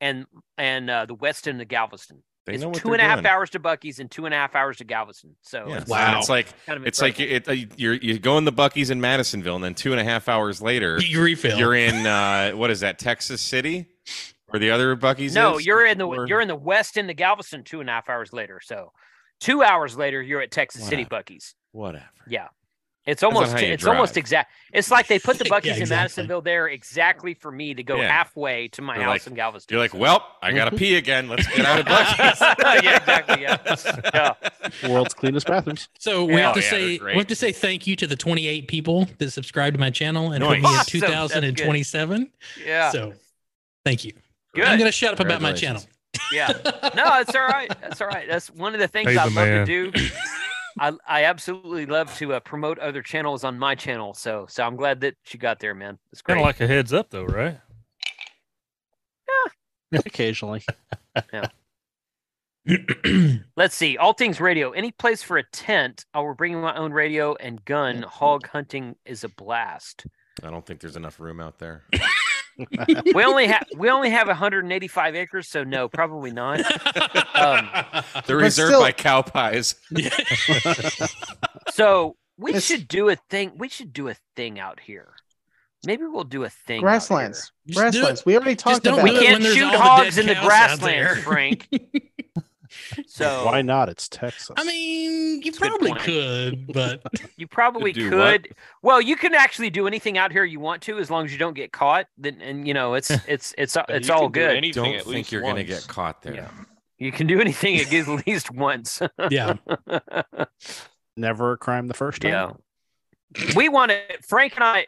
Speaker 1: and and uh, the west end of Galveston.
Speaker 5: They
Speaker 1: it's
Speaker 5: know what
Speaker 1: two
Speaker 5: they're
Speaker 1: and a half
Speaker 5: doing.
Speaker 1: hours to Bucky's and two and a half hours to Galveston. So oh,
Speaker 5: Yeah.
Speaker 1: it's
Speaker 5: And it's like
Speaker 1: kind of
Speaker 5: it's like it, uh, you're you go in the Bucky's in Madisonville, and then two and a half hours later,
Speaker 13: You refill.
Speaker 5: You're in uh, what is that? Texas City, or the other Bucky's?
Speaker 1: no,
Speaker 5: is?
Speaker 1: you're in the
Speaker 5: Or-
Speaker 1: you're in the west end of Galveston two and a half hours later. So two hours later, you're at Texas City Bucky's.
Speaker 5: whatever.
Speaker 1: Yeah. It's
Speaker 5: Depends on
Speaker 1: almost
Speaker 5: how you
Speaker 1: it's almost
Speaker 5: drive.
Speaker 1: exact. It's like they put the Bucky's
Speaker 5: exactly.
Speaker 1: in Madisonville there exactly for me to go
Speaker 5: Yeah.
Speaker 1: halfway to my
Speaker 5: You're
Speaker 1: house
Speaker 5: like-
Speaker 1: in Galveston.
Speaker 5: You're like, well, I gotta pee again. Let's get out of Bucky's.
Speaker 1: yeah, exactly. Yeah.
Speaker 6: World's cleanest bathrooms.
Speaker 13: So we
Speaker 6: Yeah.
Speaker 13: have to
Speaker 6: Oh, yeah, they're
Speaker 13: say
Speaker 6: great.
Speaker 13: we have to say thank you to the 28 people that subscribed to my channel and put
Speaker 6: Nice.
Speaker 13: me at
Speaker 6: Awesome. That's good.
Speaker 13: 2027.
Speaker 1: Yeah.
Speaker 13: So thank you.
Speaker 1: Good.
Speaker 13: I'm gonna shut up about my channel.
Speaker 1: Congratulations. yeah. No, it's all right. That's all right. That's one of the things
Speaker 13: Pay the
Speaker 1: I love
Speaker 13: man.
Speaker 1: to do. I, I absolutely love to uh, promote other channels on my channel. So so I'm glad that you got there, man. It's
Speaker 9: Kind
Speaker 1: great.
Speaker 9: of like a heads up, though, right?
Speaker 6: Occasionally.
Speaker 1: yeah. Let's see. All things radio. Any place for a tent? I will bring my own radio and gun. Hog hunting is a blast.
Speaker 5: I don't think there's enough room out there.
Speaker 1: we only have we only have 185 acres, so no, probably not. Um,
Speaker 5: They're
Speaker 1: But
Speaker 5: reserved
Speaker 1: still-
Speaker 5: by cow pies.
Speaker 1: so we should do a thing. We should do a thing out here. Maybe we'll do a thing. out here.
Speaker 3: Grasslands. Grasslands. We already talked about
Speaker 1: we
Speaker 3: it.
Speaker 1: can't shoot hogs in the grasslands, Frank. So
Speaker 6: why not? It's Texas.
Speaker 13: I mean, you probably could, but
Speaker 1: you probably
Speaker 6: Do what?
Speaker 1: could. Well, you can actually do anything out here you want to, as long as you don't get caught. Then, and you know, it's it's it's it's all good.
Speaker 5: Don't think you're gonna get caught there.
Speaker 1: You can do anything at least once.
Speaker 6: Yeah. Never a crime the first time.
Speaker 1: Yeah. we want to Frank and I,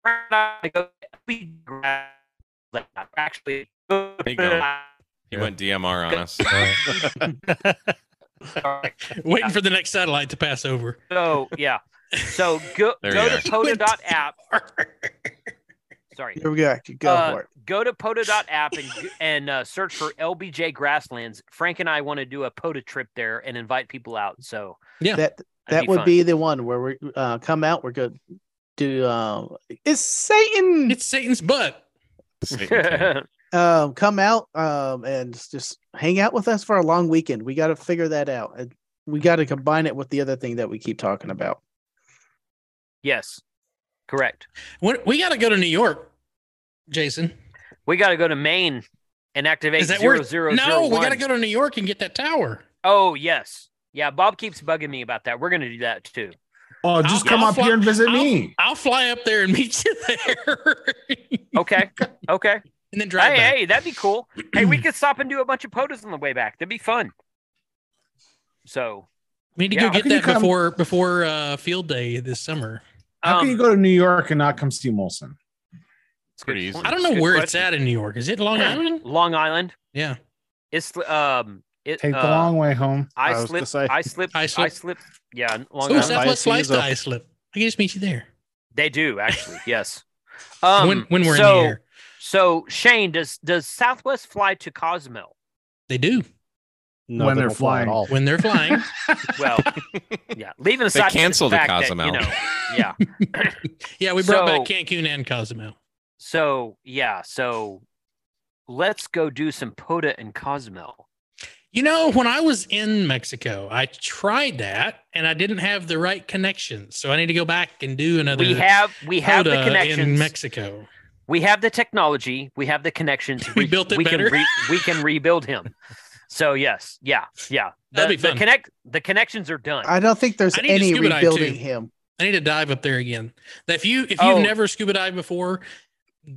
Speaker 1: Frank and I go we grab like, actually
Speaker 5: There you go. He went DMR on us.
Speaker 13: waiting for the next satellite to pass over.
Speaker 1: so yeah. So go
Speaker 13: There
Speaker 1: go
Speaker 13: you
Speaker 1: to
Speaker 13: are.
Speaker 1: poda.app. Sorry.
Speaker 3: Here we go. Go
Speaker 1: Uh,
Speaker 3: for it.
Speaker 1: go to poda.app and g- and uh, search for LBJ Grasslands. Frank and I want to do a poda trip there and invite people out. So
Speaker 13: Yeah.
Speaker 3: That
Speaker 1: That'd
Speaker 3: that
Speaker 1: be
Speaker 3: would
Speaker 1: fun.
Speaker 3: be the one where we uh, come out. We're good. Do uh, it's Satan.
Speaker 13: It's Satan's butt.
Speaker 3: um, come out um, and s- just hang out with us for a long weekend. We got to figure that out. And We got to combine it with the other thing that we keep talking about.
Speaker 1: yes, correct.
Speaker 13: When, we got to go to New York, Jason.
Speaker 1: We got to go to Maine and activate
Speaker 13: Is that
Speaker 1: zero
Speaker 13: where?
Speaker 1: zero
Speaker 13: no,
Speaker 1: zero
Speaker 13: we got
Speaker 1: one.
Speaker 13: to go to New York and get that tower.
Speaker 1: Oh yes, yeah. Bob keeps bugging me about that. We're gonna do that too.
Speaker 10: Oh, just come up here and visit me.
Speaker 13: I'll fly up there and meet you there.
Speaker 1: okay. Okay.
Speaker 13: And then drive
Speaker 1: Hey,
Speaker 13: back.
Speaker 1: hey, that'd be cool. hey, we could stop and do a bunch of potas on the way back. That'd be fun. So
Speaker 13: We need to
Speaker 1: Yeah.
Speaker 13: go get
Speaker 1: Can you
Speaker 13: that
Speaker 1: come-
Speaker 13: before before uh, field day this summer.
Speaker 10: How
Speaker 13: Um,
Speaker 10: can you go to New York and not come see Molson?
Speaker 1: It's pretty easy.
Speaker 13: I don't know where it's at in New York. Is it Long Island?
Speaker 1: Long Island.
Speaker 13: Yeah.
Speaker 1: It's um. It,
Speaker 10: Take the
Speaker 1: uh,
Speaker 10: long way home.
Speaker 1: I,
Speaker 10: was
Speaker 1: slip.
Speaker 10: gonna say.
Speaker 1: I slip. I slip. I slip. Yeah. Long
Speaker 13: oh,
Speaker 1: Island.
Speaker 13: Southwest Slice to Islip. I can just meet you there.
Speaker 1: They do actually. Yes. Um,
Speaker 13: When- when we're in the
Speaker 1: so,
Speaker 13: air.
Speaker 1: So Shane, does does Southwest fly to Cozumel?
Speaker 13: They do.
Speaker 6: No,
Speaker 10: When
Speaker 6: they
Speaker 10: they're
Speaker 6: don't fly at
Speaker 10: flying.
Speaker 6: all.
Speaker 13: When they're flying.
Speaker 1: Well, yeah. Leaving
Speaker 5: They
Speaker 1: aside
Speaker 5: canceled the
Speaker 1: the fact that,
Speaker 5: Cozumel.
Speaker 1: you know, yeah.
Speaker 13: yeah, we
Speaker 1: So-
Speaker 13: brought back Cancun and Cozumel.
Speaker 1: So yeah, so let's go do some Poda and Cozumel.
Speaker 13: You know, when I was in Mexico, I tried that and I didn't have the right connections. So I need to go back and do another.
Speaker 1: We have- we have the
Speaker 13: Coda in
Speaker 1: connections.
Speaker 13: Mexico.
Speaker 1: We have the technology, we have the connections.
Speaker 13: We built it
Speaker 1: we
Speaker 13: better.
Speaker 1: Can re- we can rebuild him. So yes, yeah, yeah. The,
Speaker 13: That'd be
Speaker 1: the
Speaker 13: fun.
Speaker 1: connect the connections are done.
Speaker 3: I don't think there's
Speaker 13: I need to
Speaker 3: any
Speaker 13: scuba dive,
Speaker 3: rebuilding
Speaker 13: too.
Speaker 3: him.
Speaker 13: I need to dive up there again. That If you if
Speaker 1: Oh.
Speaker 13: you've never scuba dived before,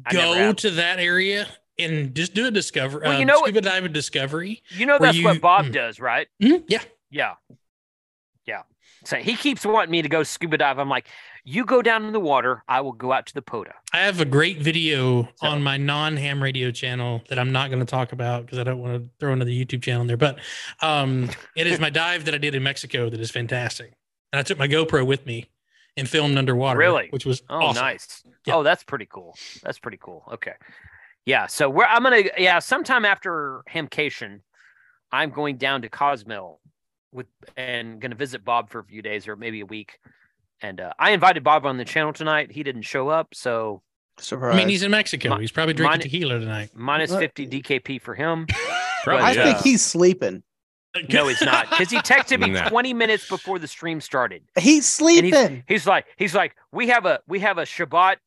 Speaker 1: I never
Speaker 13: go
Speaker 1: have.
Speaker 13: to that area and just do a discovery.
Speaker 1: Well, you
Speaker 13: um,
Speaker 1: know what-
Speaker 13: scuba dive and discovery.
Speaker 1: You know
Speaker 13: where
Speaker 1: that's what
Speaker 13: you-
Speaker 1: Bob
Speaker 13: mm.
Speaker 1: does, right?
Speaker 13: Mhm, yeah.
Speaker 1: Yeah. Yeah. So he keeps wanting me to go scuba dive. I'm like, you go down in the water, I will go out to the poda.
Speaker 13: I have a great video on my non-ham radio channel that I'm not going to talk about because I don't want to throw another YouTube channel in there. But um, it is my dive that I did in Mexico that is fantastic, and I took my GoPro with me and filmed underwater.
Speaker 1: Really?
Speaker 13: which was
Speaker 1: Oh,
Speaker 13: awesome.
Speaker 1: nice. Oh, that's pretty cool. That's pretty cool. Okay. Yeah. So we're I'm gonna yeah sometime after hamcation, I'm going down to Cozumel with and going to visit Bob for a few days or maybe a week. And uh, I invited Bob on the channel tonight. He didn't show up, so
Speaker 13: I mean, he's in Mexico. he's probably drinking
Speaker 1: Mine-
Speaker 13: tequila tonight.
Speaker 1: minus 50 DKP for him.
Speaker 13: Probably, I think yeah.
Speaker 3: He's sleeping.
Speaker 1: no, he's not because he texted me
Speaker 3: No.
Speaker 1: 20 minutes before the stream started.
Speaker 3: He's
Speaker 1: And he's-
Speaker 3: sleeping.
Speaker 1: He's like, he's like, we have a we have a Shabbat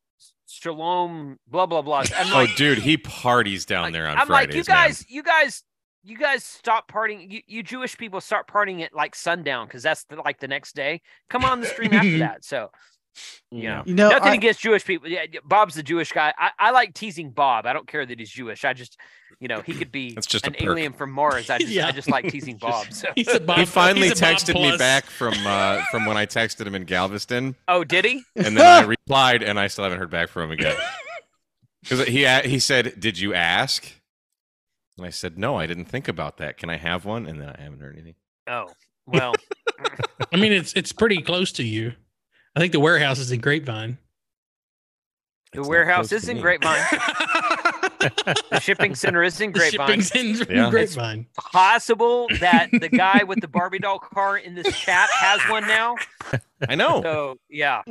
Speaker 1: shalom, blah blah blah. I'm
Speaker 5: Oh,
Speaker 1: like,
Speaker 5: dude, he parties down there on
Speaker 1: I'm
Speaker 5: Fridays.
Speaker 1: like, you
Speaker 5: man.
Speaker 1: guys, you guys, you guys stop partying. You, you Jewish people start partying at like sundown because that's the, like the next day. Come on the stream after that. So, you know,
Speaker 3: You know,
Speaker 1: nothing
Speaker 3: I-
Speaker 1: against Jewish people. Yeah, yeah, Bob's the Jewish guy. I, I like teasing Bob. I don't care that he's Jewish. I just, you know, he could be
Speaker 5: That's just a
Speaker 1: an
Speaker 5: perk.
Speaker 1: alien from Mars. I just,
Speaker 13: Yeah.
Speaker 1: I just like teasing Bob. So.
Speaker 5: he finally texted me back from uh, from when I texted him in Galveston,
Speaker 1: Oh, did he?
Speaker 5: and then I replied, and I still haven't heard back from him again. Because he a- he said, "Did you ask?" And I said, "No, I didn't think about that. Can I have one?" And then I haven't heard anything.
Speaker 1: Oh, well.
Speaker 13: I mean, it's it's pretty close to you. I think the warehouse is in Grapevine.
Speaker 1: The warehouse
Speaker 13: close to
Speaker 1: is in
Speaker 13: me.
Speaker 1: Grapevine. the shipping center is in
Speaker 13: The
Speaker 1: Grapevine.
Speaker 13: shipping's in Yeah. Grapevine.
Speaker 1: It's possible that the guy with the Barbie doll car in this chat has one now.
Speaker 5: I know.
Speaker 1: So yeah,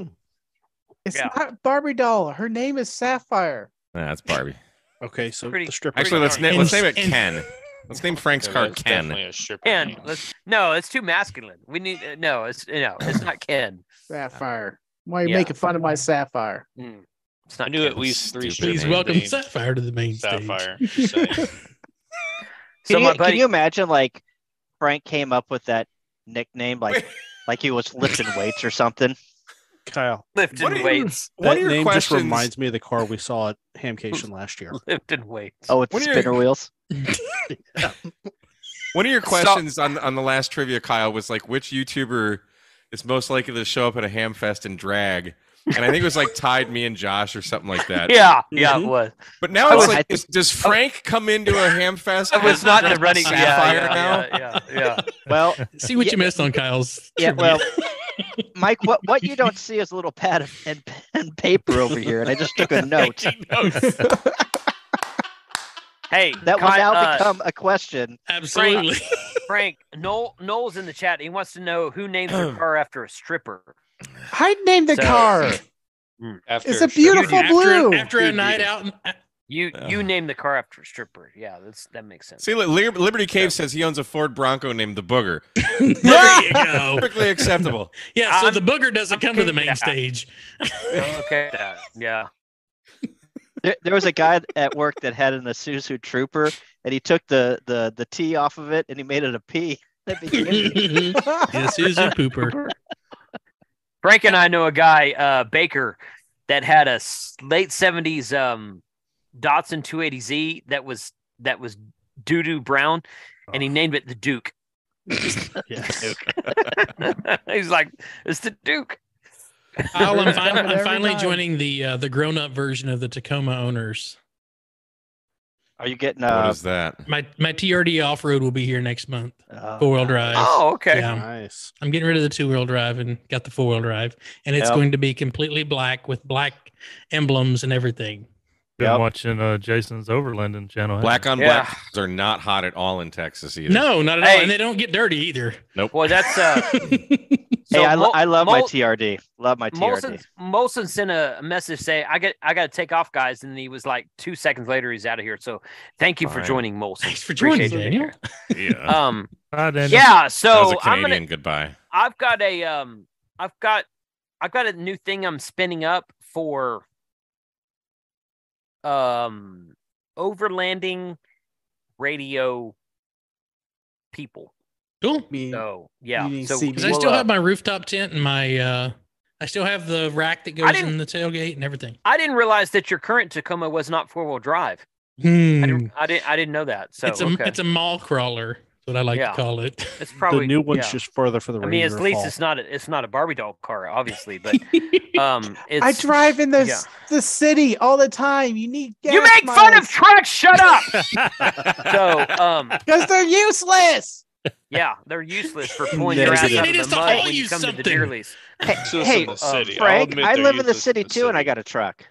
Speaker 3: It's
Speaker 1: yeah.
Speaker 3: not Barbie doll. Her name is Sapphire.
Speaker 5: Nah, that's Barbie.
Speaker 4: Okay, so
Speaker 1: Pretty- the stripper-
Speaker 5: Actually, let's
Speaker 1: pretty
Speaker 5: name let's name
Speaker 1: dark.
Speaker 5: it Ken. Let's name Frank's
Speaker 7: Yeah,
Speaker 5: car
Speaker 7: that's
Speaker 5: Ken.
Speaker 7: definitely a stripper
Speaker 1: Ken. Let's, no, it's too masculine. We need uh, no. It's no. It's not Ken.
Speaker 3: Sapphire. Why are you
Speaker 1: Yeah.
Speaker 3: making fun of my sapphire?
Speaker 13: Hmm.
Speaker 1: Mm. It's not
Speaker 7: I knew
Speaker 1: Ken.
Speaker 7: at least three.
Speaker 13: Please
Speaker 7: shippers
Speaker 13: welcome
Speaker 7: named
Speaker 13: Sapphire to the main stage.
Speaker 7: Sapphire.
Speaker 1: So
Speaker 8: Can,
Speaker 1: my
Speaker 8: you,
Speaker 1: buddy-
Speaker 8: can you imagine like Frank came up with that nickname like like he was lifting weights or something?
Speaker 4: Kyle.
Speaker 1: Lifting
Speaker 4: What are you-
Speaker 1: weights.
Speaker 4: That name just reminds me of the car we saw at Hamcation last year.
Speaker 1: Lifting weights.
Speaker 8: Oh, with the
Speaker 5: What are your-
Speaker 8: spinner wheels.
Speaker 6: Hmm.
Speaker 5: One of your
Speaker 8: Stop.
Speaker 5: questions on on the last trivia, Kyle, was like, which YouTuber is most likely to show up at a ham fest in drag? And I think it was like tied me and Josh or something like that.
Speaker 1: Yeah,
Speaker 13: Mm-hmm.
Speaker 1: yeah, it was.
Speaker 5: But now
Speaker 1: I
Speaker 5: it's
Speaker 1: was-
Speaker 5: like,
Speaker 1: Oh, I
Speaker 5: does, does Frank come into a ham fest?
Speaker 1: I was not in the running. Yeah,
Speaker 5: Sapphire
Speaker 1: yeah,
Speaker 5: now.
Speaker 1: yeah, yeah,
Speaker 8: Well,
Speaker 13: See what
Speaker 8: yeah,
Speaker 13: you missed on Kyle's.
Speaker 8: Yeah,
Speaker 13: trivia.
Speaker 8: well, Mike, what what you don't see is a little pad of and, and paper over here, and I just took a note.
Speaker 13: Taking notes.
Speaker 1: Hey,
Speaker 8: That will
Speaker 1: Ky-
Speaker 8: now
Speaker 1: uh,
Speaker 8: become a question.
Speaker 13: Absolutely.
Speaker 1: Frank, Noel, Noel's in the chat. He wants to know who names their car after a stripper.
Speaker 3: I named the
Speaker 1: So- hmm.
Speaker 3: car.
Speaker 7: After
Speaker 3: It's a
Speaker 7: stripper.
Speaker 3: beautiful
Speaker 13: After-
Speaker 3: blue.
Speaker 13: After a night out, uh, in-
Speaker 1: You you name the car after a stripper. Yeah, that's that makes sense.
Speaker 5: See, Li- Lib- Liberty Cave says he owns a Ford Bronco named the Booger. Ah!
Speaker 13: there you go.
Speaker 5: Perfectly acceptable.
Speaker 13: Yeah, so
Speaker 1: I'm-
Speaker 13: the booger doesn't come to the main
Speaker 1: yeah.
Speaker 13: stage.
Speaker 1: Oh, okay. Yeah. yeah.
Speaker 8: There, there was a guy at work that had an Isuzu Trooper, and he took the the the T off of it, and he made it a P. That became-
Speaker 13: This is a pooper.
Speaker 1: Frank and I know a guy, uh, Baker, that had a s- late seventies um, Datsun 280Z that was that was doo doo brown, and he
Speaker 3: Oh.
Speaker 1: named it the Duke.
Speaker 4: Yes.
Speaker 1: He's like, it's the Duke.
Speaker 13: Kyle, I'm, fin-
Speaker 1: Coming
Speaker 13: I'm
Speaker 1: every
Speaker 13: finally
Speaker 1: time.
Speaker 13: joining the uh, the grown up version of the Tacoma owners.
Speaker 8: Are you getting
Speaker 5: what
Speaker 8: uh,
Speaker 5: is that?
Speaker 13: My my TRD off road will be here next month.
Speaker 8: uh,
Speaker 13: Four wheel drive.
Speaker 1: Oh, okay.
Speaker 13: Yeah,
Speaker 4: Nice.
Speaker 13: I'm getting rid of the two wheel drive and got the four wheel drive, and it's
Speaker 8: Yep.
Speaker 13: going to be completely black with black emblems and everything.
Speaker 9: Been
Speaker 8: Yep.
Speaker 9: watching uh, Jason's Overlanding channel.
Speaker 5: Black on
Speaker 1: Yeah.
Speaker 5: black are not hot at all in Texas either.
Speaker 13: No, not at all,
Speaker 1: Hey.
Speaker 13: and they don't get dirty either.
Speaker 5: Nope.
Speaker 1: Well, that's uh,
Speaker 8: Hey,
Speaker 1: so
Speaker 8: I, lo-
Speaker 1: Mo-
Speaker 8: I love my
Speaker 1: Mo-
Speaker 8: TRD. Love my TRD.
Speaker 1: Molson, Molson sent a a message saying, "I get, I got to take off, guys," and he was like, two seconds later, he's out of here. So, thank you for
Speaker 5: Fine.
Speaker 1: joining, Molson.
Speaker 13: Thanks for
Speaker 1: Appreciate
Speaker 13: joining,
Speaker 1: you being
Speaker 13: Daniel.
Speaker 1: here.
Speaker 5: Yeah.
Speaker 1: Um,
Speaker 9: Hi, Daniel.
Speaker 1: yeah.
Speaker 5: that was
Speaker 1: So
Speaker 5: a
Speaker 1: I'm
Speaker 5: Canadian
Speaker 1: gonna,
Speaker 5: goodbye.
Speaker 1: I've got a, um, I've got, I've got a new thing I'm spinning up for, um, overlanding radio people.
Speaker 13: Cool.
Speaker 3: Me-
Speaker 1: So yeah,
Speaker 3: meaning
Speaker 1: so
Speaker 3: CB.
Speaker 13: Because I
Speaker 1: we'll,
Speaker 13: still
Speaker 1: uh,
Speaker 13: have my rooftop tent and my uh I still have the rack that goes
Speaker 1: didn't-
Speaker 13: in the tailgate and everything.
Speaker 1: I didn't realize that your current Tacoma was not four wheel drive. I
Speaker 13: Hmm.
Speaker 1: didn't, I didn't. I didn't know that. So
Speaker 13: it's a
Speaker 1: okay.
Speaker 13: it's a mall crawler. That's what I like
Speaker 1: Yeah.
Speaker 13: to call it.
Speaker 1: It's probably
Speaker 4: the new one's
Speaker 1: yeah.
Speaker 4: just further for the
Speaker 1: I mean,
Speaker 4: regular
Speaker 1: at least
Speaker 4: fall.
Speaker 1: it's not a, it's not a Barbie doll car, obviously, but um, it's,
Speaker 3: I drive in the
Speaker 1: yeah.
Speaker 3: the city all the time. You need gas
Speaker 1: You make fun of
Speaker 3: miles.
Speaker 1: trucks. Shut up. so um,
Speaker 3: because they're useless.
Speaker 1: yeah, they're useless for pulling your ass
Speaker 4: Negative.
Speaker 1: out
Speaker 13: They
Speaker 1: of the
Speaker 13: just
Speaker 1: mud
Speaker 13: call
Speaker 1: when
Speaker 13: you
Speaker 1: you come to the
Speaker 13: something.
Speaker 1: deer lease.
Speaker 8: Hey,
Speaker 7: Useless
Speaker 8: hey, uh,
Speaker 7: in the city. I'll
Speaker 8: Frank,
Speaker 7: admit
Speaker 8: I
Speaker 7: they're
Speaker 8: live in the
Speaker 7: useless in
Speaker 8: city
Speaker 7: the
Speaker 8: too, and I
Speaker 7: city.
Speaker 8: got a truck.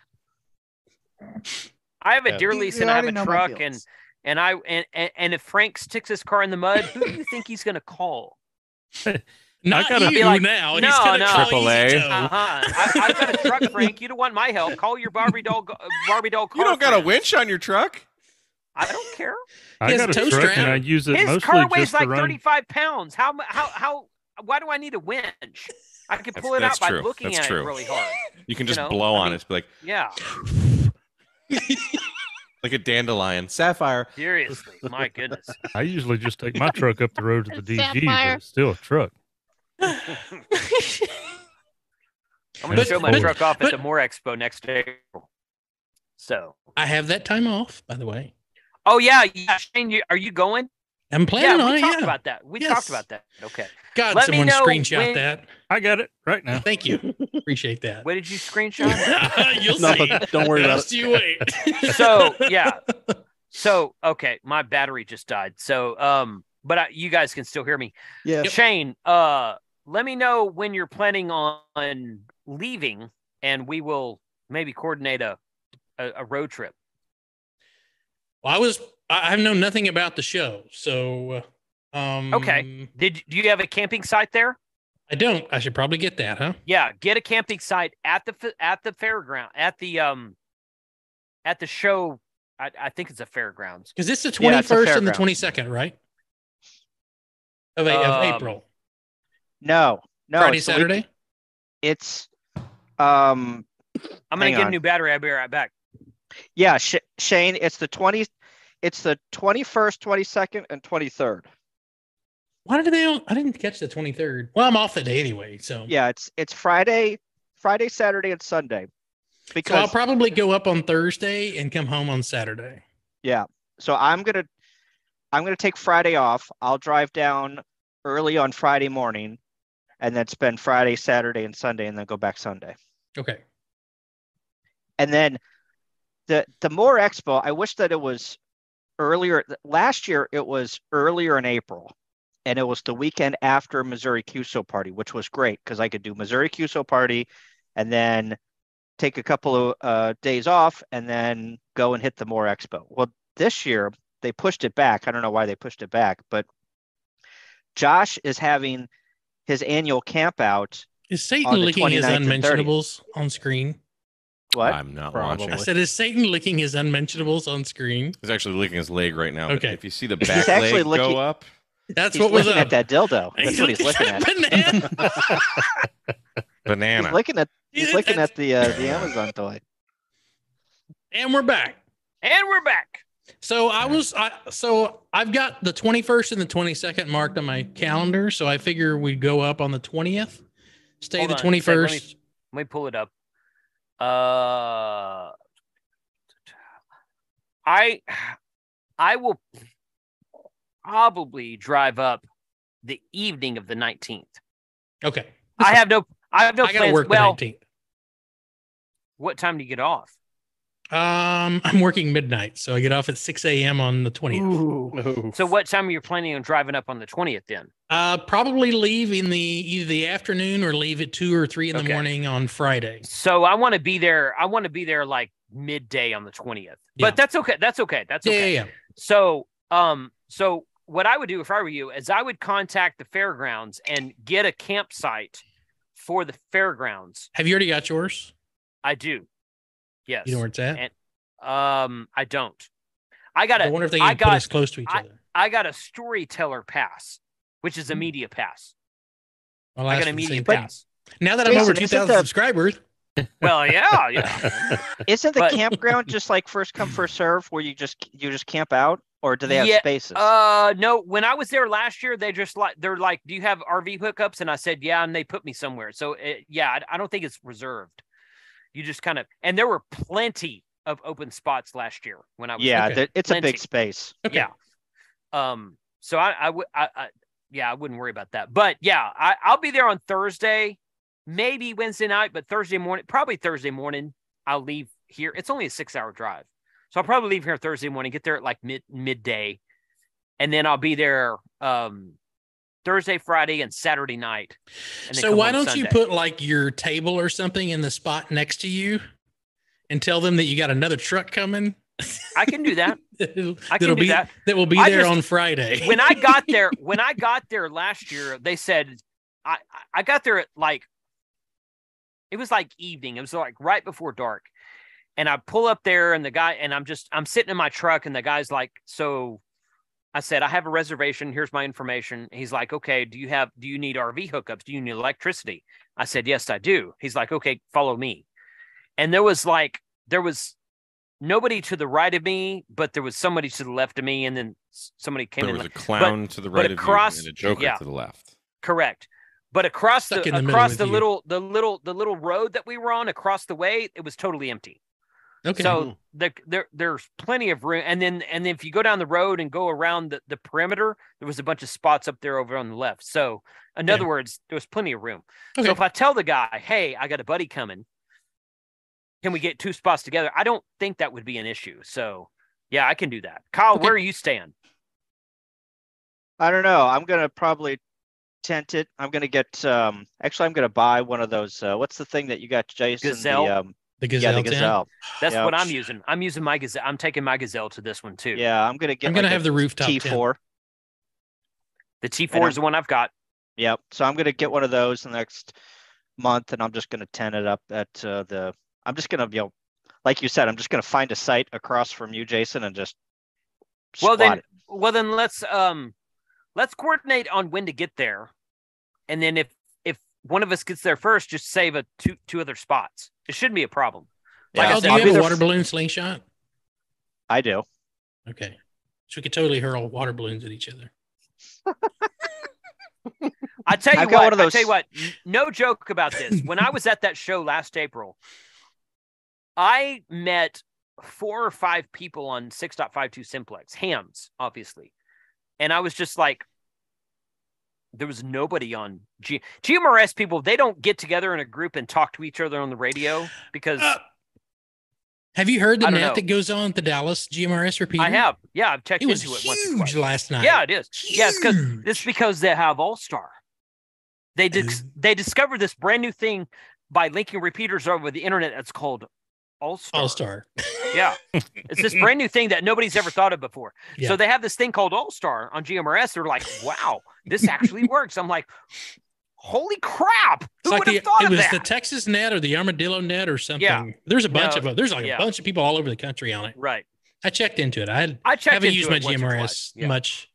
Speaker 1: I have a
Speaker 7: Yeah.
Speaker 1: deer
Speaker 3: You-
Speaker 1: lease
Speaker 3: you
Speaker 1: and I have
Speaker 3: already know my
Speaker 1: a truck, and
Speaker 3: feelings.
Speaker 1: And I and and, and if Frank sticks his car in the mud, who do you think he's going to call?
Speaker 13: Not
Speaker 1: I'd
Speaker 13: you now.
Speaker 1: No,
Speaker 13: He's gonna
Speaker 1: no.
Speaker 13: call Triple A. Easy Toe.
Speaker 1: Uh-huh. I, I've got a truck, Frank. You don't want my help. Call your Barbie doll. go- Barbie doll. Car
Speaker 5: You don't got a
Speaker 1: friends.
Speaker 5: winch on your truck?
Speaker 1: I don't care.
Speaker 9: I got a truck and I use it
Speaker 1: His
Speaker 9: mostly
Speaker 1: car weighs
Speaker 9: just
Speaker 1: like
Speaker 9: to run.
Speaker 1: 35 pounds. How mu- how how? Why do I need a winch? I can pull it
Speaker 5: That's
Speaker 1: out by
Speaker 5: true.
Speaker 1: looking
Speaker 5: That's
Speaker 1: at
Speaker 5: true.
Speaker 1: it really hard.
Speaker 5: You can just
Speaker 1: know?
Speaker 5: blow
Speaker 1: I
Speaker 5: on
Speaker 1: mean,
Speaker 5: it. Be like
Speaker 1: Yeah,
Speaker 5: like a dandelion. Sapphire.
Speaker 1: seriously. My goodness.
Speaker 9: I usually just take my truck up the road to the DG,
Speaker 1: Sapphire.
Speaker 9: but it's still a truck.
Speaker 1: I'm going to
Speaker 9: But-
Speaker 1: show my
Speaker 9: but-
Speaker 1: truck off
Speaker 9: but-
Speaker 1: at the Moore Expo next April. So,
Speaker 13: I have that time off, by the way.
Speaker 1: oh yeah, yeah. Shane, you, are you going?
Speaker 13: I'm planning
Speaker 1: yeah,
Speaker 13: on
Speaker 1: we
Speaker 13: it.
Speaker 1: talked
Speaker 13: yeah.
Speaker 1: about that. We
Speaker 13: Yes.
Speaker 1: talked about that. Okay.
Speaker 13: God,
Speaker 1: Let me
Speaker 13: someone
Speaker 1: know
Speaker 13: screenshot
Speaker 1: when-
Speaker 13: that.
Speaker 9: I got it right now.
Speaker 13: Thank you. Appreciate that.
Speaker 1: What did you screenshot?
Speaker 13: You'll
Speaker 1: No,
Speaker 13: see.
Speaker 1: don't worry about
Speaker 13: Just
Speaker 1: it.
Speaker 13: you wait.
Speaker 1: so yeah so okay my battery just died so um but I, you guys can still hear me
Speaker 3: Yeah. Yep.
Speaker 1: shane uh let me know when you're planning on leaving and we will maybe coordinate a a, a road trip
Speaker 13: Well, I was. I- I've known nothing about the show, so. uh, Um,
Speaker 1: okay did do you have a camping site there
Speaker 13: I don't. I should probably get that, huh?
Speaker 1: yeah get a camping site at the fa- at the fairground at the um at the show i, I think it's a fairgrounds
Speaker 13: Because it's the
Speaker 1: Yeah,
Speaker 13: twenty
Speaker 1: it's a
Speaker 13: first and the
Speaker 1: fairground.
Speaker 13: twenty second, right? Of, a,
Speaker 1: Um,
Speaker 13: of April.
Speaker 8: No, no.
Speaker 13: Friday,
Speaker 8: it's the week-
Speaker 13: Saturday?
Speaker 8: It's um.
Speaker 1: i'm gonna
Speaker 8: hang
Speaker 1: get a
Speaker 8: on.
Speaker 1: new battery i'll be right back
Speaker 8: Yeah, Sh- Shane, it's the twenty. It's the twenty first, twenty second, and twenty third.
Speaker 13: Why did they? Don't, I didn't catch the twenty third. Well, I'm off that day anyway, so
Speaker 8: Yeah, it's it's Friday, Friday, Saturday, and Sunday.
Speaker 13: so I'll
Speaker 8: Because
Speaker 13: probably go up on Thursday and come home on Saturday.
Speaker 8: yeah, so I'm gonna I'm gonna take Friday off. I'll drive down early on Friday morning, and then spend Friday, Saturday, and Sunday, and then go back Sunday.
Speaker 13: Okay.
Speaker 8: And then the the more expo, I wish that it was earlier. Last year it was earlier in April, and it was the weekend after Missouri CUSO party, which was great because I could do Missouri CUSO party, and then take a couple of uh, days off, and then go and hit the more expo. Well, this year they pushed it back. I don't know why they pushed it back, but Josh is having his annual camp out.
Speaker 13: Is Satan
Speaker 8: on the
Speaker 13: licking his
Speaker 8: 29th and 30th.
Speaker 13: unmentionables on screen?
Speaker 8: What?
Speaker 5: I'm not
Speaker 13: I
Speaker 5: watching.
Speaker 13: said, is Satan licking his unmentionables on screen?
Speaker 5: He's actually licking his leg right now. but
Speaker 13: Okay.
Speaker 5: If you see the
Speaker 13: He's
Speaker 5: back
Speaker 13: actually
Speaker 5: leg
Speaker 13: licking-
Speaker 5: go up,
Speaker 13: That's
Speaker 8: He's
Speaker 13: what was
Speaker 8: looking
Speaker 13: up.
Speaker 8: at that dildo.
Speaker 13: He's
Speaker 8: That's what he's
Speaker 13: looking
Speaker 8: looking
Speaker 13: at
Speaker 8: at.
Speaker 5: banana.
Speaker 8: He's looking at he's
Speaker 13: Yeah,
Speaker 8: looking
Speaker 13: that's-
Speaker 8: at the uh, the Amazon toy.
Speaker 13: And we're back.
Speaker 1: and we're back
Speaker 13: So I was I so I've got the 21st and the 22nd marked on my calendar. So I figure we'd go up on the 20th, stay
Speaker 1: Hold
Speaker 13: the
Speaker 1: on a sec, let me-
Speaker 13: 21st.
Speaker 1: Let me pull it up. Uh, I I will probably drive up the evening of the nineteenth.
Speaker 13: Okay.
Speaker 1: I have no I have no
Speaker 13: I gotta
Speaker 1: plans.
Speaker 13: work the
Speaker 1: well,
Speaker 13: 19th.
Speaker 1: what time do you get off?
Speaker 13: Um, I'm working midnight, so I get off at 6 a.m. on the 20th.
Speaker 1: So what time are you planning on driving up on the twentieth then?
Speaker 13: Uh, probably leave in the either the afternoon or leave at two or three in the
Speaker 1: Okay.
Speaker 13: morning on Friday.
Speaker 1: So I want to be there. I want to be there like midday on the twentieth.
Speaker 13: Yeah.
Speaker 1: But that's okay. That's okay. That's
Speaker 13: Yeah,
Speaker 1: okay.
Speaker 13: yeah, yeah.
Speaker 1: So, um, so what I would do if I were you is I would contact the fairgrounds and get a campsite for the fairgrounds.
Speaker 13: Have you already got yours?
Speaker 1: I do. Yes.
Speaker 13: You know where it's at?
Speaker 1: And, um, I don't. I got a.
Speaker 13: I wonder if they
Speaker 1: I
Speaker 13: can
Speaker 1: got.
Speaker 13: put us close to each
Speaker 1: I,
Speaker 13: other. Hmm.
Speaker 1: I got a storyteller pass, which is a media pass.
Speaker 13: I'll
Speaker 1: I
Speaker 13: ask
Speaker 1: got a
Speaker 13: for the
Speaker 1: media
Speaker 13: same
Speaker 1: pass.
Speaker 13: thing. Now that I'm over
Speaker 8: Jason,
Speaker 13: 2,000
Speaker 8: isn't the-
Speaker 13: subscribers,
Speaker 1: Well, yeah, yeah.
Speaker 8: Isn't the
Speaker 1: But-
Speaker 8: campground just like first come first serve, where you just you just camp out, or do they have
Speaker 1: Yeah,
Speaker 8: spaces?
Speaker 1: Uh, no. When I was there last year, they just like they're like, "Do you have RV hookups?" And I said, "Yeah," and they put me somewhere. So it, yeah, I, I don't think it's reserved. You just kind of and there were plenty of open spots last year when I was.
Speaker 8: yeah,
Speaker 1: there.
Speaker 8: there- it's a
Speaker 1: Plenty.
Speaker 8: big space.
Speaker 1: Yeah. Um. So I I would I, I yeah I wouldn't worry about that. But yeah, I I'll be there on Thursday, maybe Wednesday night, but Thursday morning, probably Thursday morning. I'll leave here. It's only a six hour drive, so I'll probably leave here Thursday morning, get there at like mid midday, and then I'll be there um Thursday, Friday, and Saturday night. and then
Speaker 13: so
Speaker 1: come
Speaker 13: why
Speaker 1: home
Speaker 13: don't you
Speaker 1: Sunday.
Speaker 13: put like your table or something in the spot next to you and tell them that you got another truck coming?
Speaker 1: I can do that. I can do
Speaker 13: That'll be-
Speaker 1: that.
Speaker 13: that will be
Speaker 1: I
Speaker 13: there on Friday.
Speaker 1: when I got there, when I got there last year, they said I I- I got there at like it was like evening. It was like right before dark. And I pull up there and the guy and I'm just I'm sitting in my truck and the guy's like, so I said, I have a reservation. Here's my information. He's like, okay, do you have do you need RV hookups? Do you need electricity? I said, yes, I do. He's like, okay, follow me. And there was like there was nobody to the right of me, but there was somebody to the left of me, and then s- somebody came.
Speaker 5: There
Speaker 1: in
Speaker 5: was a
Speaker 1: left.
Speaker 5: clown
Speaker 1: But-
Speaker 5: to the
Speaker 1: but
Speaker 5: right of you
Speaker 1: across-
Speaker 5: and a joker
Speaker 1: yeah,
Speaker 5: to the left.
Speaker 1: Correct. But across
Speaker 13: Stuck in
Speaker 1: the,
Speaker 13: the middle
Speaker 1: across
Speaker 13: with
Speaker 1: the
Speaker 13: you.
Speaker 1: little the little the little road that we were on across the way, it was totally empty.
Speaker 13: Okay.
Speaker 1: So the, there there's plenty of room, and then and then if you go down the road and go around the, the perimeter, there was a bunch of spots up there over on the left. So in other words, there was plenty of room. So
Speaker 13: Okay.
Speaker 1: if I tell the guy, "Hey, I got a buddy coming," can we get two spots together? I don't think that would be an issue. So yeah, I can do that. Kyle, where are you staying?
Speaker 8: I don't know. I'm gonna probably tent it. I'm gonna get. Um, actually, I'm gonna buy one of those. Uh, what's the thing that you got, Jason?
Speaker 1: Gazelle?
Speaker 8: The, um,
Speaker 13: The
Speaker 8: Yeah,
Speaker 13: Gazelle
Speaker 8: the
Speaker 13: tent?
Speaker 8: gazelle.
Speaker 1: That's
Speaker 8: Yeah.
Speaker 1: what I'm using. I'm using my gazelle. I'm taking my gazelle to this one too.
Speaker 8: Yeah, I'm gonna get.
Speaker 1: I'm gonna
Speaker 8: like a
Speaker 1: have the rooftop tent.
Speaker 8: T4.
Speaker 1: The
Speaker 8: And
Speaker 1: T4
Speaker 8: I'm-
Speaker 1: is the one I've got.
Speaker 8: Yep. So I'm gonna get one of those in the next month, and I'm just gonna tent it up at uh, the. I'm just gonna, you know, like you said, I'm just gonna find a site across from you, Jason, and just.
Speaker 1: Well
Speaker 8: squat
Speaker 1: then,
Speaker 8: it.
Speaker 1: well then, let's um, let's coordinate on when to get there, and then if if one of us gets there first, just save a two two other spots. It shouldn't be a problem.
Speaker 13: Like,
Speaker 1: I
Speaker 13: oh, do
Speaker 1: said,
Speaker 13: you
Speaker 1: I'll be
Speaker 13: have a
Speaker 1: there
Speaker 13: water
Speaker 1: f-
Speaker 13: balloon slingshot?
Speaker 8: I do.
Speaker 13: Okay. So we could totally hurl water balloons at each other.
Speaker 1: I tell you
Speaker 13: I've got
Speaker 1: what,
Speaker 13: one of
Speaker 1: I
Speaker 13: those-
Speaker 1: tell you what, n- no joke about this. when I was at that show last April, I met four or five people on 6.52 simplex, hams, obviously. And I was just like, there was nobody on G- GMRS people. They don't get together in a group and talk to each other on the radio because
Speaker 13: Have you heard
Speaker 1: I
Speaker 13: the
Speaker 1: don't
Speaker 13: math
Speaker 1: know.
Speaker 13: that goes on at the Dallas GMRS repeater?
Speaker 1: I have. Yeah, I've checked
Speaker 13: It was
Speaker 1: into it once or
Speaker 13: huge
Speaker 1: twice.
Speaker 13: last night.
Speaker 1: Yeah, it is. Yeah, it's because it's because they have All Star. They dis- they discovered this brand new thing by linking repeaters over the internet. That's called All Star.
Speaker 13: All star.
Speaker 1: Yeah, it's this brand new thing that nobody's ever thought of before.
Speaker 13: Yeah.
Speaker 1: So they have this thing called All Star on GMRS. They're like, wow, this actually works. I'm like, holy crap! Who
Speaker 13: It's like
Speaker 1: would have
Speaker 13: the,
Speaker 1: thought
Speaker 13: it
Speaker 1: of
Speaker 13: was
Speaker 1: that?
Speaker 13: the Texas net or the armadillo net or something.
Speaker 1: Yeah.
Speaker 13: There's a bunch
Speaker 1: No,
Speaker 13: of of there's like
Speaker 1: yeah.
Speaker 13: a bunch of people all over the country on it.
Speaker 1: Right.
Speaker 13: I checked into it. I,
Speaker 1: I checked
Speaker 13: haven't
Speaker 1: into
Speaker 13: used
Speaker 1: it
Speaker 13: my
Speaker 1: once or
Speaker 13: GMRS
Speaker 1: yeah.
Speaker 13: much.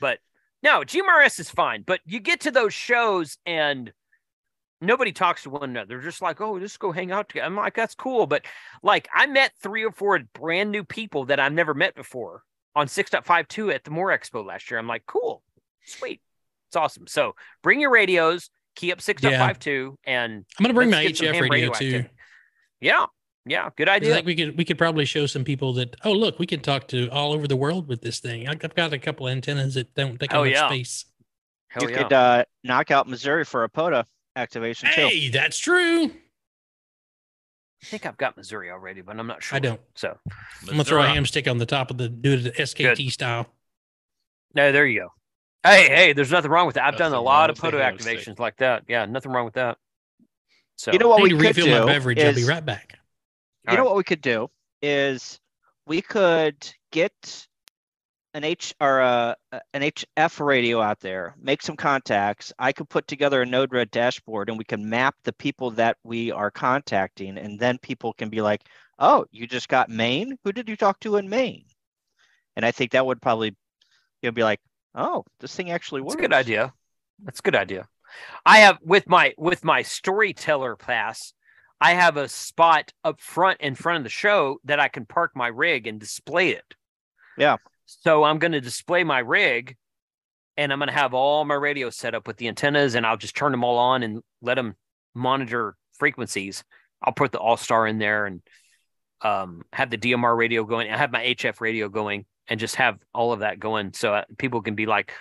Speaker 1: But no, GMRS is fine. But you get to those shows and nobody talks to one another. They're just like, oh, just go hang out together. I'm like, that's cool. But like, I met three or four brand new people that I've never met before on 6.52 at the Moore Expo last year. I'm like, cool, sweet. It's awesome. So bring your radios, key up 6.52, and
Speaker 13: I'm gonna bring
Speaker 1: let's
Speaker 13: my
Speaker 1: get some
Speaker 13: HF
Speaker 1: ham
Speaker 13: radio
Speaker 1: activity.
Speaker 13: too.
Speaker 1: Yeah. Yeah. Good
Speaker 13: I
Speaker 1: idea.
Speaker 13: think we could we could probably show some people that oh look we can talk to all over the world with this thing. I- I've got a couple antennas that don't take up
Speaker 1: Oh,
Speaker 13: much
Speaker 1: yeah.
Speaker 13: space.
Speaker 8: you could uh, knock out Missouri for a POTA activation too.
Speaker 13: Hey, that's true.
Speaker 1: I think I've got Missouri already, but I'm not sure.
Speaker 13: I don't.
Speaker 1: So
Speaker 13: I'm gonna throw a
Speaker 1: Missouri.
Speaker 13: ham stick on the top of the do it SKT style.
Speaker 1: No, there you go. Hey, hey, there's nothing wrong with that. I've done a
Speaker 13: Nothing
Speaker 1: lot
Speaker 13: wrong
Speaker 1: of
Speaker 13: with
Speaker 1: photo
Speaker 13: the ham stick.
Speaker 1: activations like that. Yeah, nothing wrong with that. So
Speaker 8: You know what
Speaker 13: I
Speaker 8: we
Speaker 13: need
Speaker 8: could
Speaker 13: to refill
Speaker 8: do
Speaker 13: my beverage. I'll be
Speaker 8: is-
Speaker 13: right back.
Speaker 8: You know what we could do is we could get an H or a, a- an HF radio out there, make some contacts. I could put together a Node-RED dashboard, and we can map the people that we are contacting, and then people can be like, "Oh, you just got Maine. Who did you talk to in Maine?" And I think that would probably you'll be like, "Oh, this thing actually works."
Speaker 1: That's a good idea. That's a good idea. I have with my with my storyteller pass, I have a spot up front in front of the show that I can park my rig and display it.
Speaker 8: Yeah.
Speaker 1: So I'm going to display my rig and I'm going to have all my radios set up with the antennas and I'll just turn them all on and let them monitor frequencies. I'll put the All Star in there and um, have the DMR radio going. I have my HF radio going and just have all of that going so uh, people can be like,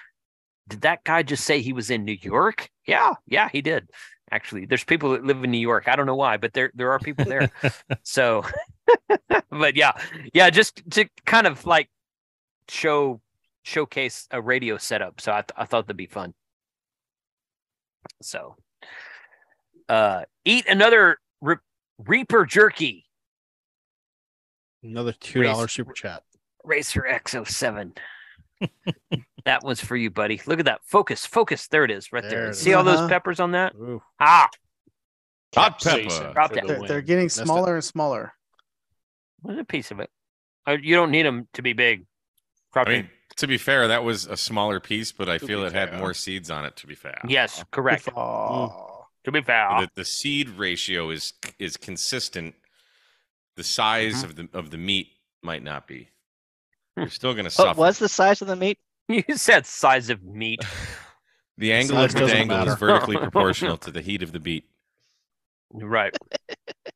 Speaker 1: did that guy just say he was in New York? Yeah, yeah, he did. Actually, there's people that live in New York. I don't know why, but there there are people there. so, but yeah, yeah, just to kind of like show showcase a radio setup. So I th- I thought that'd be fun. So, uh, eat another re- Reaper jerky.
Speaker 6: Another two dollar super chat.
Speaker 1: Racer XO7. that one's for you, buddy. Look at that. Focus, focus. There it is, right there.
Speaker 6: There it
Speaker 1: See
Speaker 6: is.
Speaker 1: all those
Speaker 6: Uh-huh.
Speaker 1: peppers on that? Ah,
Speaker 5: Hot
Speaker 1: Capsaicin
Speaker 5: pepper.
Speaker 1: Drop
Speaker 5: for
Speaker 1: that.
Speaker 5: the
Speaker 3: They're,
Speaker 5: win.
Speaker 3: they're getting
Speaker 1: Missed it.
Speaker 3: smaller and smaller.
Speaker 1: What is a piece of it? Uh, You don't need them to be big.
Speaker 5: I mean, to be fair, that was a smaller piece, but I
Speaker 1: To
Speaker 5: feel
Speaker 1: be
Speaker 5: it had more seeds on it. To be fair,
Speaker 13: Oh.
Speaker 1: Yes, correct. To be fair,
Speaker 5: the, the seed ratio is is consistent. The size
Speaker 13: Mm-hmm.
Speaker 5: of the of the meat might not be.
Speaker 13: Hmm.
Speaker 5: You're still
Speaker 13: Oh,
Speaker 5: going to
Speaker 8: What
Speaker 5: suffer.
Speaker 8: oh, was the size of the meat?
Speaker 1: You said size of meat.
Speaker 5: The angle
Speaker 8: Size
Speaker 5: of the
Speaker 8: doesn't
Speaker 5: dangle
Speaker 8: matter.
Speaker 5: is vertically proportional to the heat of the beat.
Speaker 1: Right.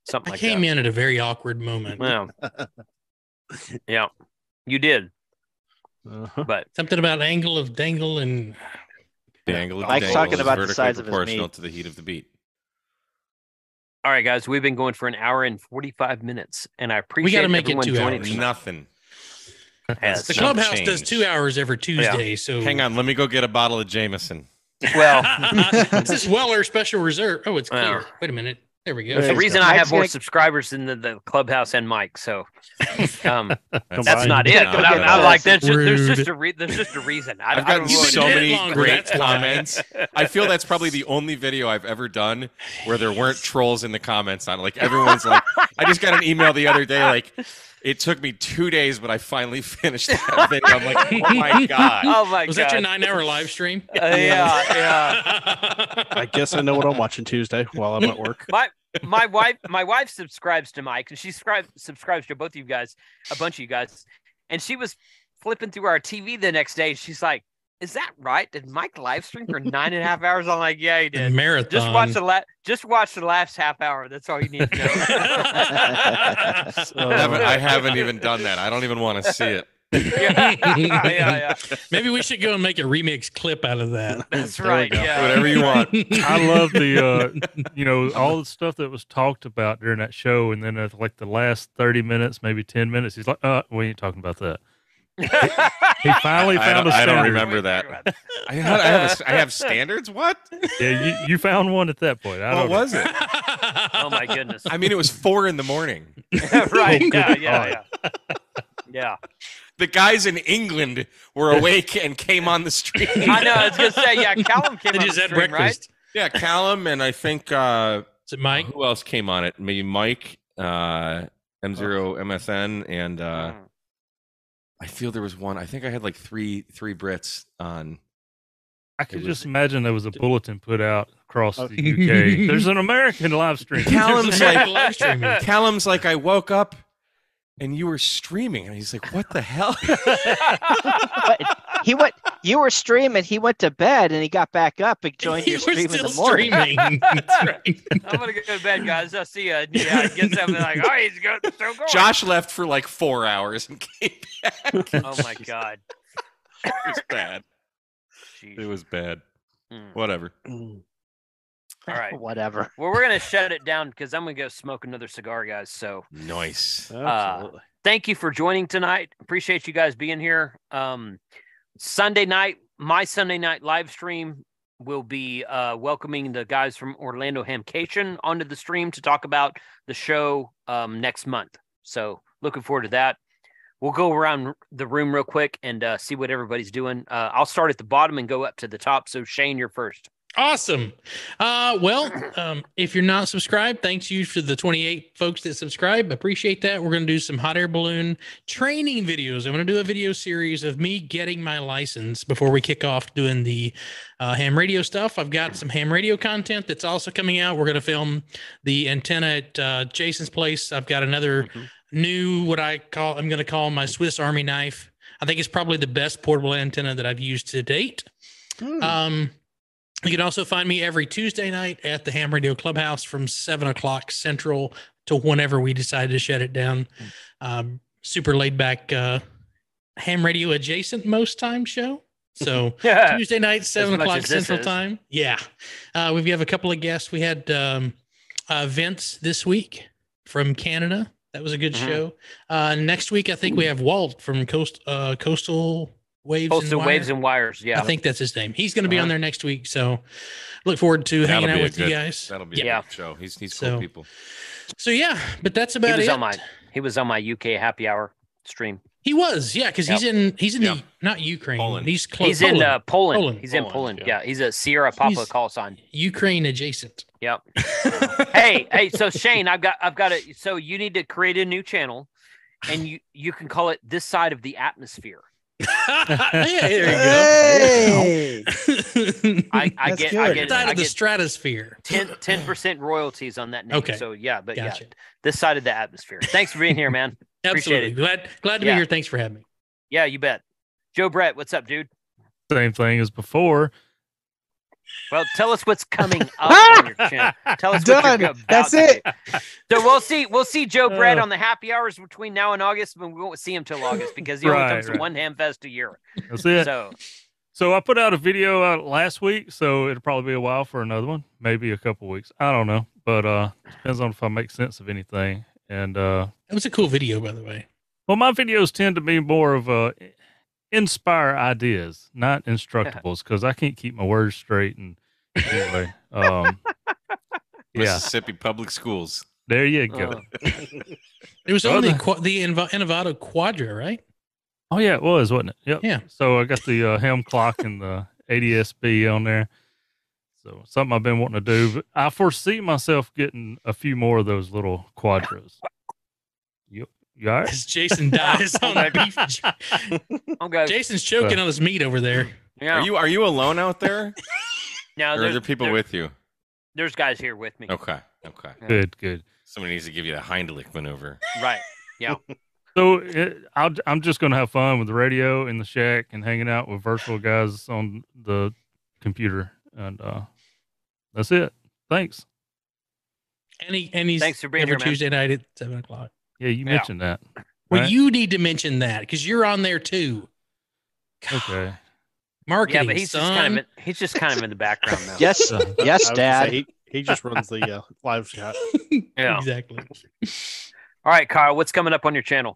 Speaker 1: Something
Speaker 13: I
Speaker 1: like
Speaker 13: came
Speaker 1: that.
Speaker 13: in at a very awkward moment.
Speaker 1: Wow. yeah, you did.
Speaker 5: Uh-huh.
Speaker 1: But
Speaker 13: Something about angle of dangle and
Speaker 5: The angle of the
Speaker 13: Mike's
Speaker 5: dangle
Speaker 13: talking
Speaker 5: is
Speaker 13: about the
Speaker 5: vertically
Speaker 13: size of his
Speaker 5: proportional
Speaker 13: meat.
Speaker 5: to the heat of the beat.
Speaker 1: all right, guys, we've been going for an hour and forty-five minutes, and I appreciate
Speaker 13: gotta make it
Speaker 1: everyone
Speaker 13: two
Speaker 1: joining
Speaker 13: hours.
Speaker 1: tonight.
Speaker 5: Nothing.
Speaker 1: Yes.
Speaker 13: the clubhouse does two hours
Speaker 1: Oh,
Speaker 13: every Tuesday. So
Speaker 5: Hang on, let me go get a bottle of Jameson.
Speaker 1: Well,
Speaker 13: this is Weller Special Reserve. Oh, it's clear.
Speaker 1: Wow.
Speaker 13: Wait a minute. There we go.
Speaker 1: the reason I have more subscribers than the, the clubhouse and Mike, so um, that's
Speaker 13: Combined.
Speaker 1: not it.
Speaker 13: No,
Speaker 1: But I,
Speaker 13: no,
Speaker 1: I
Speaker 13: no.
Speaker 1: like there's just, there's
Speaker 13: Rude.
Speaker 1: just a re- there's just a reason. I,
Speaker 5: I've
Speaker 1: I
Speaker 5: gotten
Speaker 1: don't know what
Speaker 5: so
Speaker 1: it is.
Speaker 5: many great
Speaker 1: that's why.
Speaker 5: comments. I feel that's probably the only video I've ever done where there weren't trolls in the comments on. it. Like everyone's like, I just got an email the other day. Like it took me two days, but I finally finished that video. I'm like, oh my god.
Speaker 1: Oh my
Speaker 13: Was that your
Speaker 1: God.
Speaker 13: nine-hour live stream?
Speaker 1: Uh, yeah, yeah.
Speaker 6: I guess I know what I'm watching Tuesday while I'm at work.
Speaker 1: my my wife my wife subscribes to Mike and she subscribe, subscribes to both of you guys, a bunch of you guys, and she was flipping through our TV the next day. And she's like, "Is that right? Did Mike live stream for nine and a half hours?" I'm like, "Yeah, he did."
Speaker 13: marathon.
Speaker 1: Just watch the la- just watch the last half hour. That's all you need to know.
Speaker 5: I haven't, I haven't even done that. I don't even want to see it.
Speaker 13: Maybe we should go and make a remix clip out of that.
Speaker 1: That's
Speaker 9: right, yeah. Whatever you
Speaker 5: want.
Speaker 9: I love the uh, you know all the stuff that was talked about during that show, and then at like the last thirty minutes, maybe ten minutes, he's like, "Uh, we ain't talking about that." he finally
Speaker 5: I
Speaker 9: found
Speaker 5: don't,
Speaker 9: a
Speaker 5: I
Speaker 9: standard.
Speaker 5: don't remember that. I, had, I, have a s I have standards. What?
Speaker 9: Yeah, you, you found one at that point. I
Speaker 5: What
Speaker 9: don't know.
Speaker 5: was it?
Speaker 1: oh my goodness!
Speaker 5: I mean, it was four in the morning.
Speaker 1: right? Yeah, yeah, yeah. yeah.
Speaker 5: The guys in England were awake and came on the street.
Speaker 1: I know. I was gonna say, yeah. Callum came on the stream, right?
Speaker 5: Yeah, Callum and I think uh
Speaker 13: Is it Mike?
Speaker 5: Who else came on it? Maybe Mike, uh M zero
Speaker 1: Oh.
Speaker 5: MSN and uh
Speaker 1: Hmm.
Speaker 5: I feel there was one. I think I had like three three Brits on.
Speaker 9: I could
Speaker 5: It was-
Speaker 9: just imagine there was a bulletin put out across the
Speaker 3: Oh.
Speaker 9: UK. There's an American live stream.
Speaker 5: Callum's
Speaker 9: live
Speaker 5: like
Speaker 9: streaming.
Speaker 5: Callum's like I woke up and you were streaming and he's like, What the hell?
Speaker 8: He went. You were streaming. He went to bed and he got back up and joined
Speaker 13: You
Speaker 8: your
Speaker 13: were
Speaker 8: stream in the
Speaker 13: still
Speaker 8: morning.
Speaker 13: streaming.
Speaker 1: I'm gonna go to bed, guys. I'll see ya. Yeah, I guess I'm like, oh, he's good. So going.
Speaker 5: Josh left for like four hours and came back.
Speaker 1: Oh my god.
Speaker 5: It was bad. It was bad.
Speaker 1: Mm.
Speaker 5: Whatever.
Speaker 1: All right.
Speaker 8: Whatever.
Speaker 1: Well, we're gonna shut it down because I'm gonna go smoke another cigar, guys. So
Speaker 5: Nice.
Speaker 1: uh, thank you for joining tonight. Appreciate you guys being here. Um, Sunday night, my Sunday night live stream will be uh, welcoming the guys from Orlando Hamcation onto the stream to talk about the show um, next month. So looking forward to that. We'll go around the room real quick and uh, see what everybody's doing. Uh, I'll start at the bottom and go up to the top. So Shane, you're first.
Speaker 13: Awesome. Uh, well, um, if you're not subscribed, thanks you for the 28 folks that subscribe. Appreciate that. We're going to do some hot air balloon training videos. I'm going to do a video series of me getting my license before we kick off doing the uh, ham radio stuff. I've got some ham radio content that's also coming out. We're going to film the antenna at uh, Jason's place. I've got another new, what I call, I'm going to call my Swiss Army knife. I think it's probably the best portable antenna that I've used to date.
Speaker 1: Hmm.
Speaker 13: Um, you can also find me every Tuesday night at the Ham Radio Clubhouse from seven o'clock central to whenever we decide to shut it down.
Speaker 1: Hmm.
Speaker 13: Um, super laid back, uh, ham radio adjacent most time show. So
Speaker 1: Yeah.
Speaker 13: Tuesday night,
Speaker 1: As
Speaker 13: seven
Speaker 1: much
Speaker 13: o'clock
Speaker 1: as this
Speaker 13: central
Speaker 1: is.
Speaker 13: time. Yeah. Uh, we have a couple of guests. We had um, uh, Vince this week from Canada. That was a good
Speaker 1: Mhm.
Speaker 13: show. Uh, next week, I think we have Walt from Coast uh, Coastal Waves.
Speaker 1: Postal
Speaker 13: and Wire.
Speaker 1: waves and wires. Yeah,
Speaker 13: I think that's his name. He's going to be on
Speaker 1: Uh-huh.
Speaker 13: there next week. So look forward to hanging out
Speaker 5: a
Speaker 13: with you
Speaker 5: good-
Speaker 13: guys.
Speaker 5: That'll be a
Speaker 13: yeah.
Speaker 5: good show. He's he's
Speaker 13: So-
Speaker 5: cool people.
Speaker 13: So yeah, but that's about
Speaker 1: he was
Speaker 13: it.
Speaker 1: on my he He was on my UK happy hour stream.
Speaker 13: He was, yeah, because he's in he's in the not Ukraine. He's close.
Speaker 1: He's in uh, Poland. He's in Poland. Yeah. he's a Sierra Papa
Speaker 13: He's-
Speaker 1: call sign.
Speaker 13: Ukraine adjacent.
Speaker 1: Yep. hey, hey. So Shane, I've got I've got it. So you need to create a new channel, and you you can call it this side of the atmosphere.
Speaker 13: there
Speaker 3: you
Speaker 13: go.
Speaker 1: I, I
Speaker 13: That's
Speaker 1: get I
Speaker 13: good.
Speaker 1: get
Speaker 13: Side
Speaker 1: I
Speaker 13: of the
Speaker 1: get
Speaker 13: stratosphere.
Speaker 1: 10 percent royalties on that name.
Speaker 13: Okay.
Speaker 1: So yeah, but
Speaker 13: Gotcha.
Speaker 1: yeah, this side of the atmosphere. Thanks for being here, man. Appreciate
Speaker 13: Absolutely.
Speaker 1: it.
Speaker 13: Glad glad to
Speaker 1: Yeah.
Speaker 13: be here. Thanks for having me.
Speaker 1: Yeah, you bet. Joe Brett, what's up, dude?
Speaker 9: Same thing as before.
Speaker 1: Well, tell us what's coming up on your channel. Tell us what you're
Speaker 3: Done.
Speaker 1: about
Speaker 3: That's
Speaker 1: to
Speaker 3: it.
Speaker 1: do. So we'll see. We'll see Joe Brett
Speaker 3: Uh.
Speaker 1: on the happy hours between now and August, but we won't see him till August because he only
Speaker 9: Right,
Speaker 1: comes to
Speaker 9: right.
Speaker 1: one ham fest a year.
Speaker 9: That's it.
Speaker 1: So
Speaker 9: So I put out a video out last week, so it'll probably be a while for another one, maybe a couple weeks. I don't know, but uh depends on if I make sense of anything. And uh
Speaker 13: That was a cool video, by the way.
Speaker 9: well, my videos tend to be more of uh inspire ideas, not instructables, because I can't keep my words straight. And anyway, um, yeah,
Speaker 5: Mississippi Public Schools.
Speaker 9: there you go.
Speaker 1: Oh.
Speaker 13: Oh, It was on
Speaker 9: Other-
Speaker 13: the qua- the Inva- Innovado Quadra, right?
Speaker 9: Oh yeah, it was, wasn't it? Yep.
Speaker 13: Yeah.
Speaker 9: So I got the uh, ham clock and the ADSB on there. So something I've been wanting to do. But I foresee myself getting a few more of those little quadros. You, you all
Speaker 13: As
Speaker 9: right?
Speaker 13: Jason dies on the beef. Jason's choking
Speaker 5: Uh,
Speaker 13: on his meat over there.
Speaker 1: Yeah.
Speaker 5: Are you are you alone out there?
Speaker 1: now
Speaker 5: or are
Speaker 1: there's,
Speaker 5: there people
Speaker 1: there-
Speaker 5: with you?
Speaker 1: there's guys here with me.
Speaker 5: Okay. Okay.
Speaker 9: Good. Good.
Speaker 5: Somebody needs to give you the Heimlich maneuver.
Speaker 1: Right. Yeah.
Speaker 9: So it, I'll, I'm just going to have fun with the radio in the shack and hanging out with virtual guys on the computer, and uh, that's it. Thanks.
Speaker 13: And he and he's
Speaker 1: Thanks for being
Speaker 13: every
Speaker 1: here, man.
Speaker 13: Tuesday night at seven o'clock.
Speaker 9: Yeah, you
Speaker 13: Yeah.
Speaker 9: mentioned that.
Speaker 13: Well,
Speaker 9: right?
Speaker 13: you need to mention that because you're on there too.
Speaker 9: okay.
Speaker 13: Marketing,
Speaker 1: yeah, but he's just kind
Speaker 13: son.
Speaker 1: of in, he's just kind of in the background now.
Speaker 8: Yes, yes,
Speaker 6: I was gonna say,
Speaker 8: Dad.
Speaker 6: He, he just runs the uh, live chat.
Speaker 1: Yeah.
Speaker 13: Exactly.
Speaker 1: All right, Kyle, what's coming up on your channel?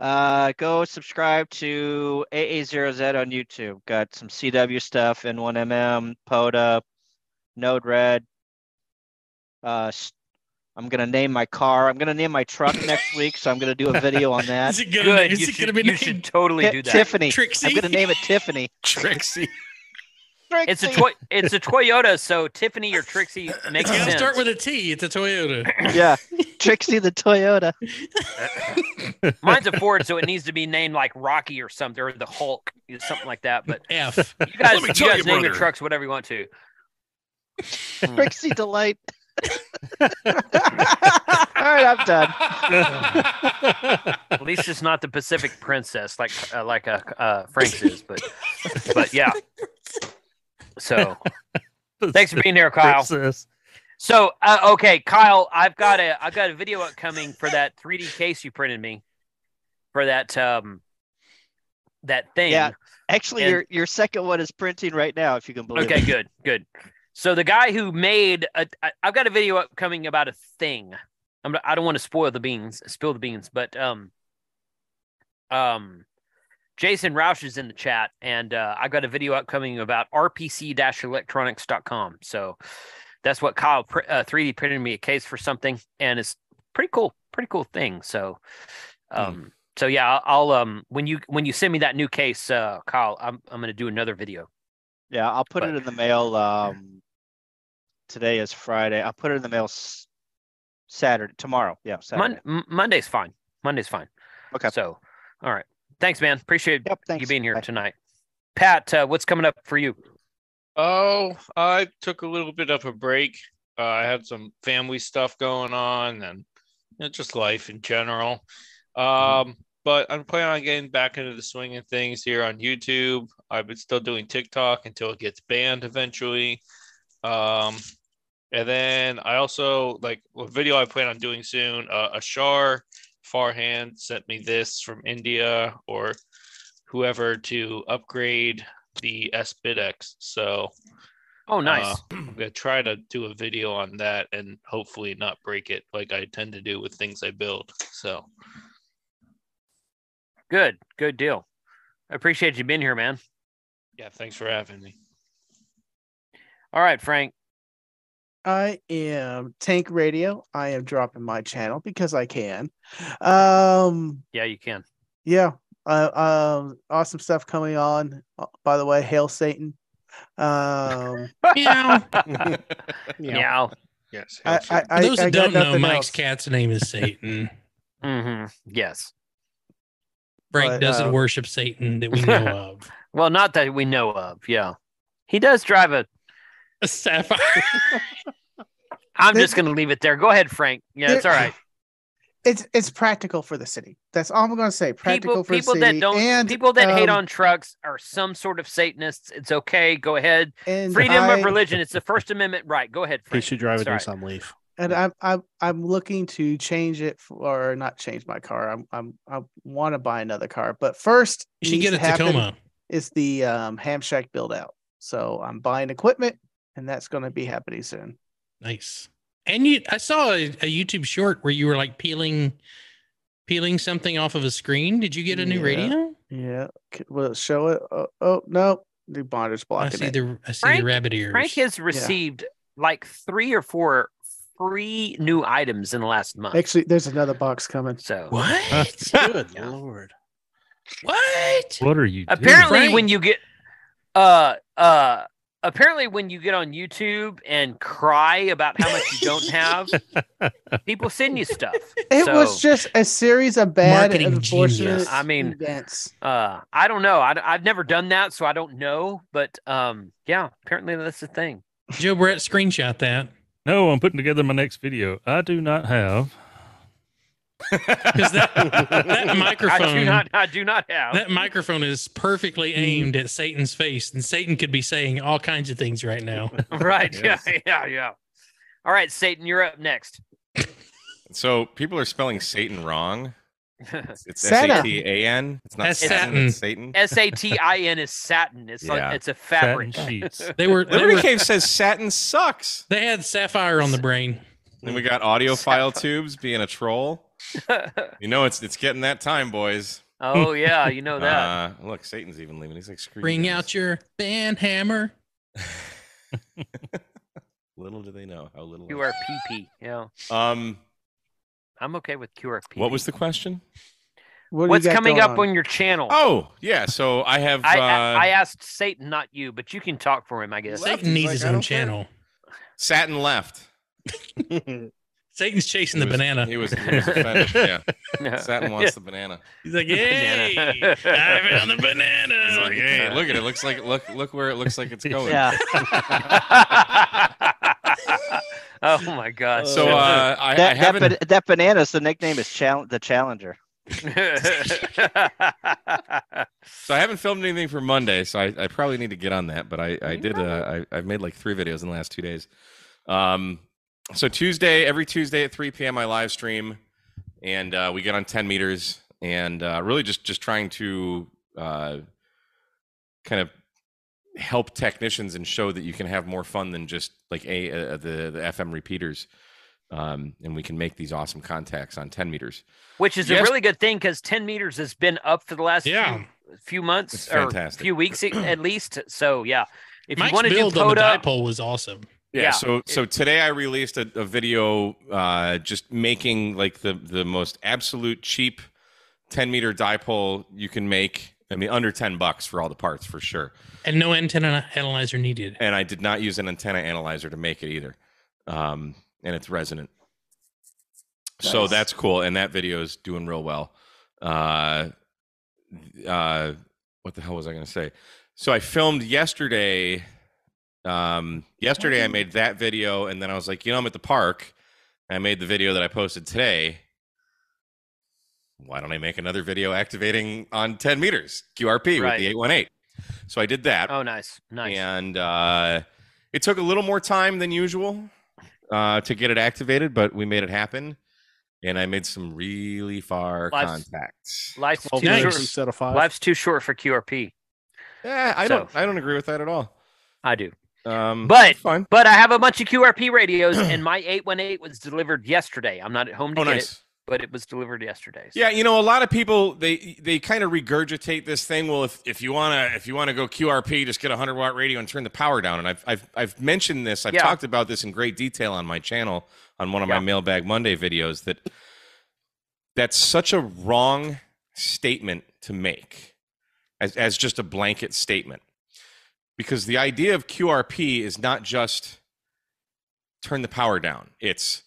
Speaker 8: Uh, go subscribe to AA0Z on YouTube. Got some CW stuff, N1MM, POTA, Node-RED. Uh, s- I'm gonna name my car. I'm gonna name my truck next week, so I'm gonna do a video on that.
Speaker 13: Is it gonna,
Speaker 1: Good.
Speaker 13: Is
Speaker 1: you
Speaker 13: it
Speaker 1: should,
Speaker 13: gonna be
Speaker 1: you
Speaker 13: named
Speaker 1: should totally
Speaker 8: Ti-
Speaker 1: do that.
Speaker 8: Tiffany.
Speaker 13: Trixie?
Speaker 8: I'm gonna name it Tiffany.
Speaker 5: Trixie.
Speaker 1: It's a
Speaker 8: Trixie.
Speaker 1: toy. It's a Toyota. So Tiffany or Trixie makes
Speaker 13: It's
Speaker 1: sense.
Speaker 13: gonna start with a T. It's a Toyota.
Speaker 8: yeah, Trixie the Toyota.
Speaker 1: Mine's a Ford, so it needs to be named like Rocky or something, or the Hulk, something like that. But
Speaker 13: F.
Speaker 1: you guys,
Speaker 13: Let me
Speaker 1: you
Speaker 13: tell
Speaker 1: guys
Speaker 13: you,
Speaker 1: name your
Speaker 13: brother.
Speaker 1: trucks whatever you want to.
Speaker 8: Trixie delight. All right, I'm done.
Speaker 1: At least it's not the Pacific Princess, like uh, like uh, uh, Frank's is. But but yeah. So thanks for being here, Kyle.
Speaker 9: Princess.
Speaker 1: So uh, okay, Kyle, I've got a I've got a video upcoming for that 3D case you printed me for that um that thing.
Speaker 8: Yeah, actually,
Speaker 1: And-
Speaker 8: your your second one is printing right now, if you can believe
Speaker 1: Okay,
Speaker 8: it.
Speaker 1: good, good. So the guy who made a, I, I've got a video upcoming about a thing. I'm not- I don't want to spoil the beans, spill the beans, but um, um, Jason Roush is in the chat, and uh, I've got a video upcoming about rpc-electronics.com. So that's what Kyle pr- uh, 3D printed me a case for something, and it's pretty cool, pretty cool thing. So,
Speaker 8: Hmm.
Speaker 1: um. So yeah, I'll, I'll um when you when you send me that new case, uh, Kyle, I'm I'm gonna do another video.
Speaker 8: Yeah, I'll put
Speaker 1: But-
Speaker 8: it in the mail. Um, today is Friday. I'll put it in the mail s- Saturday, tomorrow. Yeah, Saturday.
Speaker 1: Mon- M- Monday's fine. Monday's fine.
Speaker 8: Okay.
Speaker 1: So, all right. Thanks, man. Appreciate you
Speaker 8: thanks.
Speaker 1: being here
Speaker 8: Bye.
Speaker 1: tonight. Pat, uh, what's coming up for you?
Speaker 7: Oh, I took a little bit of a break. Uh, I had some family stuff going on and you know, just life in general.
Speaker 13: Mm-hmm.
Speaker 7: Um, But I'm planning on getting back into the swing of things here on YouTube. I've been still doing TikTok until it gets banned eventually. Um, and then I also like a video I plan on doing soon. Uh, Ashar Farhan sent me this from India or whoever to upgrade the SBidX. So,
Speaker 1: Oh, nice.
Speaker 7: uh, I'm gonna try to do a video on that and hopefully not break it like I tend to do with things I build. So,
Speaker 1: Good. Good deal. I appreciate you being here, man.
Speaker 7: yeah, thanks for having me.
Speaker 1: All right, Frank.
Speaker 3: I am Tank Radio. I am dropping my channel because I can. Um,
Speaker 1: Yeah, you can.
Speaker 3: yeah, uh, um, awesome stuff coming on. Uh, By the way, hail Satan. Um,
Speaker 13: Meow.
Speaker 1: Meow.
Speaker 7: Yes.
Speaker 3: I, I,
Speaker 13: For those
Speaker 3: I,
Speaker 13: that
Speaker 3: I got
Speaker 13: don't know,
Speaker 3: nothing
Speaker 13: Mike's
Speaker 3: else.
Speaker 13: cat's name is Satan.
Speaker 1: mm-hmm. Yes.
Speaker 13: Frank
Speaker 1: But,
Speaker 13: doesn't
Speaker 1: uh,
Speaker 13: worship Satan that we know of.
Speaker 1: Well, not that we know of. Yeah. He does drive a
Speaker 13: a sapphire.
Speaker 1: I'm just going to leave it there. Go ahead, Frank. Yeah, it's all right.
Speaker 3: It's it's practical for the city. That's all I'm going to say. Practical
Speaker 1: people
Speaker 3: for
Speaker 1: people
Speaker 3: the city.
Speaker 1: that don't
Speaker 3: and,
Speaker 1: people that hate
Speaker 3: um,
Speaker 1: on trucks are some sort of Satanists. It's okay. Go ahead.
Speaker 3: And
Speaker 1: Freedom
Speaker 3: I-
Speaker 1: of religion. It's the First Amendment right. Go ahead,
Speaker 6: He
Speaker 1: Frank.
Speaker 6: should drive it
Speaker 1: Sorry.
Speaker 6: in some leaf.
Speaker 3: and I'm I'm I'm looking to change it for, or not change my car. I'm I'm I want to buy another car, but first
Speaker 13: You should
Speaker 3: needs
Speaker 13: get
Speaker 3: to
Speaker 13: a
Speaker 3: happen
Speaker 13: Tacoma.
Speaker 3: Is the um, ham shack build out? So I'm buying equipment, and that's going to be happening soon.
Speaker 13: Nice. And you, I saw a, a YouTube short where you were like peeling, peeling something off of a screen. Did you get a new
Speaker 3: Yeah.
Speaker 13: radio?
Speaker 3: Yeah, C- will it show it? Oh, oh no, the monitor's
Speaker 13: I
Speaker 3: blocking
Speaker 13: see
Speaker 3: it.
Speaker 13: the I see
Speaker 1: Frank-
Speaker 13: the rabbit ears.
Speaker 1: Frank has
Speaker 13: Yeah.
Speaker 1: received like three or four free new items in the last month.
Speaker 3: Actually, there's another box coming.
Speaker 1: So uh,
Speaker 13: What?
Speaker 6: Good lord.
Speaker 13: What?
Speaker 9: What are you?
Speaker 1: apparently
Speaker 9: doing?
Speaker 1: when you get uh uh apparently when you get on youtube and cry about how much you don't have people send you stuff
Speaker 3: It was
Speaker 1: So,
Speaker 3: just a series of bad,
Speaker 13: Marketing
Speaker 3: unfortunate
Speaker 13: genius. I mean,
Speaker 3: events.
Speaker 1: uh i don't know I, have never done that so i don't know but um yeah apparently that's the thing
Speaker 13: Joe Brett screenshot that
Speaker 9: No, I'm putting together my next video. I do not have.
Speaker 13: because that, that microphone
Speaker 1: i do not i do not have
Speaker 13: that microphone is
Speaker 5: Mm.
Speaker 13: perfectly aimed at Satan's face, and Satan could be saying all kinds of things right now.
Speaker 1: right yeah yeah yeah all right satan you're up next
Speaker 5: So people are spelling Satan wrong. It's S
Speaker 3: Satan.
Speaker 5: A T A N. It's not
Speaker 13: That's
Speaker 5: Satan.
Speaker 13: Satan.
Speaker 5: It's Satan.
Speaker 1: s-a-t-i-n is satin it's
Speaker 5: Yeah.
Speaker 1: like it's a fabric
Speaker 9: Satin sheets.
Speaker 13: They were they,
Speaker 5: Liberty
Speaker 13: were,
Speaker 5: Cave says Satin sucks.
Speaker 13: they had sapphire on the brain.
Speaker 5: Then we got audio file tubes being a troll. You know it's it's getting that time, boys.
Speaker 1: oh yeah you know that
Speaker 5: Uh, look, Satan's even leaving. He's like, screw you
Speaker 13: Bring
Speaker 5: guys."
Speaker 13: out your man hammer.
Speaker 5: Little do they know how little. I-
Speaker 1: qrpp yeah
Speaker 5: Um,
Speaker 1: i'm okay with qrpp
Speaker 5: what was the question?
Speaker 3: What do you
Speaker 1: What's
Speaker 3: got
Speaker 1: coming
Speaker 3: going
Speaker 1: up on? your channel?
Speaker 5: Oh, yeah. So I have.
Speaker 1: I,
Speaker 5: uh,
Speaker 1: I I asked Satan, not you, but you can talk for him, I guess.
Speaker 5: Left,
Speaker 13: Satan needs
Speaker 5: like,
Speaker 13: his
Speaker 5: I don't
Speaker 13: own
Speaker 5: care.
Speaker 13: channel.
Speaker 5: Satin left.
Speaker 13: Satan's chasing
Speaker 5: He
Speaker 13: the
Speaker 5: was-
Speaker 13: banana.
Speaker 5: He was. He was offended. yeah. Satin wants the banana.
Speaker 13: He's like,
Speaker 1: Banana.
Speaker 13: hey, I found the
Speaker 5: He's
Speaker 13: banana.
Speaker 5: like, hey, look at it. Looks like look look where it looks like it's going.
Speaker 12: Yeah.
Speaker 1: oh my god.
Speaker 5: So uh, I, I
Speaker 8: That that,
Speaker 5: haven't.
Speaker 8: ban- that banana's the nickname is challenge the challenger.
Speaker 5: So I haven't filmed anything for Monday, so I, I probably need to get on that. But I, I did. Uh, I, I've made like three videos in the last two days. Um, so Tuesday, every Tuesday at 3 p.m., I live stream, and uh, we get on 10 meters, and uh, really just just trying to uh, kind of help technicians and show that you can have more fun than just like a uh, the the FM repeaters, um, and we can make these awesome contacts on 10 meters.
Speaker 1: Which is a
Speaker 5: yes.
Speaker 1: really good thing because 10 meters has been up for the last
Speaker 13: Yeah.
Speaker 1: few, few months
Speaker 5: It's
Speaker 1: or
Speaker 5: fantastic.
Speaker 1: few weeks e- at least. So yeah. If you
Speaker 13: Mike's
Speaker 1: want to do
Speaker 13: build on the
Speaker 1: Coda,
Speaker 13: dipole was awesome.
Speaker 5: yeah,
Speaker 1: Yeah,
Speaker 5: so
Speaker 1: it-
Speaker 5: so today i released a, a video uh just making like the the most absolute cheap 10 meter dipole you can make i mean under 10 bucks for all the parts for sure
Speaker 13: And no antenna analyzer needed.
Speaker 5: and i did not use an antenna analyzer to make it either um and it's resonant so
Speaker 3: Nice.
Speaker 5: that's cool and that video is doing real well uh uh what the hell was i going to say so i filmed yesterday um yesterday i made that video and then i was like you know i'm at the park i made the video that i posted today why don't i make another video activating on 10 meters qrp with
Speaker 1: Right.
Speaker 5: the 818 so i did that
Speaker 1: oh nice, nice.
Speaker 5: and uh, it took a little more time than usual uh, to get it activated, but we made it happen. And I made some really far
Speaker 1: Life's-
Speaker 5: contacts.
Speaker 1: Life's
Speaker 6: Twelve
Speaker 1: too
Speaker 13: Nice.
Speaker 6: minutes
Speaker 1: short.
Speaker 6: instead of five.
Speaker 1: Life's too short for QRP.
Speaker 5: Yeah, I
Speaker 1: So-
Speaker 5: don't. I don't agree with that at all.
Speaker 1: I do.
Speaker 5: Um,
Speaker 1: But-
Speaker 5: it's fine.
Speaker 1: But I have a bunch of QRP radios, and my 818 was delivered yesterday. I'm not at home to
Speaker 5: Oh,
Speaker 1: get
Speaker 5: nice.
Speaker 1: but it was delivered yesterday.
Speaker 5: Yeah, you know, a lot of people they they kind of regurgitate this thing. Well, if, if you wanna if you wanna go QRP, just get a hundred watt radio and turn the power down. And I've I've I've mentioned this. I've
Speaker 1: Yeah.
Speaker 5: talked about this in great detail on my channel on one of my Mailbag Monday videos. That that's such a wrong statement to make as as just a blanket statement, because the idea of QRP is not just turn the power down. It's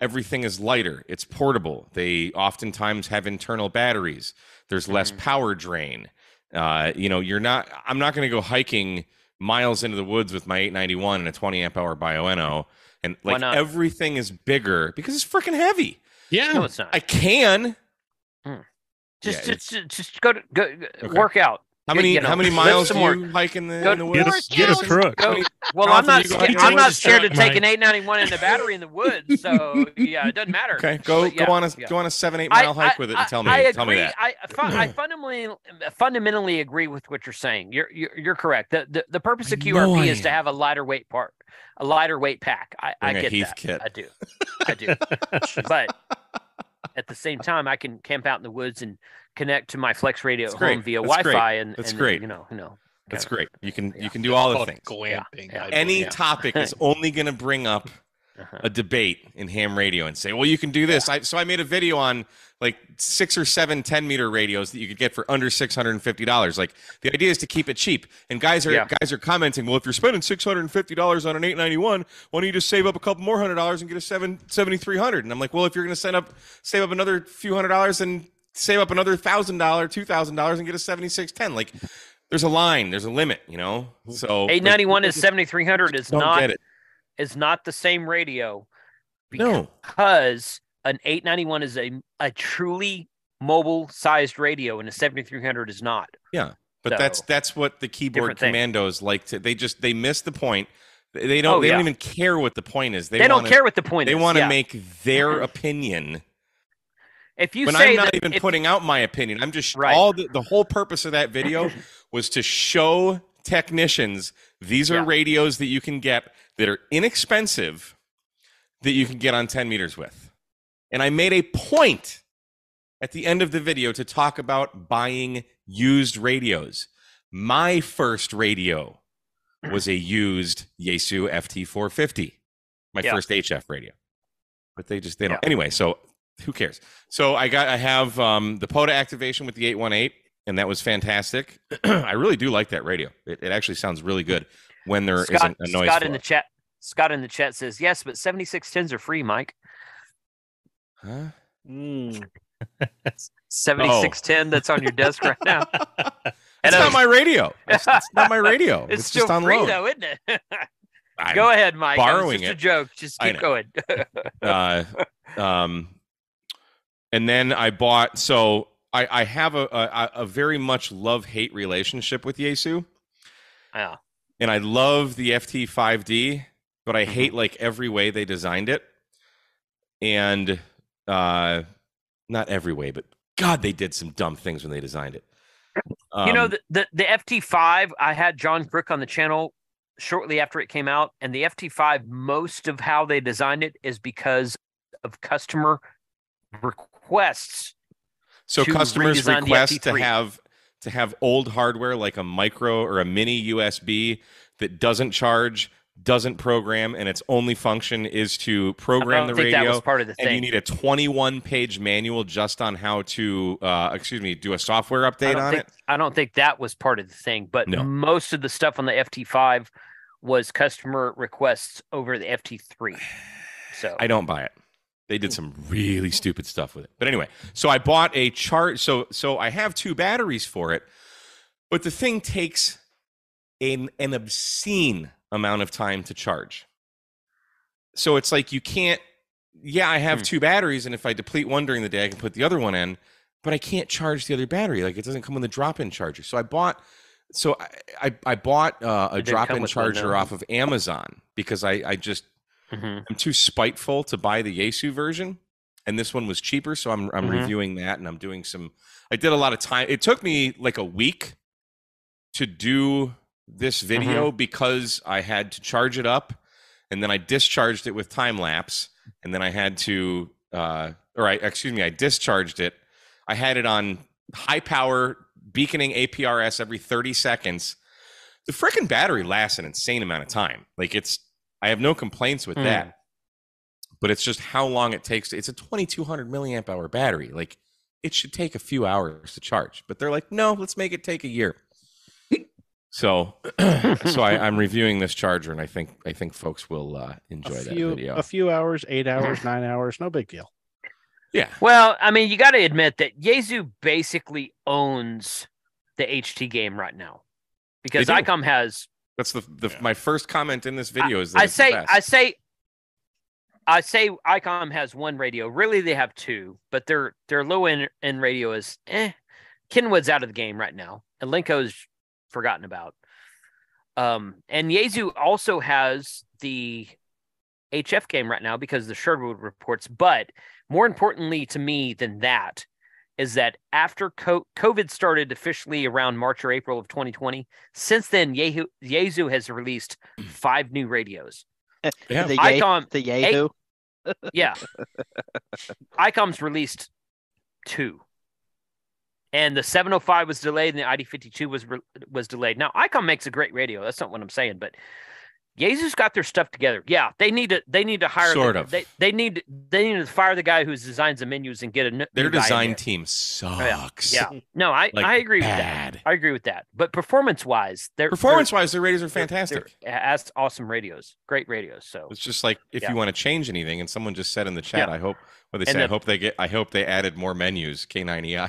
Speaker 5: everything is lighter, it's portable. They oftentimes have internal batteries. There's less
Speaker 1: Mm-hmm.
Speaker 5: power drain. Uh, you know, you're not. I'm not going to go hiking miles into the woods with my 891 and a 20 amp hour Bioeno, and
Speaker 1: Why
Speaker 5: like
Speaker 1: not?
Speaker 5: everything is bigger because it's freaking heavy.
Speaker 13: Yeah,
Speaker 1: No, it's not.
Speaker 5: I can.
Speaker 1: Just,
Speaker 5: Yeah,
Speaker 1: just, just, just go to go work out.
Speaker 5: How
Speaker 1: You-
Speaker 5: many-
Speaker 1: you know,
Speaker 5: how many
Speaker 1: lift
Speaker 5: miles
Speaker 1: some
Speaker 5: do
Speaker 1: more.
Speaker 5: you hike in the-
Speaker 1: Go
Speaker 5: in the
Speaker 1: to-
Speaker 5: Get a- woods? get a
Speaker 1: Go-
Speaker 5: truck.
Speaker 1: go-
Speaker 5: How many-
Speaker 1: well,
Speaker 5: Jonathan,
Speaker 1: I'm not.
Speaker 5: you go
Speaker 1: scared,
Speaker 5: hike in
Speaker 1: I'm
Speaker 5: the
Speaker 1: not
Speaker 5: woods?
Speaker 1: scared to
Speaker 5: Truck,
Speaker 1: take an
Speaker 5: Mike.
Speaker 1: 891 and a battery in the woods. So yeah, it doesn't matter.
Speaker 5: Okay, go
Speaker 1: But yeah,
Speaker 5: go on a
Speaker 1: yeah.
Speaker 5: go on a seven eight
Speaker 1: I-
Speaker 5: mile hike with it and tell me
Speaker 1: I agree.
Speaker 5: tell me that.
Speaker 1: I, I fun- I fundamentally fundamentally agree with what you're saying. You're you're, you're correct. The, the the purpose of
Speaker 5: I know
Speaker 1: QRP
Speaker 5: I
Speaker 1: is to
Speaker 5: am.
Speaker 1: have a lighter weight part, a lighter weight pack. I, I
Speaker 5: Bring a
Speaker 1: get
Speaker 5: Heath
Speaker 1: that.
Speaker 5: kit.
Speaker 1: I do. I do. but at the same time, I can camp out in the woods and connect to my Flex Radio
Speaker 5: That's
Speaker 1: at
Speaker 5: great.
Speaker 1: home via
Speaker 5: That's great.
Speaker 1: Wi-Fi, and
Speaker 5: That's
Speaker 1: and,
Speaker 5: great.
Speaker 1: You know, you know.
Speaker 5: That's
Speaker 1: Yeah.
Speaker 5: great. You can you can do all the
Speaker 1: called
Speaker 5: things.
Speaker 1: glamping, I
Speaker 5: Any
Speaker 1: believe.
Speaker 5: topic is only going to bring up
Speaker 1: Uh-huh.
Speaker 5: a debate in ham radio and say, "Well, you can do this." I, so I made a video on like six or seven 10 meter radios that you could get for under six hundred and fifty dollars. Like the idea is to keep it cheap. And guys are
Speaker 1: Yeah.
Speaker 5: guys are commenting, "Well, if you're spending six hundred and fifty dollars on an eight ninety one, why don't you just save up a couple more hundred dollars and get a seven seventy three hundred? And I'm like, "Well, if you're going to send up save up another few hundred dollars and save up another thousand dollar, two thousand dollars and get a seventy six ten, like." There's a line. There's a limit, you know. So like,
Speaker 1: 891 is 7300 is
Speaker 5: don't
Speaker 1: not
Speaker 5: get
Speaker 1: is
Speaker 5: it.
Speaker 1: not the same radio
Speaker 5: No.
Speaker 1: because an 891 is a a truly mobile sized radio and a 7300 is not.
Speaker 5: Yeah, but
Speaker 1: So,
Speaker 5: that's that's what the keyboard
Speaker 1: different thing.
Speaker 5: commandos like to. They just they miss the point. They they don't.
Speaker 1: Oh,
Speaker 5: they don't
Speaker 1: yeah.
Speaker 5: even care what the point is. They,
Speaker 1: They don't
Speaker 5: wanna-
Speaker 1: care what the point
Speaker 5: They
Speaker 1: is,
Speaker 5: want to
Speaker 1: yeah.
Speaker 5: make their opinion.
Speaker 1: If you
Speaker 5: when
Speaker 1: say
Speaker 5: I'm not
Speaker 1: that-
Speaker 5: even
Speaker 1: if-
Speaker 5: putting out my opinion, I'm just all the, the whole purpose of that video was to show technicians these are radios that you can get that are inexpensive that you can get on 10 meters with. And I made a point at the end of the video to talk about buying used radios. My first radio was a used Yaesu FT450, my
Speaker 1: Yeah.
Speaker 5: first HF radio. But they just they don't. Anyway, so who cares? So I got I have um, the Poda activation with the 818, and that was fantastic. I really do like that radio. It, it actually sounds really good when there
Speaker 1: Scott,
Speaker 5: not a noise.
Speaker 1: Scott in
Speaker 5: floor.
Speaker 1: the chat Scott in the chat says yes, but 7610s are free, Mike.
Speaker 5: Huh?
Speaker 6: Hmm.
Speaker 1: 7610 that's on your desk right now.
Speaker 5: That's not my radio. It's, it's not my radio.
Speaker 1: it's,
Speaker 5: Oh, It's,
Speaker 1: still
Speaker 5: just on
Speaker 1: free
Speaker 5: loan.
Speaker 1: though, isn't it?
Speaker 5: I'm
Speaker 1: Go ahead, Mike. That was
Speaker 5: Borrowing
Speaker 1: just
Speaker 5: it.
Speaker 1: a joke. Just
Speaker 5: I
Speaker 1: keep
Speaker 5: know.
Speaker 1: going.
Speaker 5: uh, um, and then I bought. So I, I have a, a a very much love hate relationship with Yesu.
Speaker 1: Yeah.
Speaker 5: And I love the FT5D, but I
Speaker 1: Mm-hmm.
Speaker 5: hate like every way they designed it. And uh, not every way, but God, they did some dumb things when they designed it.
Speaker 1: you know
Speaker 5: Um,
Speaker 1: the, the the FT5. I had John Brick on the channel shortly after it came out, and the FT5. Most of how they designed it is because of customer requests.
Speaker 5: So
Speaker 1: to
Speaker 5: customers
Speaker 1: redesign the
Speaker 5: request to
Speaker 1: FT3.
Speaker 5: have to have old hardware like a micro or a mini USB that doesn't charge, doesn't program, and its only function is to program
Speaker 1: don't
Speaker 5: the
Speaker 1: think
Speaker 5: radio.
Speaker 1: that was part of the
Speaker 5: and
Speaker 1: thing.
Speaker 5: you need a 21-page manual just on how to, uh, excuse me, do a software
Speaker 1: I
Speaker 5: update
Speaker 1: don't
Speaker 5: on
Speaker 1: think
Speaker 5: it.
Speaker 1: I don't think that was part of the thing, but
Speaker 5: No.
Speaker 1: most of the stuff on the FT5 was customer requests over the FT3. So
Speaker 5: I don't buy it. They did some really stupid stuff with it. But anyway, so I bought a chart. So so I have two batteries for it, but the thing takes an an obscene amount of time to charge. So it's like you can't. Yeah, I
Speaker 1: Hmm.
Speaker 5: have two batteries, and if I deplete one during the day, I can put the other one in, but I can't charge the other battery. Like it doesn't come with a drop-in charger. So I bought. So I I, I bought uh, a
Speaker 1: It didn't come
Speaker 5: drop-in
Speaker 1: with one,
Speaker 5: charger
Speaker 1: no.
Speaker 5: off of Amazon because I I just I'm too spiteful to buy the Yaesu version, and this one was cheaper, so I'm I'm
Speaker 1: Mhm.
Speaker 5: reviewing that, and I'm doing some. I did a lot of time. It took me like a week to do this video because I had to charge it up, and then I discharged it with time lapse, and then I had to uh, or I excuse me, I discharged it. I had it on high power beaconing APRS every 30 seconds. The freaking battery lasts an insane amount of time. Like it's I have no complaints with
Speaker 14: Hmm.
Speaker 5: that. But it's just how long it takes to it's a 2200 milliamp hour battery. Like it should take a few hours to charge. But they're like, "No, let's make it take a year." So, so I, I'm reviewing this charger, and I think I think folks will uh, enjoy that
Speaker 6: few,
Speaker 5: video.
Speaker 6: a few hours, eight hours, nine hours, no big deal.
Speaker 5: Yeah.
Speaker 1: Well, I mean, you got to admit that Yezu basically owns the HT game right now because
Speaker 5: They do.
Speaker 1: Icom has.
Speaker 5: That's the, the my first comment in this video is that
Speaker 1: I
Speaker 5: it's the
Speaker 1: say,
Speaker 5: best.
Speaker 1: I say, I say, Icom has one radio. Really, they have two, but their their low end end radio is eh. Kenwood's out of the game right now, and Linko's forgotten about. Um, and Yezu also has the HF game right now because of the Sherwood reports. But more importantly to me than that is that after co- COVID started officially around March or April of 2020, since then, Yehu- Yezu has released five new radios.
Speaker 8: Yeah. The Ye-
Speaker 1: Icon,
Speaker 8: the
Speaker 1: eight-
Speaker 8: Yehu.
Speaker 1: yeah. ICOM's released two. And the 705 was delayed and the ID52 was re- was delayed. Now, ICOM makes a great radio. That's not what I'm saying, but Yezu's got their stuff together. Yeah, they need to they need to hire
Speaker 5: Sort
Speaker 1: the-
Speaker 5: of.
Speaker 1: They, they need they need to fire the guy who designs the menus and get a n- new
Speaker 5: Their
Speaker 1: guy in
Speaker 5: design
Speaker 1: there. Oh,
Speaker 5: team sucks.
Speaker 1: Yeah. yeah. No, I
Speaker 5: Like,
Speaker 1: I agree
Speaker 5: bad.
Speaker 1: with that. I agree with that. But performance wise, their
Speaker 5: Performance wise, their radios are fantastic.
Speaker 1: That's awesome radios. Great radios. So
Speaker 5: It's just like if
Speaker 1: Yeah.
Speaker 5: you want to change anything, and someone just said in the chat,
Speaker 1: Yeah.
Speaker 5: I hope what they
Speaker 1: And
Speaker 5: say. I
Speaker 1: the-
Speaker 5: hope they get. I hope they added more menus. E K9EI.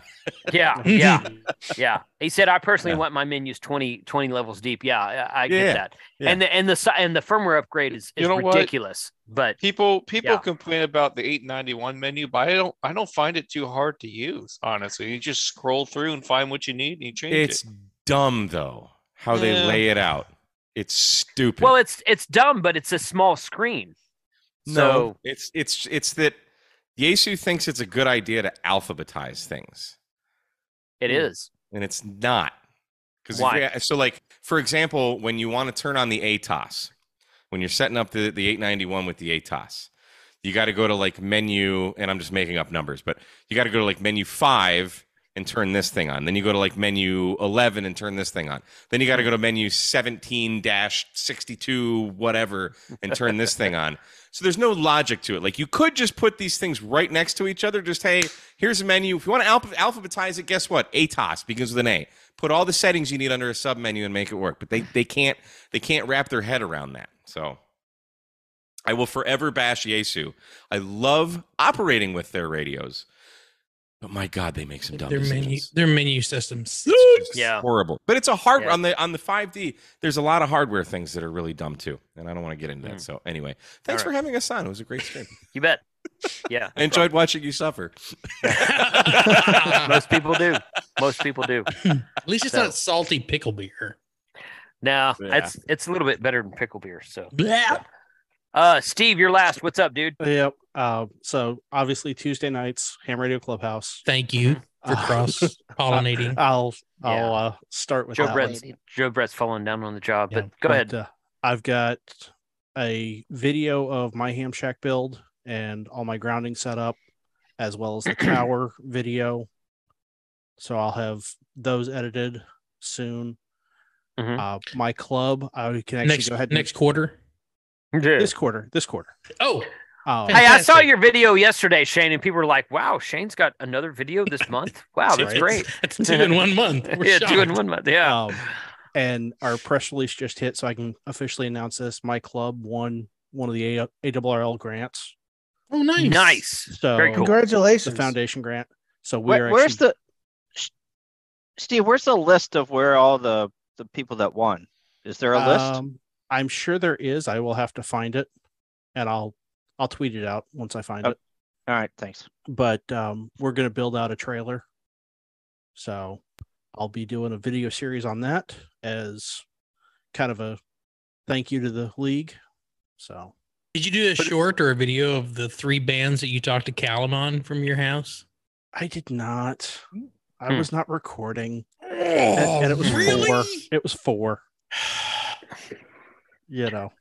Speaker 1: Yeah, yeah, yeah. He said, "I personally
Speaker 5: Yeah.
Speaker 1: want my menus 20, 20 levels deep." Yeah, I, I
Speaker 5: Yeah,
Speaker 1: get that. And the and the si- and the firmware upgrade is, is
Speaker 7: You know what?
Speaker 1: ridiculous. But
Speaker 7: people people
Speaker 1: Yeah.
Speaker 7: complain about the 891 menu, but I don't I don't find it too hard to use, honestly. You just scroll through and find what you need and you change
Speaker 5: It's
Speaker 7: it.
Speaker 5: dumb though how
Speaker 7: Yeah.
Speaker 5: they lay it out. It's stupid.
Speaker 1: Well, it's it's dumb, but it's a small screen.
Speaker 5: no,
Speaker 1: So
Speaker 5: it's it's it's that Yesu thinks it's a good idea to alphabetize things.
Speaker 1: it
Speaker 7: Hmm.
Speaker 1: is.
Speaker 5: and it's not because
Speaker 1: Why?
Speaker 5: so like for example when you want to turn on the atos when you're setting up the, the 891 with the atos you got to go to like menu and i'm just making up numbers but you got to go to like menu 5 and turn this thing on then you go to like menu 11 and turn this thing on then you got to go to menu 17 dash 62 whatever and turn this thing on so there's no logic to it like you could just put these things right next to each other just hey here's a menu if you want to alpha- alphabetize it guess what atos begins with an a put all the settings you need under a submenu and make it work but they they can't they can't wrap their head around that so I will forever bash Yesu. I love operating with their radios, but my God, they make some dumb
Speaker 13: Their menu,
Speaker 5: decisions.
Speaker 13: their menu system sucks.
Speaker 5: It's horrible. But it's a hard on the on the 5D. There's a lot of hardware things that are really dumb too, and I don't want to get into that. So anyway, thanks for having us on. It was a great stream.
Speaker 1: Mm. You bet. Yeah.
Speaker 5: I enjoyed watching you suffer.
Speaker 1: Most people do. Most people do.
Speaker 13: At least it's
Speaker 1: So-
Speaker 13: not salty pickle beer.
Speaker 1: No,
Speaker 13: Yeah.
Speaker 1: it's it's a little bit better than pickle beer. So
Speaker 13: Blah.
Speaker 1: Uh, Steve, you're last. What's up, dude?
Speaker 6: Yep. Uh, so obviously Tuesday nights, Ham Radio Clubhouse.
Speaker 13: Thank you for
Speaker 6: Uh,
Speaker 13: cross pollinating.
Speaker 6: I'll I'll
Speaker 1: Yeah.
Speaker 6: uh, start with
Speaker 1: Joe
Speaker 6: that
Speaker 1: Brett's
Speaker 6: one.
Speaker 1: Joe Brett's falling down on the job,
Speaker 6: Yeah,
Speaker 1: but go ahead.
Speaker 6: uh, I've got a video of my ham shack build and all my grounding setup, as well as the tower video. So I'll have those edited soon.
Speaker 1: Mm-hmm.
Speaker 6: Uh, my club, I can actually
Speaker 13: Next
Speaker 6: go ahead and-
Speaker 13: next quarter.
Speaker 6: This quarter, this quarter.
Speaker 13: Oh,
Speaker 6: Um,
Speaker 1: Hey, I saw your video yesterday, Shane, and people were like, "Wow, Shane's got another video this month. Wow, that's
Speaker 6: Right.
Speaker 1: great.
Speaker 13: That's two in one month. We're
Speaker 1: yeah, two in
Speaker 13: shocked.
Speaker 1: one month. Yeah,
Speaker 6: Um, and our press release just hit, so I can officially announce this. My club won one of the A- AWRL grants.
Speaker 13: Oh, nice.
Speaker 1: Nice.
Speaker 6: So
Speaker 1: Very cool.
Speaker 6: the foundation grant. So we
Speaker 8: Where,
Speaker 6: are
Speaker 8: where's
Speaker 6: actually-
Speaker 8: the Sh- Steve? Where's the list of where all the the people that won? Is there a list?
Speaker 6: Um, I'm sure there is. I will have to find it, and I'll I'll tweet it out once I find
Speaker 8: Oh,
Speaker 6: it.
Speaker 8: All right, thanks.
Speaker 6: But um, we're gonna build out a trailer, so I'll be doing a video series on that as kind of a thank you to the league. So
Speaker 13: Did you do a short or a video of the three bands that you talked to Callum on from your house?
Speaker 6: I did not. I
Speaker 13: Hmm.
Speaker 6: was not recording.
Speaker 3: Oh,
Speaker 6: and, and it was four. It was four. you know.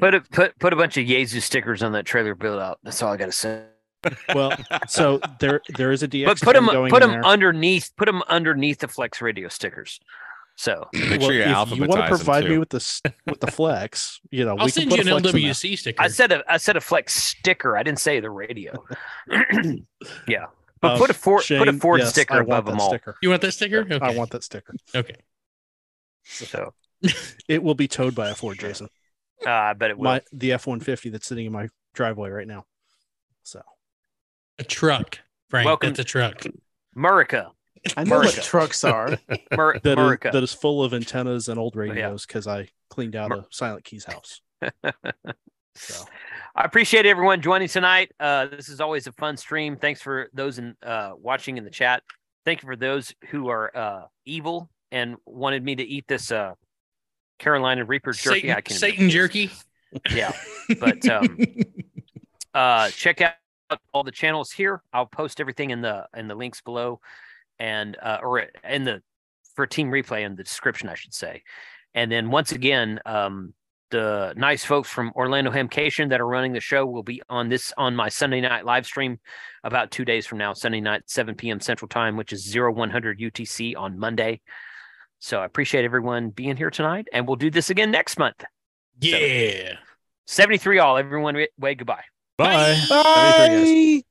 Speaker 1: put a put put a bunch of Yezu stickers on that trailer build out. That's all I gotta say.
Speaker 6: well, so there there is a DX.
Speaker 1: but put them
Speaker 6: going
Speaker 1: put
Speaker 6: in
Speaker 1: them
Speaker 6: there.
Speaker 1: underneath put them underneath the Flex Radio stickers. So
Speaker 6: Well, if you want to provide me with the s- with the flex, you know,
Speaker 1: I'll
Speaker 6: we
Speaker 1: send
Speaker 6: can
Speaker 1: you
Speaker 6: put
Speaker 1: an
Speaker 6: a flex in there.
Speaker 1: LWC I said a I said a Flex sticker. I didn't say the radio. yeah, but
Speaker 6: Uh,
Speaker 1: put a Ford put a
Speaker 6: Shane,
Speaker 1: Ford
Speaker 6: yes,
Speaker 1: sticker
Speaker 6: I
Speaker 1: above
Speaker 6: want that
Speaker 1: them all.
Speaker 6: sticker.
Speaker 13: You want that sticker?
Speaker 6: I want that sticker.
Speaker 13: Okay.
Speaker 1: So
Speaker 6: It will be towed by a Ford, Jason.
Speaker 1: uh, I bet it will.
Speaker 6: My the F one fifty that's sitting in my driveway right now. So
Speaker 13: a truck, Frank.
Speaker 6: Welcome-
Speaker 13: That's a truck.
Speaker 1: Murica.
Speaker 3: I know what trucks are.
Speaker 1: Mur-
Speaker 6: that,
Speaker 1: Murica.
Speaker 6: is, that is full of antennas and old radios because I cleaned out a Silent Keys house.
Speaker 1: I appreciate everyone joining tonight. Uh, this is always a fun stream. Thanks for those in uh, watching in the chat. Thank you for those who are uh, evil and wanted me to eat this uh, Carolina Reaper jerky.
Speaker 13: Satan,
Speaker 1: I can
Speaker 13: Satan jerky.
Speaker 1: yeah but um uh check out all the channels here i'll post everything in the in the links below and uh or in the for team replay in the description i should say and then once again um the nice folks from orlando hamcation that are running the show will be on this on my sunday night live stream about two days from now sunday night 7 p.m central time which is 0100 utc on monday so i appreciate everyone being here tonight and we'll do this again next month
Speaker 13: Yeah.
Speaker 1: 73 all. Everyone, wait, goodbye.
Speaker 9: Bye.
Speaker 3: Bye.